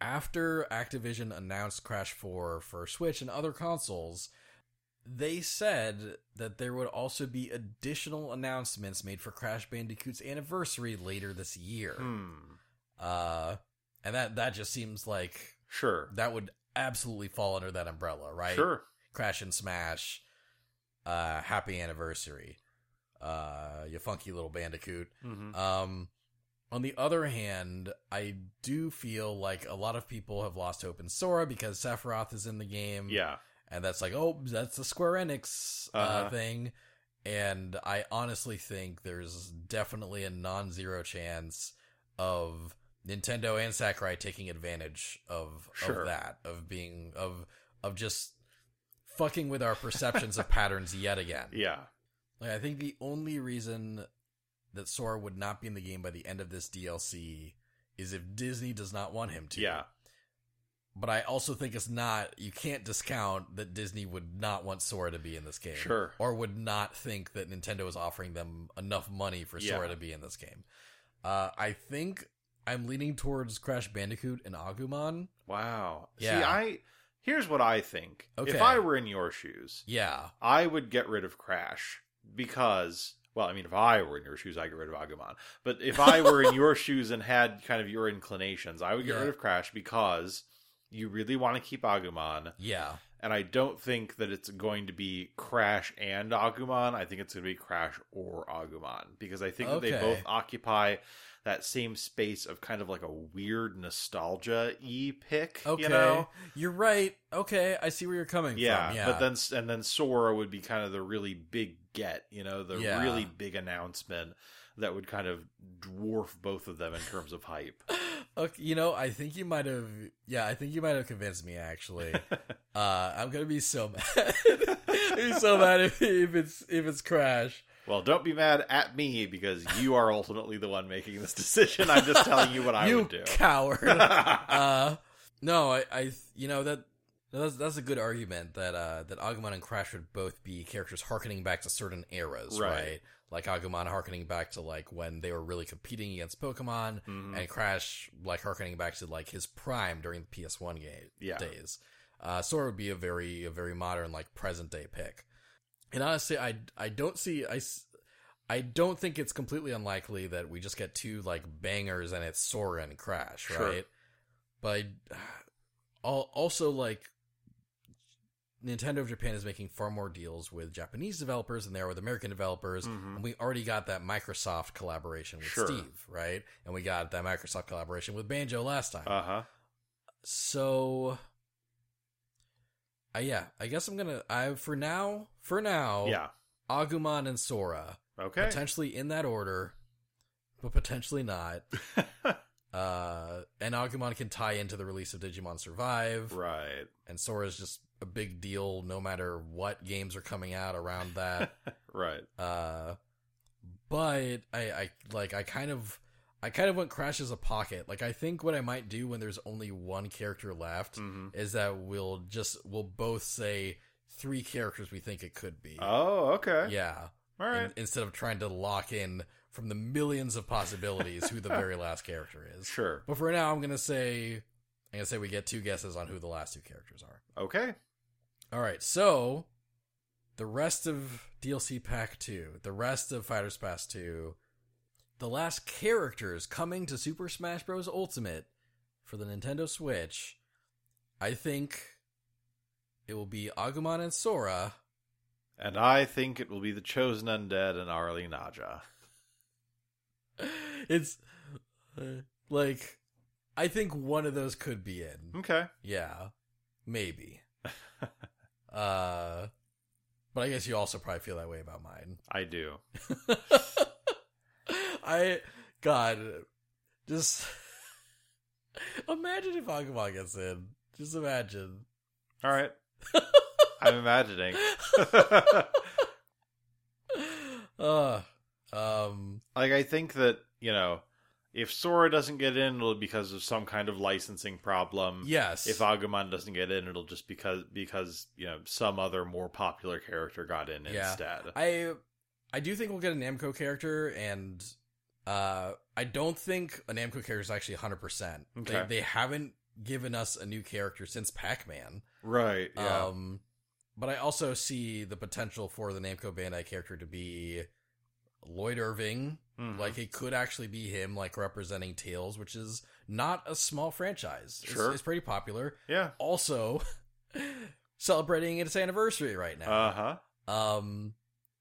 Speaker 2: after Activision announced Crash 4 for Switch and other consoles, they said that there would also be additional announcements made for Crash Bandicoot's anniversary later this year.
Speaker 3: Hmm.
Speaker 2: Uh, and that that just seems like
Speaker 3: Sure.
Speaker 2: that would absolutely fall under that umbrella, right?
Speaker 3: Sure.
Speaker 2: Crash and Smash, uh, Happy Anniversary, uh, you funky little bandicoot.
Speaker 3: hmm
Speaker 2: Um, on the other hand, I do feel like a lot of people have lost hope in Sora because Sephiroth is in the game.
Speaker 3: yeah.
Speaker 2: And that's like, oh, that's the Square Enix uh,
Speaker 3: Uh-huh.
Speaker 2: thing. And I honestly think there's definitely a non zero chance of Nintendo and Sakurai taking advantage of,
Speaker 3: Sure.
Speaker 2: of that, of being, of, of just fucking with our perceptions of patterns yet again.
Speaker 3: Yeah.
Speaker 2: Like, I think the only reason that Sora would not be in the game by the end of this DLC is if Disney does not want him to.
Speaker 3: Yeah.
Speaker 2: But I also think it's not, you can't discount that Disney would not want Sora to be in this game.
Speaker 3: Sure.
Speaker 2: Or would not think that Nintendo is offering them enough money for Sora
Speaker 3: Yeah.
Speaker 2: to be in this game. Uh, I think I'm leaning towards Crash Bandicoot and Agumon.
Speaker 3: Wow. See,
Speaker 2: Yeah.
Speaker 3: I here's what I think.
Speaker 2: Okay.
Speaker 3: If I were in your shoes,
Speaker 2: Yeah.
Speaker 3: I would get rid of Crash because, well, I mean, if I were in your shoes, I'd get rid of Agumon. But if I were in your shoes and had kind of your inclinations, I would get
Speaker 2: Yeah.
Speaker 3: rid of Crash because you really want to keep Agumon.
Speaker 2: Yeah.
Speaker 3: And I don't think that it's going to be Crash and Agumon. I think it's going to be Crash or Agumon because I think that they
Speaker 2: Okay.
Speaker 3: both occupy that same space of kind of like a weird nostalgia e pick.
Speaker 2: Okay.
Speaker 3: You know?
Speaker 2: are right. Okay. I see where you're coming
Speaker 3: yeah,
Speaker 2: from. Yeah.
Speaker 3: but then and then Sora would be kind of the really big get, you know, the
Speaker 2: Yeah.
Speaker 3: really big announcement that would kind of dwarf both of them in terms of hype.
Speaker 2: Okay, you know, I think you might have. Yeah, I think you might have convinced me. Actually, uh, I'm gonna be so mad. I'm gonna be so mad if, if it's if it's Crash.
Speaker 3: well, don't be mad at me because you are ultimately the one making this decision. I'm just telling you what I
Speaker 2: you
Speaker 3: would do.
Speaker 2: coward. uh, no, I, I, you know that that's that's a good argument that uh that Agumon and Crash would both be characters harkening back to certain eras,
Speaker 3: Right.
Speaker 2: right? Like Agumon harkening back to like when they were really competing against Pokemon,
Speaker 3: Mhm.
Speaker 2: and Crash like harkening back to like his prime during the PS1 game
Speaker 3: Yeah.
Speaker 2: days. Uh, Sora would be a very a very modern like present day pick. And honestly, I I don't see I. s- I don't think it's completely unlikely that we just get two like bangers and it's Sora and Crash,
Speaker 3: Sure.
Speaker 2: right? But I, al- also like Nintendo of Japan is making far more deals with Japanese developers than they are with American developers.
Speaker 3: Mhm.
Speaker 2: And we already got that Microsoft collaboration with
Speaker 3: Sure.
Speaker 2: Steve, right? And we got that Microsoft collaboration with Banjo last time.
Speaker 3: Uh huh.
Speaker 2: so, I yeah, I guess I'm gonna. I for now, for now,
Speaker 3: Yeah.
Speaker 2: Agumon and Sora
Speaker 3: Okay.
Speaker 2: oh, potentially in that order, but potentially not. Uh, and Agumon can tie into the release of Digimon Survive,
Speaker 3: right.
Speaker 2: and Sora's just a big deal no matter what games are coming out around that.
Speaker 3: Right.
Speaker 2: uh, but I, I like I kind of I kind of went Crash as a pocket. Like I think what I might do when there's only one character left
Speaker 3: hmm
Speaker 2: is that we'll just we'll both say three characters we think it could be.
Speaker 3: Oh, okay.
Speaker 2: Yeah.
Speaker 3: All right.
Speaker 2: in- instead of trying to lock in from the millions of possibilities who the very last character is.
Speaker 3: sure.
Speaker 2: But for now, I'm gonna say I'm gonna say we get two guesses on who the last two characters are.
Speaker 3: Okay.
Speaker 2: All right, so the rest of DLC Pack 2, the rest of Fighters Pass 2, the last characters coming to Super Smash Bros. Ultimate for the Nintendo Switch, I think it will be Agumon and Sora.
Speaker 3: And I think it will be the Chosen Undead and Arlie Naja.
Speaker 2: It's uh, like, I think one of those could be in.
Speaker 3: Okay.
Speaker 2: Yeah, maybe. Uh, but I guess you also probably feel that way about mine.
Speaker 3: I do.
Speaker 2: I God, just imagine if Agumon gets in. Just imagine.
Speaker 3: All right. I'm imagining.
Speaker 2: uh, um,
Speaker 3: like I think that you know, if Sora doesn't get in, it'll be because of some kind of licensing problem.
Speaker 2: yes.
Speaker 3: If Agumon doesn't get in, it'll just because because you know some other more popular character got in
Speaker 2: Yeah.
Speaker 3: instead.
Speaker 2: I I do think we'll get a Namco character, and uh, I don't think a Namco character is actually 100%.
Speaker 3: Okay.
Speaker 2: They, they haven't given us a new character since Pac Man.
Speaker 3: right. Yeah.
Speaker 2: Um, but I also see the potential for the Namco Bandai character to be Lloyd Irving.
Speaker 3: Mhm.
Speaker 2: Like it could actually be him, like representing Tails, which is not a small franchise. It's-
Speaker 3: Sure.
Speaker 2: it's, pretty popular.
Speaker 3: yeah.
Speaker 2: Also, celebrating its anniversary right
Speaker 3: Uh
Speaker 2: now.
Speaker 3: huh. Uh.
Speaker 2: um,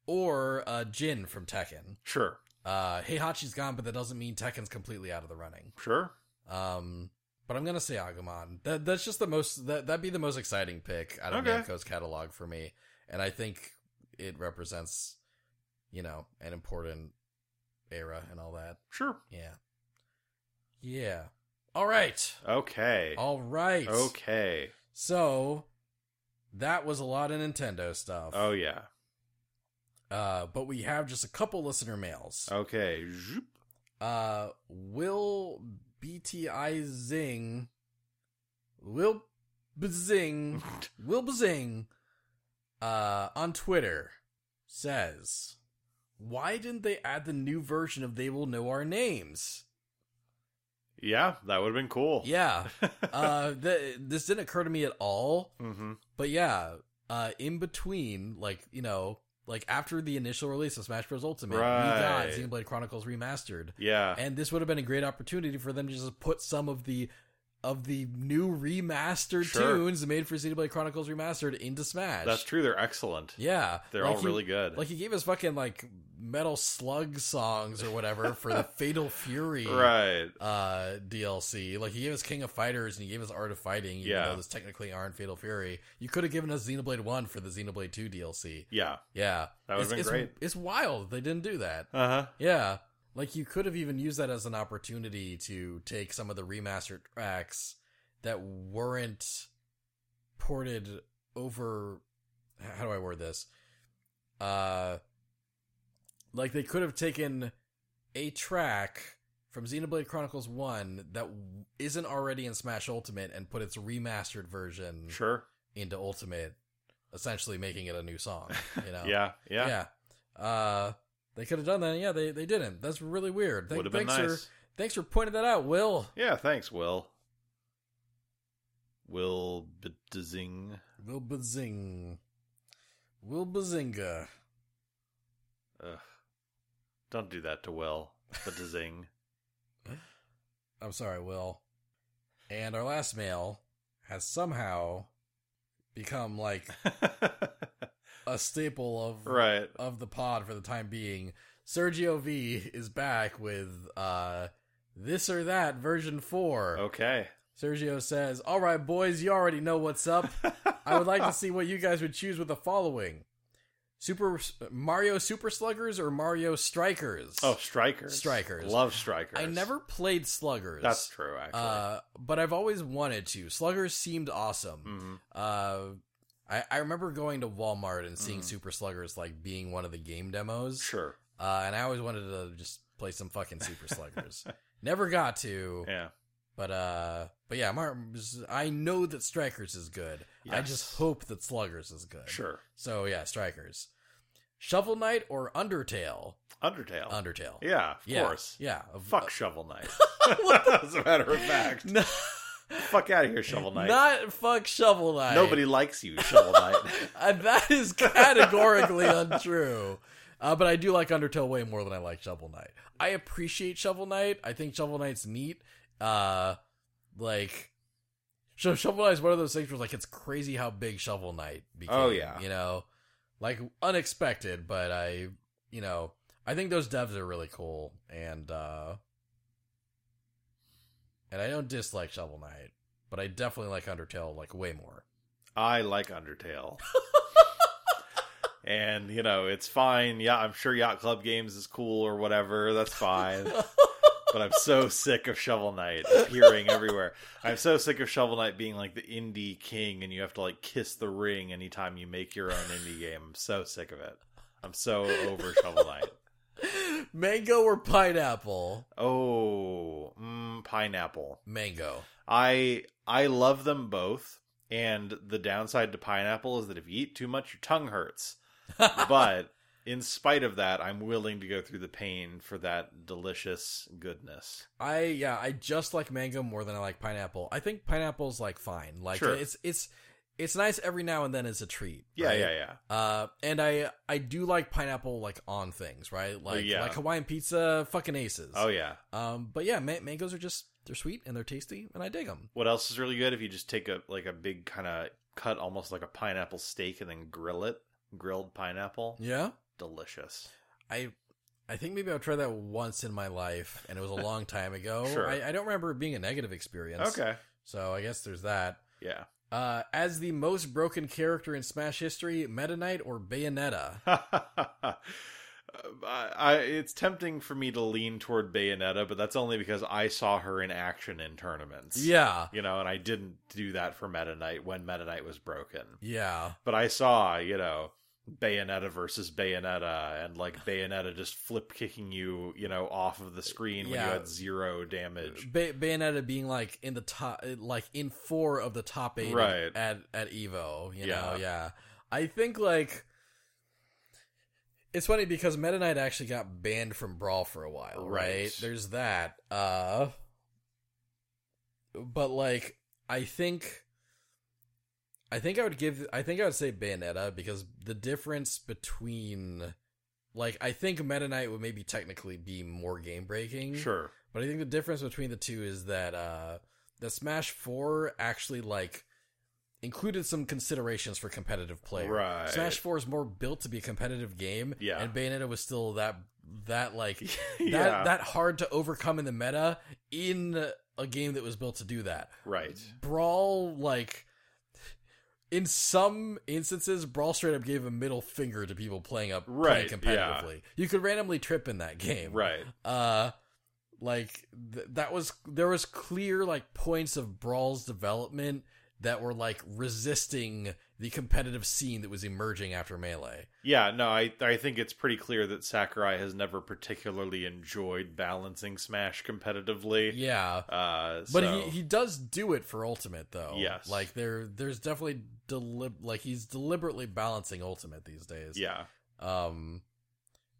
Speaker 2: or uh, Jin from Tekken.
Speaker 3: Sure.
Speaker 2: Uh, Heihachi's gone, but that doesn't mean Tekken's completely out of the running.
Speaker 3: Sure.
Speaker 2: Um, but I'm gonna say Agumon. That that's just the most that that'd be the most exciting pick out of
Speaker 3: Okay.
Speaker 2: Namco's catalog for me, and I think it represents, you know, an important era and all that.
Speaker 3: Sure.
Speaker 2: Yeah, yeah. All right,
Speaker 3: Okay.
Speaker 2: all right.
Speaker 3: Okay.
Speaker 2: So that was a lot of Nintendo stuff.
Speaker 3: Oh yeah.
Speaker 2: Uh, but we have just a couple listener mails.
Speaker 3: Okay. Zoop. Oh.
Speaker 2: Uh, will BTI zing? Will bazing? Will bazing? Uh, on Twitter says, "Why didn't they add the new version of They Will Know Our Names?"
Speaker 3: yeah, that would have been cool.
Speaker 2: Yeah. Uh, th- this didn't occur to me at all.
Speaker 3: mm-hmm.
Speaker 2: But yeah, uh, in between, like you know, like after the initial release of Smash Bros. Ultimate,
Speaker 3: Right.
Speaker 2: we got Xenoblade Chronicles Remastered.
Speaker 3: Yeah.
Speaker 2: and this would have been a great opportunity for them to just put some of the of the new remastered
Speaker 3: Sure.
Speaker 2: tunes made for Xenoblade Chronicles Remastered into Smash.
Speaker 3: That's true. They're excellent.
Speaker 2: Yeah,
Speaker 3: They're
Speaker 2: Like
Speaker 3: all
Speaker 2: he-
Speaker 3: really good.
Speaker 2: Like he gave us fucking like metal slug songs or whatever for the Fatal Fury
Speaker 3: right.
Speaker 2: uh DLC. Like he gave us King of Fighters and he gave us Art of Fighting. Even
Speaker 3: Yeah.
Speaker 2: though this technically aren't Fatal Fury. You could have given us Xenoblade One for the Xenoblade Two DLC.
Speaker 3: Yeah.
Speaker 2: Yeah,
Speaker 3: That
Speaker 2: It's-
Speaker 3: would've been
Speaker 2: it's-
Speaker 3: great.
Speaker 2: It's wild they didn't do that.
Speaker 3: Uh huh.
Speaker 2: Yeah. Like you could have even used that as an opportunity to take some of the remastered tracks that weren't ported over how do I word this? Uh like they could have taken a track from Xenoblade Chronicles 1 that w- isn't already in Smash Ultimate and put its remastered version
Speaker 3: Sure.
Speaker 2: into Ultimate, essentially making it a new song, you know.
Speaker 3: Yeah. Yeah.
Speaker 2: Yeah. Uh, they could have done that. and Yeah, they, they didn't. That's really weird. Thank-
Speaker 3: Would have been
Speaker 2: thanks
Speaker 3: nice.
Speaker 2: For, thanks for pointing that out, Will.
Speaker 3: Yeah, thanks, Will. Will Bedzing.
Speaker 2: Will Bazing. Will Bazinga.
Speaker 3: Ugh. Don't do that to Will. Bedzing.
Speaker 2: I'm sorry, Will. And our last mail has somehow become like a staple of
Speaker 3: right.
Speaker 2: of the pod for the time being. Sergio V is back with uh this or that version 4.
Speaker 3: Okay.
Speaker 2: Sergio says, All right, boys, you already know what's up. I would like to see what you guys would choose with the following Super Mario Super Sluggers or Mario Strikers?
Speaker 3: Oh, Strikers.
Speaker 2: Strikers.
Speaker 3: Love Strikers.
Speaker 2: I never played Sluggers.
Speaker 3: That's true, actually.
Speaker 2: Uh, but I've always wanted to. Sluggers seemed awesome.
Speaker 3: hmm
Speaker 2: Uh, I, I remember going to Walmart and seeing
Speaker 3: Mhm.
Speaker 2: Super Sluggers like being one of the game demos.
Speaker 3: Sure.
Speaker 2: Uh, and I always wanted to just play some fucking Super Sluggers. Never got to.
Speaker 3: Yeah.
Speaker 2: But uh, but yeah, Mar- I know that Strikers is good. I just
Speaker 3: Yes.
Speaker 2: hope that Sluggers is good.
Speaker 3: Sure.
Speaker 2: So yeah, Strikers, Shovel Knight or Undertale.
Speaker 3: Undertale.
Speaker 2: Undertale.
Speaker 3: Oh, yeah, of
Speaker 2: yeah,
Speaker 3: course.
Speaker 2: yeah. of-
Speaker 3: Fuck Shovel Knight.
Speaker 2: What
Speaker 3: As a matter of fact.
Speaker 2: No,
Speaker 3: Fuck out of here, Shovel Knight.
Speaker 2: Not fuck Shovel Knight.
Speaker 3: Nobody likes you, Shovel Knight.
Speaker 2: Uh, that is categorically untrue. Uh, but I do like Undertale way more than I like Shovel Knight. I appreciate Shovel Knight. I think Shovel Knight's neat. Uh, like, so Shovel Knight is one of those things where like it's crazy how big Shovel Knight became.
Speaker 3: Oh, yeah.
Speaker 2: you know, like unexpected. But I, you know, I think those devs are really cool, and uh, and I don't dislike Shovel Knight, but I definitely like Undertale like way more.
Speaker 3: I like Undertale. and, you know, it's fine. Yeah, I'm sure Yacht Club Games is cool or whatever. That's fine. but I'm so sick of Shovel Knight appearing everywhere. I'm so sick of Shovel Knight being like the indie king and you have to like kiss the ring anytime you make your own indie game. I'm so sick of it. I'm so over Shovel Knight.
Speaker 2: Mango or pineapple?
Speaker 3: Oh, mm, pineapple.
Speaker 2: Mango.
Speaker 3: I I love them both, and the downside to pineapple is that if you eat too much, your tongue hurts. but in spite of that, I'm willing to go through the pain for that delicious goodness.
Speaker 2: I yeah, I just like mango more than I like pineapple. I think pineapple's like fine. Like
Speaker 3: Sure.
Speaker 2: it's it's it's nice every now and then as a treat.
Speaker 3: Yeah,
Speaker 2: right?
Speaker 3: yeah, yeah.
Speaker 2: Uh, and I I do like pineapple like on things, right? Like
Speaker 3: yeah.
Speaker 2: like Hawaiian pizza, fucking aces.
Speaker 3: Oh yeah.
Speaker 2: Um, but yeah, ma- mangoes are just they're sweet and they're tasty, and I dig them.
Speaker 3: What else is really good if you just take a like a big kind of cut almost like a pineapple steak and then grill it? Grilled pineapple.
Speaker 2: Yeah,
Speaker 3: Delicious.
Speaker 2: I I think maybe I've tried that once in my life, and it was a long time ago.
Speaker 3: Sure.
Speaker 2: I, I don't remember it being a negative experience.
Speaker 3: Okay.
Speaker 2: So I guess there's that.
Speaker 3: Yeah.
Speaker 2: Uh, as the most broken character in Smash history, Meta Knight or Bayonetta?
Speaker 3: Uh, I, I, it's tempting for me to lean toward Bayonetta, but that's only because I saw her in action in tournaments.
Speaker 2: yeah,
Speaker 3: You know, and I didn't do that for Meta Knight when Meta Knight was broken.
Speaker 2: yeah,
Speaker 3: But I saw, you know, Bayonetta versus Bayonetta and like Bayonetta just flip kicking you, you know, off of the screen when
Speaker 2: Yeah.
Speaker 3: you had zero damage.
Speaker 2: Bay- Bayonetta being like in the top, like in four of the top eight
Speaker 3: Right.
Speaker 2: at at Evo. You
Speaker 3: Yeah.
Speaker 2: know, yeah. I think like it's funny because Meta Knight actually got banned from Brawl for a while, right?
Speaker 3: Right.
Speaker 2: There's that. Uh, but like I think. I think I would give I think I would say Bayonetta because the difference between like I think Meta Knight would maybe technically be more game breaking.
Speaker 3: Sure.
Speaker 2: But I think the difference between the two is that uh the Smash 4 actually like included some considerations for competitive play.
Speaker 3: Right.
Speaker 2: Smash 4 is more built to be a competitive game.
Speaker 3: Yeah.
Speaker 2: And Bayonetta was still that that like
Speaker 3: yeah.
Speaker 2: that that hard to overcome in the meta in a game that was built to do that.
Speaker 3: right.
Speaker 2: Brawl like in some instances, Brawl straight up gave a middle finger to people playing up playing
Speaker 3: Right, yeah.
Speaker 2: competitively. You could randomly trip in that game
Speaker 3: Right.
Speaker 2: uh like th- that was there was clear like points of brawl's development that were like resisting the competitive scene that was emerging after melee
Speaker 3: Yeah, no, I I think it's pretty clear that Sakurai has never particularly enjoyed balancing Smash competitively.
Speaker 2: yeah
Speaker 3: Uh,
Speaker 2: but
Speaker 3: so-
Speaker 2: he, he does do it for ultimate though
Speaker 3: Yes.
Speaker 2: like there there's definitely delib like he's deliberately balancing ultimate these days
Speaker 3: yeah,
Speaker 2: um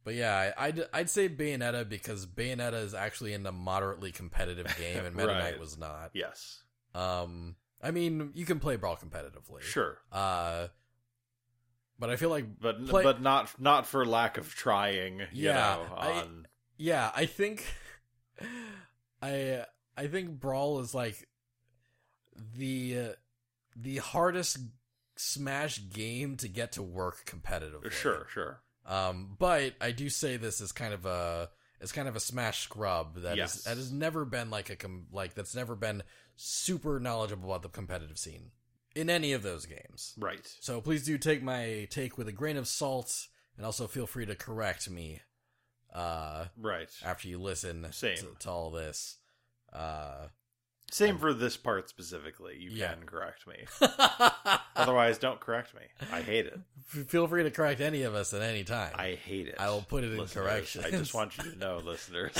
Speaker 2: but yeah I, I'd, I'd say bayonetta because bayonetta is actually in a moderately competitive game and meta
Speaker 3: Right.
Speaker 2: knight was not
Speaker 3: yes,
Speaker 2: Um, I mean, you can play brawl competitively,
Speaker 3: sure,
Speaker 2: Uh, but I feel like,
Speaker 3: but
Speaker 2: Play-
Speaker 3: but not not for lack of trying. You
Speaker 2: Yeah,
Speaker 3: know,
Speaker 2: I-
Speaker 3: on,
Speaker 2: yeah, I think, I I think brawl is like the the hardest Smash game to get to work competitively.
Speaker 3: sure, sure,
Speaker 2: Um, but I do say this is kind of a it's kind of a Smash scrub that is
Speaker 3: Yes.
Speaker 2: that has never been like a com- like that's never been super knowledgeable about the competitive scene in any of those games.
Speaker 3: right.
Speaker 2: So please do take my take with a grain of salt, and also feel free to correct me uh,
Speaker 3: Right.
Speaker 2: after you listen
Speaker 3: Same.
Speaker 2: To, to all this. Uh,
Speaker 3: Same for this part specifically. You
Speaker 2: Yeah.
Speaker 3: can correct me. Otherwise, don't correct me. I hate it.
Speaker 2: feel free to correct any of us at any time.
Speaker 3: I hate it.
Speaker 2: I will put it in
Speaker 3: Listeners,
Speaker 2: corrections.
Speaker 3: I just want you to know, listeners,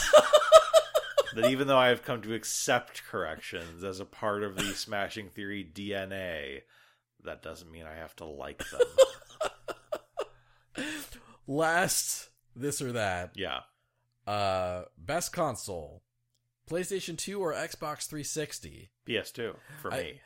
Speaker 3: that even though I have come to accept corrections as a part of the Smashing Theory DNA, that doesn't mean I have to like them.
Speaker 2: last this or that.
Speaker 3: yeah.
Speaker 2: Uh, best console: PlayStation 2 or Xbox 360.
Speaker 3: PS2 for
Speaker 2: I-
Speaker 3: me.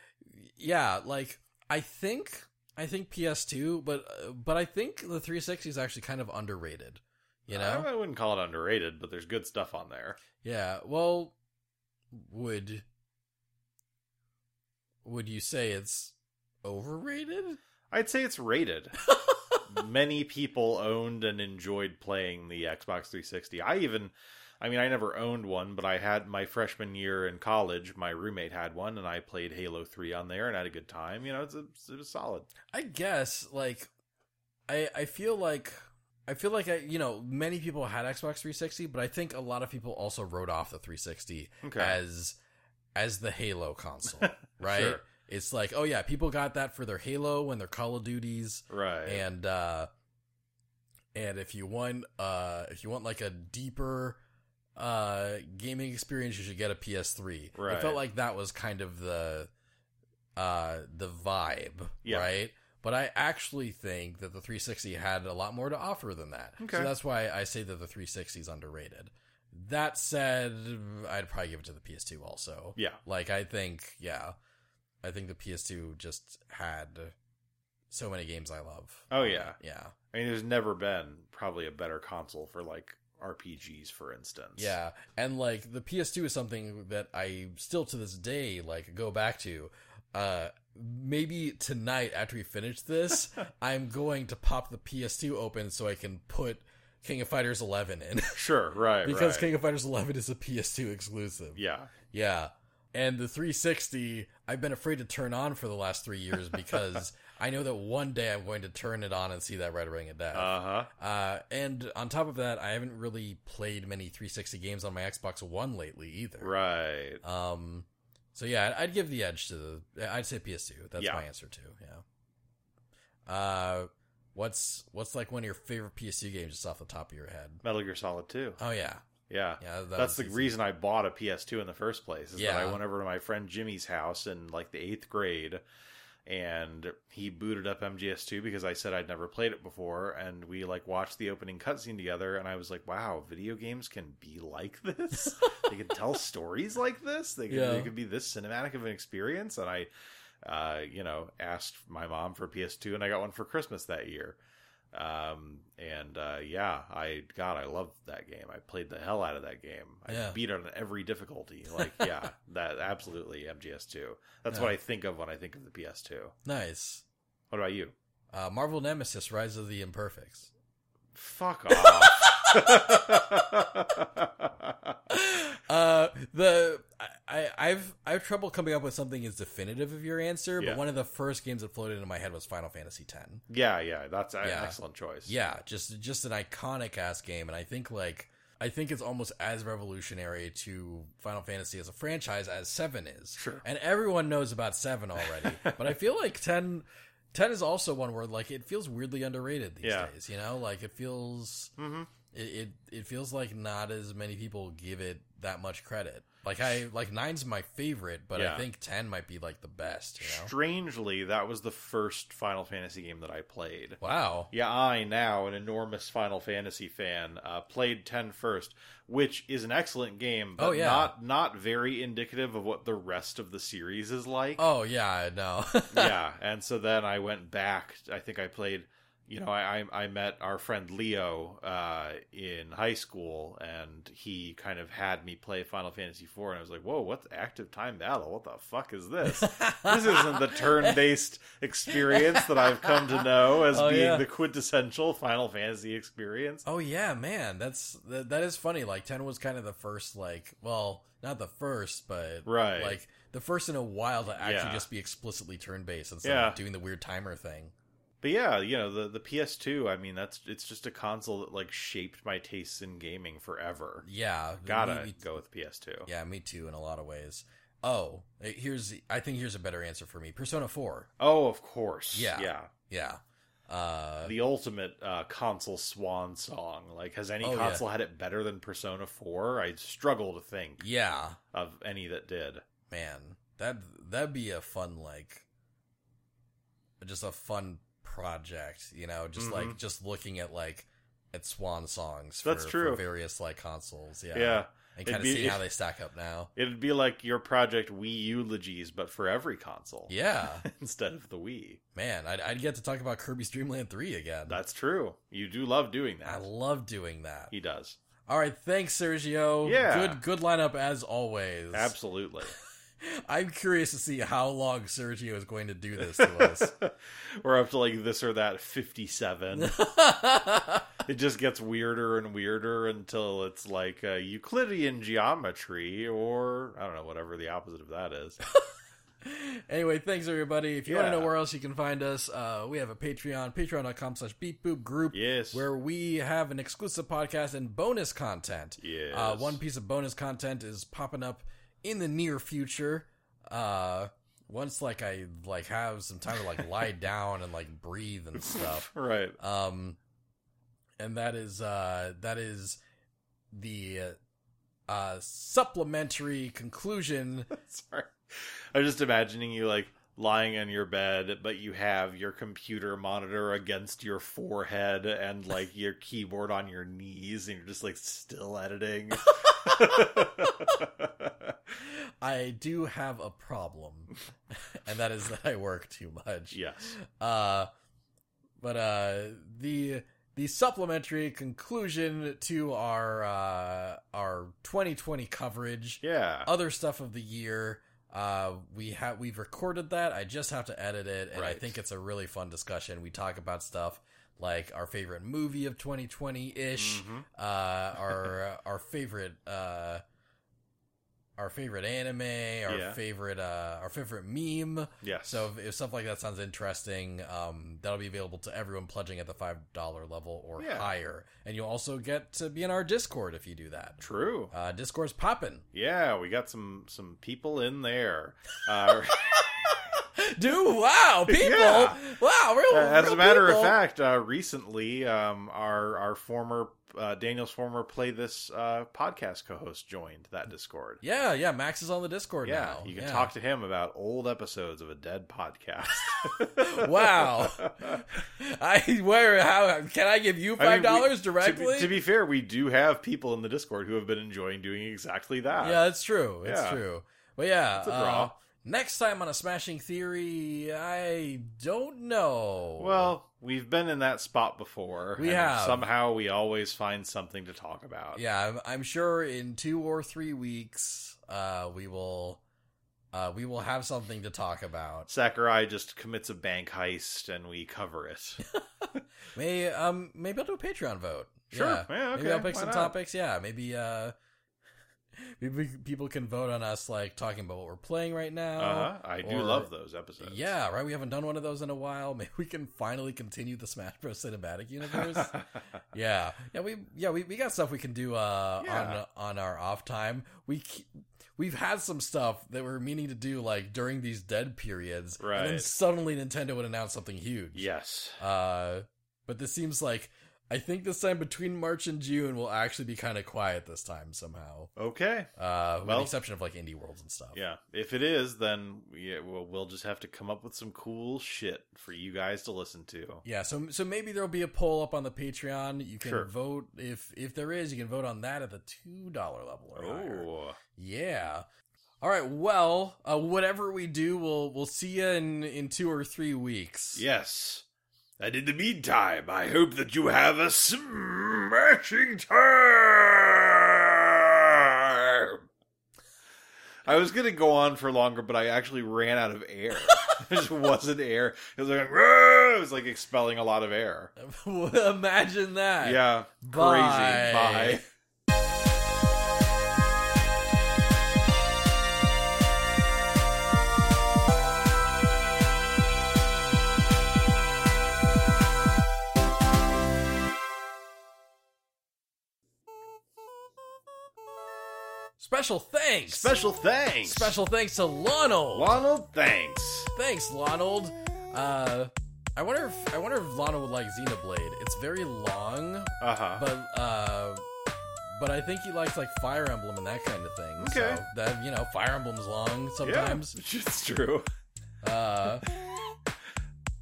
Speaker 2: Yeah, like I think I think PS2, but uh, but I think the 360 is actually kind of underrated, you know?
Speaker 3: I, I wouldn't call it underrated, but there's good stuff on there.
Speaker 2: yeah. Well, would would you say it's overrated?
Speaker 3: I'd say it's rated. Many people owned and enjoyed playing the Xbox 360. I even, I mean, I never owned one, but I had my freshman year in college. My roommate had one, and I played Halo 3 on there and had a good time. You know, it's a, it was solid.
Speaker 2: I guess like I I feel like I feel like I you know many people had Xbox 360, but I think a lot of people also wrote off the 360
Speaker 3: Okay.
Speaker 2: as as the Halo console, right?
Speaker 3: Sure.
Speaker 2: It's like, oh yeah, people got that for their Halo and their Call of Duties
Speaker 3: Right.
Speaker 2: and uh and if you want uh if you want like a deeper uh gaming experience you should get a PS3.
Speaker 3: Right.
Speaker 2: I felt like that was kind of the uh the vibe,
Speaker 3: Yeah.
Speaker 2: right? But I actually think that the 360 had a lot more to offer than that.
Speaker 3: Okay.
Speaker 2: So that's why I say that the 360 is underrated. That said, I'd probably give it to the PS2 also.
Speaker 3: yeah.
Speaker 2: Like I think, yeah, I think the PS2 just had so many games I love.
Speaker 3: Oh, yeah.
Speaker 2: yeah,
Speaker 3: I mean, there's never been probably a better console for like RPGs, for instance.
Speaker 2: yeah. And like the PS2 is something that I still to this day like go back to. Uh, maybe tonight after we finish this, I'm going to pop the PS2 open so I can put King of Fighters 11 in
Speaker 3: Sure. Right.
Speaker 2: because
Speaker 3: right.
Speaker 2: King of Fighters 11 is a PS2 exclusive.
Speaker 3: Yeah.
Speaker 2: Yeah. And the 360, I've been afraid to turn on for the last three years because I know that one day I'm going to turn it on and see that Red Ring of Death. Uh,
Speaker 3: Uh huh.
Speaker 2: and on top of that, I haven't really played many 360 games on my Xbox One lately either.
Speaker 3: Right.
Speaker 2: Um, so yeah, I'd I'd give the edge to the. I'd say PS2. That's
Speaker 3: Yeah.
Speaker 2: my answer too. Yeah. Uh, what's what's like one of your favorite PS2 games just off the top of your head?
Speaker 3: Metal Gear Solid 2.
Speaker 2: Oh yeah,
Speaker 3: Yeah.
Speaker 2: yeah. that was
Speaker 3: That's the
Speaker 2: easy.
Speaker 3: reason I bought a PS2 in the first place. Is that I
Speaker 2: Yeah.
Speaker 3: went over to my friend Jimmy's house in like the eighth grade, and he booted up MGS2 because I said I'd never played it before, and we like watched the opening cutscene together, and I was like, "Wow, video games can be like this. they can tell stories like this. They can,
Speaker 2: Yeah.
Speaker 3: they could be this cinematic of an experience." And I, uh, you know, asked my mom for a PS2, and I got one for Christmas that year. Um and uh yeah, I God, I love that game. I played the hell out of that game. I
Speaker 2: Yeah.
Speaker 3: beat it on every difficulty. Like yeah, that absolutely MGS2. That's what
Speaker 2: Yeah.
Speaker 3: I think of when I think of the PS2.
Speaker 2: Nice.
Speaker 3: What about you?
Speaker 2: Uh, Marvel Nemesis: Rise of the Imperfects.
Speaker 3: Fuck off.
Speaker 2: uh, the I, I I've I have trouble coming up with something as definitive of your answer,
Speaker 3: Yeah.
Speaker 2: but one of the first games that floated into my head was Final Fantasy X.
Speaker 3: yeah, yeah, that's an
Speaker 2: Yeah.
Speaker 3: excellent choice.
Speaker 2: Yeah, just just an iconic ass game, and I think like I think it's almost as revolutionary to Final Fantasy as a franchise as Seven is.
Speaker 3: Sure.
Speaker 2: and everyone knows about Seven already, but I feel like Ten. 10 is also one where like it feels weirdly underrated these
Speaker 3: Yeah.
Speaker 2: days, you know? Like it feels
Speaker 3: Mhm.
Speaker 2: it, it it feels like not as many people give it that much credit. Like I like nine's my favorite, but
Speaker 3: Yeah.
Speaker 2: I think ten might be like the best. You know?
Speaker 3: Strangely, that was the first Final Fantasy game that I played.
Speaker 2: Wow.
Speaker 3: Yeah, I now an enormous Final Fantasy fan uh, played 10 first, which is an excellent game, but
Speaker 2: Oh, yeah.
Speaker 3: not not very indicative of what the rest of the series is like.
Speaker 2: Oh yeah, no.
Speaker 3: yeah, and so then I went back. I think I played. You know, I I, I met our friend Leo uh, in high school, and he kind of had me play Final Fantasy IV, and I was like, "Whoa, what's active time battle? What the fuck is this?" this isn't the turn-based experience that I've come to know as
Speaker 2: Oh,
Speaker 3: being
Speaker 2: yeah.
Speaker 3: the quintessential Final Fantasy experience.
Speaker 2: Oh yeah, man. That's that, that is funny. Like ten was kind of the first like well, not the first, but
Speaker 3: Right.
Speaker 2: like the first in a while to actually
Speaker 3: Yeah.
Speaker 2: just be explicitly turn based instead
Speaker 3: Yeah.
Speaker 2: of doing the weird timer thing.
Speaker 3: But yeah, you know, the the PS2, I mean, that's it's just a console that like shaped my tastes in gaming forever.
Speaker 2: Yeah.
Speaker 3: Got
Speaker 2: we-
Speaker 3: to
Speaker 2: we-
Speaker 3: go with PS2.
Speaker 2: yeah, me too in a lot of ways. Oh, here's I think here's a better answer for me. Persona four.
Speaker 3: Oh, of course.
Speaker 2: Yeah.
Speaker 3: Yeah.
Speaker 2: Yeah. Uh
Speaker 3: The ultimate uh, console swan song. Like, has any
Speaker 2: Oh, yeah.
Speaker 3: console had it better than Persona 4? I struggle to think
Speaker 2: yeah.
Speaker 3: of any that did.
Speaker 2: Man, that that'd be a fun like just a fun project, you know, just like just looking at like at swan songs for,
Speaker 3: Mm-hmm. That's true.
Speaker 2: for various like consoles. Yeah.
Speaker 3: Yeah.
Speaker 2: and kind of
Speaker 3: be-
Speaker 2: see how
Speaker 3: it-
Speaker 2: they stack up now.
Speaker 3: It'd be like your Project Wii eulogies, but for every console.
Speaker 2: Yeah,
Speaker 3: Instead of the Wii.
Speaker 2: man, I'd, I'd get to talk about Kirby's Dream Land 3 again.
Speaker 3: That's true. You do love doing
Speaker 2: I
Speaker 3: that.
Speaker 2: love doing that.
Speaker 3: he does.
Speaker 2: All right, thanks, Sergio.
Speaker 3: Yeah.
Speaker 2: good, good lineup as always.
Speaker 3: Absolutely.
Speaker 2: I'm curious to see how long Sergio is going to do this to us.
Speaker 3: We're up to like this or that 57. it just gets weirder and weirder until it's like uh, Euclidean geometry or I don't know, whatever the opposite of that is.
Speaker 2: anyway, thanks everybody. If you want
Speaker 3: Yeah.
Speaker 2: to know where else you can find us, uh, we have a Patreon, patreon.com slash beatboop group,
Speaker 3: Yes.
Speaker 2: where we have an exclusive podcast and bonus content.
Speaker 3: Yes.
Speaker 2: Uh, one piece of bonus content is popping up in the near future. Uh, once like I like have some time to like lie down and like breathe and stuff.
Speaker 3: Right.
Speaker 2: Um, and that is uh, that is the uh, supplementary conclusion.
Speaker 3: Sorry. I'm just imagining you like lying on your bed, but you have your computer monitor against your forehead and like your keyboard on your knees, and you're just like still editing.
Speaker 2: I do have a problem, and that is that I work too much.
Speaker 3: yes.
Speaker 2: Uh, but uh, the the supplementary conclusion to our uh, our 2020 coverage,
Speaker 3: Yeah.
Speaker 2: other stuff of the year. Uh, we have we've recorded that. I just have to edit it, and I
Speaker 3: Right.
Speaker 2: think it's a really fun discussion. We talk about stuff like our favorite movie of 2020 ish,
Speaker 3: Mhm.
Speaker 2: uh, our our favorite uh, our favorite anime, our
Speaker 3: Yeah.
Speaker 2: favorite uh, our favorite meme.
Speaker 3: Yes.
Speaker 2: So if, if stuff like that sounds interesting, um, that'll be available to everyone pledging at the five dollar level or
Speaker 3: Yeah.
Speaker 2: higher, and you'll also get to be in our Discord if you do that.
Speaker 3: true.
Speaker 2: Uh, Discord's poppin'.
Speaker 3: Yeah, we got some some people in there. Uh,
Speaker 2: Dude, wow, people,
Speaker 3: Yeah.
Speaker 2: wow, real.
Speaker 3: Uh, as
Speaker 2: real
Speaker 3: a matter
Speaker 2: people.
Speaker 3: of fact, uh, recently um, our our former uh, Daniel's former play this uh, podcast co-host joined that Discord.
Speaker 2: yeah, yeah, Max is on the Discord
Speaker 3: yeah,
Speaker 2: now.
Speaker 3: you can
Speaker 2: Yeah.
Speaker 3: talk to him about old episodes of a dead podcast.
Speaker 2: Wow, I where how can I give you
Speaker 3: I mean,
Speaker 2: five
Speaker 3: we-
Speaker 2: dollars
Speaker 3: to be-
Speaker 2: directly?
Speaker 3: To, be fair, we do have people in the Discord who have been enjoying doing exactly that.
Speaker 2: yeah, that's true. It's
Speaker 3: Yeah.
Speaker 2: true. But yeah,
Speaker 3: It's a
Speaker 2: uh,
Speaker 3: draw.
Speaker 2: next time on a Smashing Theory, I don't know.
Speaker 3: Well, we've been in that spot before.
Speaker 2: We
Speaker 3: and
Speaker 2: have.
Speaker 3: Somehow we always find something to talk about.
Speaker 2: yeah, I'm, I'm sure in two or three weeks, uh, we will, uh, we will have something to talk about.
Speaker 3: Sakurai just commits a bank heist and we cover it.
Speaker 2: May um maybe I'll do a Patreon vote.
Speaker 3: Sure.
Speaker 2: Yeah.
Speaker 3: Yeah,
Speaker 2: maybe I'll
Speaker 3: okay.
Speaker 2: pick
Speaker 3: Why
Speaker 2: some
Speaker 3: not?
Speaker 2: topics. Yeah. Maybe uh maybe people can vote on us like talking about what we're playing right now.
Speaker 3: Uh-huh. I do
Speaker 2: Uh, or-
Speaker 3: love those episodes.
Speaker 2: Yeah, right. We haven't done one of those in a while. Maybe we can finally continue the Smash Bros. cinematic universe. yeah, yeah. We yeah we, we got stuff we can do uh,
Speaker 3: Yeah.
Speaker 2: on on our off time. We ke- we've had some stuff that we're meaning to do like during these dead periods, And then
Speaker 3: Right.
Speaker 2: suddenly Nintendo would announce something huge.
Speaker 3: yes.
Speaker 2: Uh, but this seems like I think this time between March and June will actually be kind of quiet this time somehow.
Speaker 3: Okay.
Speaker 2: Uh, with
Speaker 3: Well-
Speaker 2: the exception of like indie worlds and stuff.
Speaker 3: Yeah. If it is, then yeah, we'll, we'll just have to come up with some cool shit for you guys to listen to.
Speaker 2: Yeah, so so maybe there'll be a poll up on the Patreon. You can
Speaker 3: Sure.
Speaker 2: vote if if there is, you can vote on that at the two dollar level. Or higher.
Speaker 3: Oh.
Speaker 2: yeah. All right. Well, uh, whatever we do, we'll we'll see you in in two or three weeks.
Speaker 3: Yes. And in the meantime, I hope that you have a smashing time. I was gonna go on for longer, but I actually ran out of air. there just wasn't air. It was like "Rah!" it was like expelling a lot of air.
Speaker 2: Imagine that.
Speaker 3: Yeah,
Speaker 2: Bye.
Speaker 3: crazy. Bye.
Speaker 2: Special thanks.
Speaker 3: Special thanks.
Speaker 2: special thanks to Lonel.
Speaker 3: Lonald. Thanks.
Speaker 2: Thanks, Lonald. Uh, I wonder if I wonder if Lana would like Xenoblade. It's very long,
Speaker 3: Uh huh.
Speaker 2: but uh, but I think he likes like Fire Emblem and that kind of thing.
Speaker 3: Okay.
Speaker 2: So that you know, Fire Emblem's long sometimes.
Speaker 3: Yeah, it's true.
Speaker 2: Uh,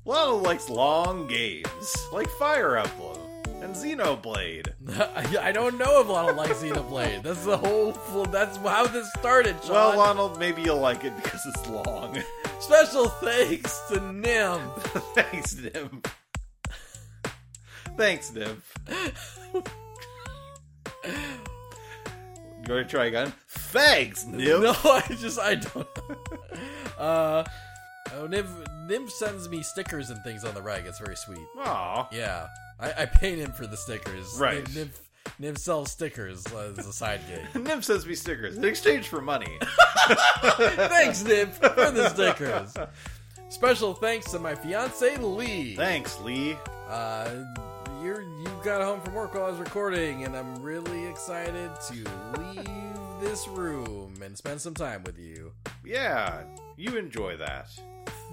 Speaker 3: Lonald likes long games, like Fire Emblem. and Xenoblade.
Speaker 2: I, I don't know if Lana likes Xenoblade. That's the whole. fl- That's how this started, Sean.
Speaker 3: Well, Lonald, maybe you'll like it because it's long.
Speaker 2: Special thanks to Nim.
Speaker 3: Thanks, Nim. Thanks, Nim. You want to try again? Thanks, Nim.
Speaker 2: No, I just I don't. uh, oh, Niv Niv sends me stickers and things on the reg. It's very sweet.
Speaker 3: Aw.
Speaker 2: Yeah, I, I pay him for the stickers.
Speaker 3: Right.
Speaker 2: Niv, Niv, Niv sells stickers as a side gig.
Speaker 3: Nim sends me stickers in exchange for money.
Speaker 2: thanks, Niv, for the stickers. Special thanks to my fiance Lee.
Speaker 3: Thanks, Lee.
Speaker 2: Uh, you're you got home from work while I was recording, and I'm really excited to leave this room and spend some time with you.
Speaker 3: Yeah, you enjoy that.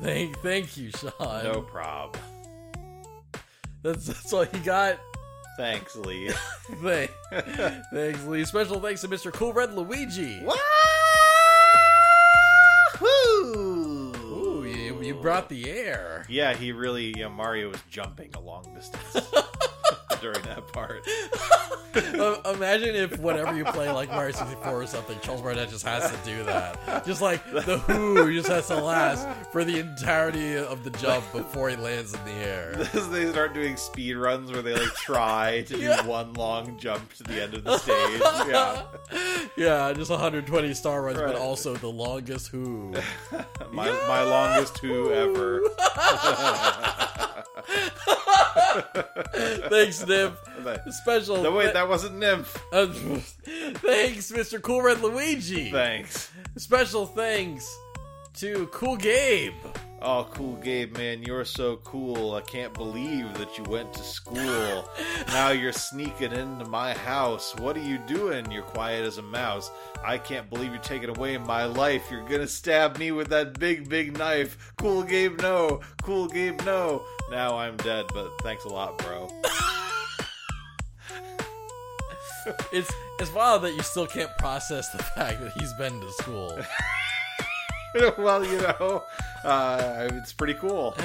Speaker 2: Thank thank you, Sean.
Speaker 3: No prob.
Speaker 2: That's that's all you got.
Speaker 3: Thanks, Lee.
Speaker 2: Thanks, thanks, Lee. Special thanks to Mr. Cool Red Luigi.
Speaker 3: Wahoo!
Speaker 2: Ooh, you, you brought the air.
Speaker 3: Yeah, he really. Yeah, Mario was jumping a long distance during that part.
Speaker 2: Um, imagine if whenever you play like Mario 64 or something, Charles Barnett just has to do that. Just like the who just has to last for the entirety of the jump before he lands in the air.
Speaker 3: they start doing speed runs where they like try to
Speaker 2: Yeah.
Speaker 3: do one long jump to the end of the stage. Yeah,
Speaker 2: Yeah, just 120 star runs,
Speaker 3: Right.
Speaker 2: but also the longest who.
Speaker 3: my my longest who ever.
Speaker 2: Thanks, Nip.
Speaker 3: The-
Speaker 2: Special.
Speaker 3: No wait, that wasn't Nymph.
Speaker 2: Uh, thanks, Mr. Cool Red Luigi.
Speaker 3: Thanks.
Speaker 2: Special thanks to Cool Gabe.
Speaker 3: Oh, cool, Gabe, man, you're so cool. I can't believe that you went to school. now you're sneaking into my house. What are you doing? You're quiet as a mouse. I can't believe you're taking away my life. You're gonna stab me with that big, big knife. Cool, Gabe, no. Cool, Gabe, no. Now I'm dead, but thanks a lot, bro.
Speaker 2: It's it's wild that you still can't process the fact that he's been to school.
Speaker 3: well, you know, uh, it's pretty cool.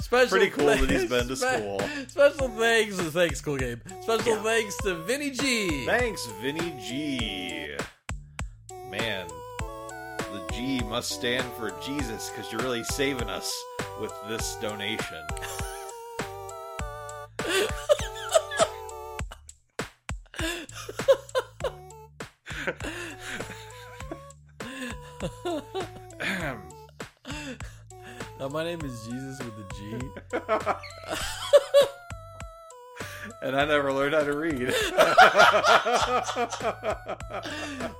Speaker 2: Special
Speaker 3: Pretty cool that he's been to
Speaker 2: thanks-
Speaker 3: school.
Speaker 2: Special thanks, thanks, Cool Gabe. Special
Speaker 3: Yeah.
Speaker 2: thanks to Vinny G.
Speaker 3: Thanks, Vinny G. Man, the G must stand for Jesus because you're really saving us with this donation. Ahem.
Speaker 2: Uh, my name is Jesus with a G.
Speaker 3: and I never learned how to read.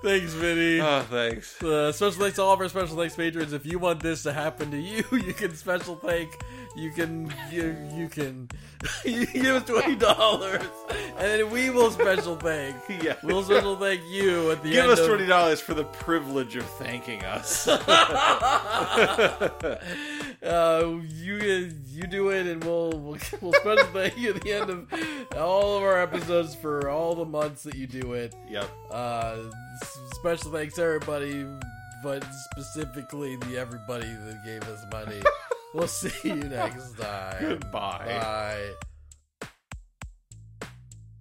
Speaker 2: thanks, Vinny.
Speaker 3: oh, thanks.
Speaker 2: Uh, special thanks to all of our special thanks patrons. If you want this to happen to you, you can special thank. You can you, you can you can give us twenty dollars, and then we will special thank.
Speaker 3: Yeah.
Speaker 2: We'll special thank you at the
Speaker 3: Give
Speaker 2: end.
Speaker 3: us
Speaker 2: of-
Speaker 3: twenty dollars for the privilege of thanking us.
Speaker 2: Uh, you you do it, and we'll we'll, we'll special thank you at the end of all of our episodes for all the months that you do it.
Speaker 3: yep.
Speaker 2: Uh, s- special thanks to everybody, but specifically the everybody that gave us money. we'll see you next time.
Speaker 3: Goodbye.
Speaker 2: Bye.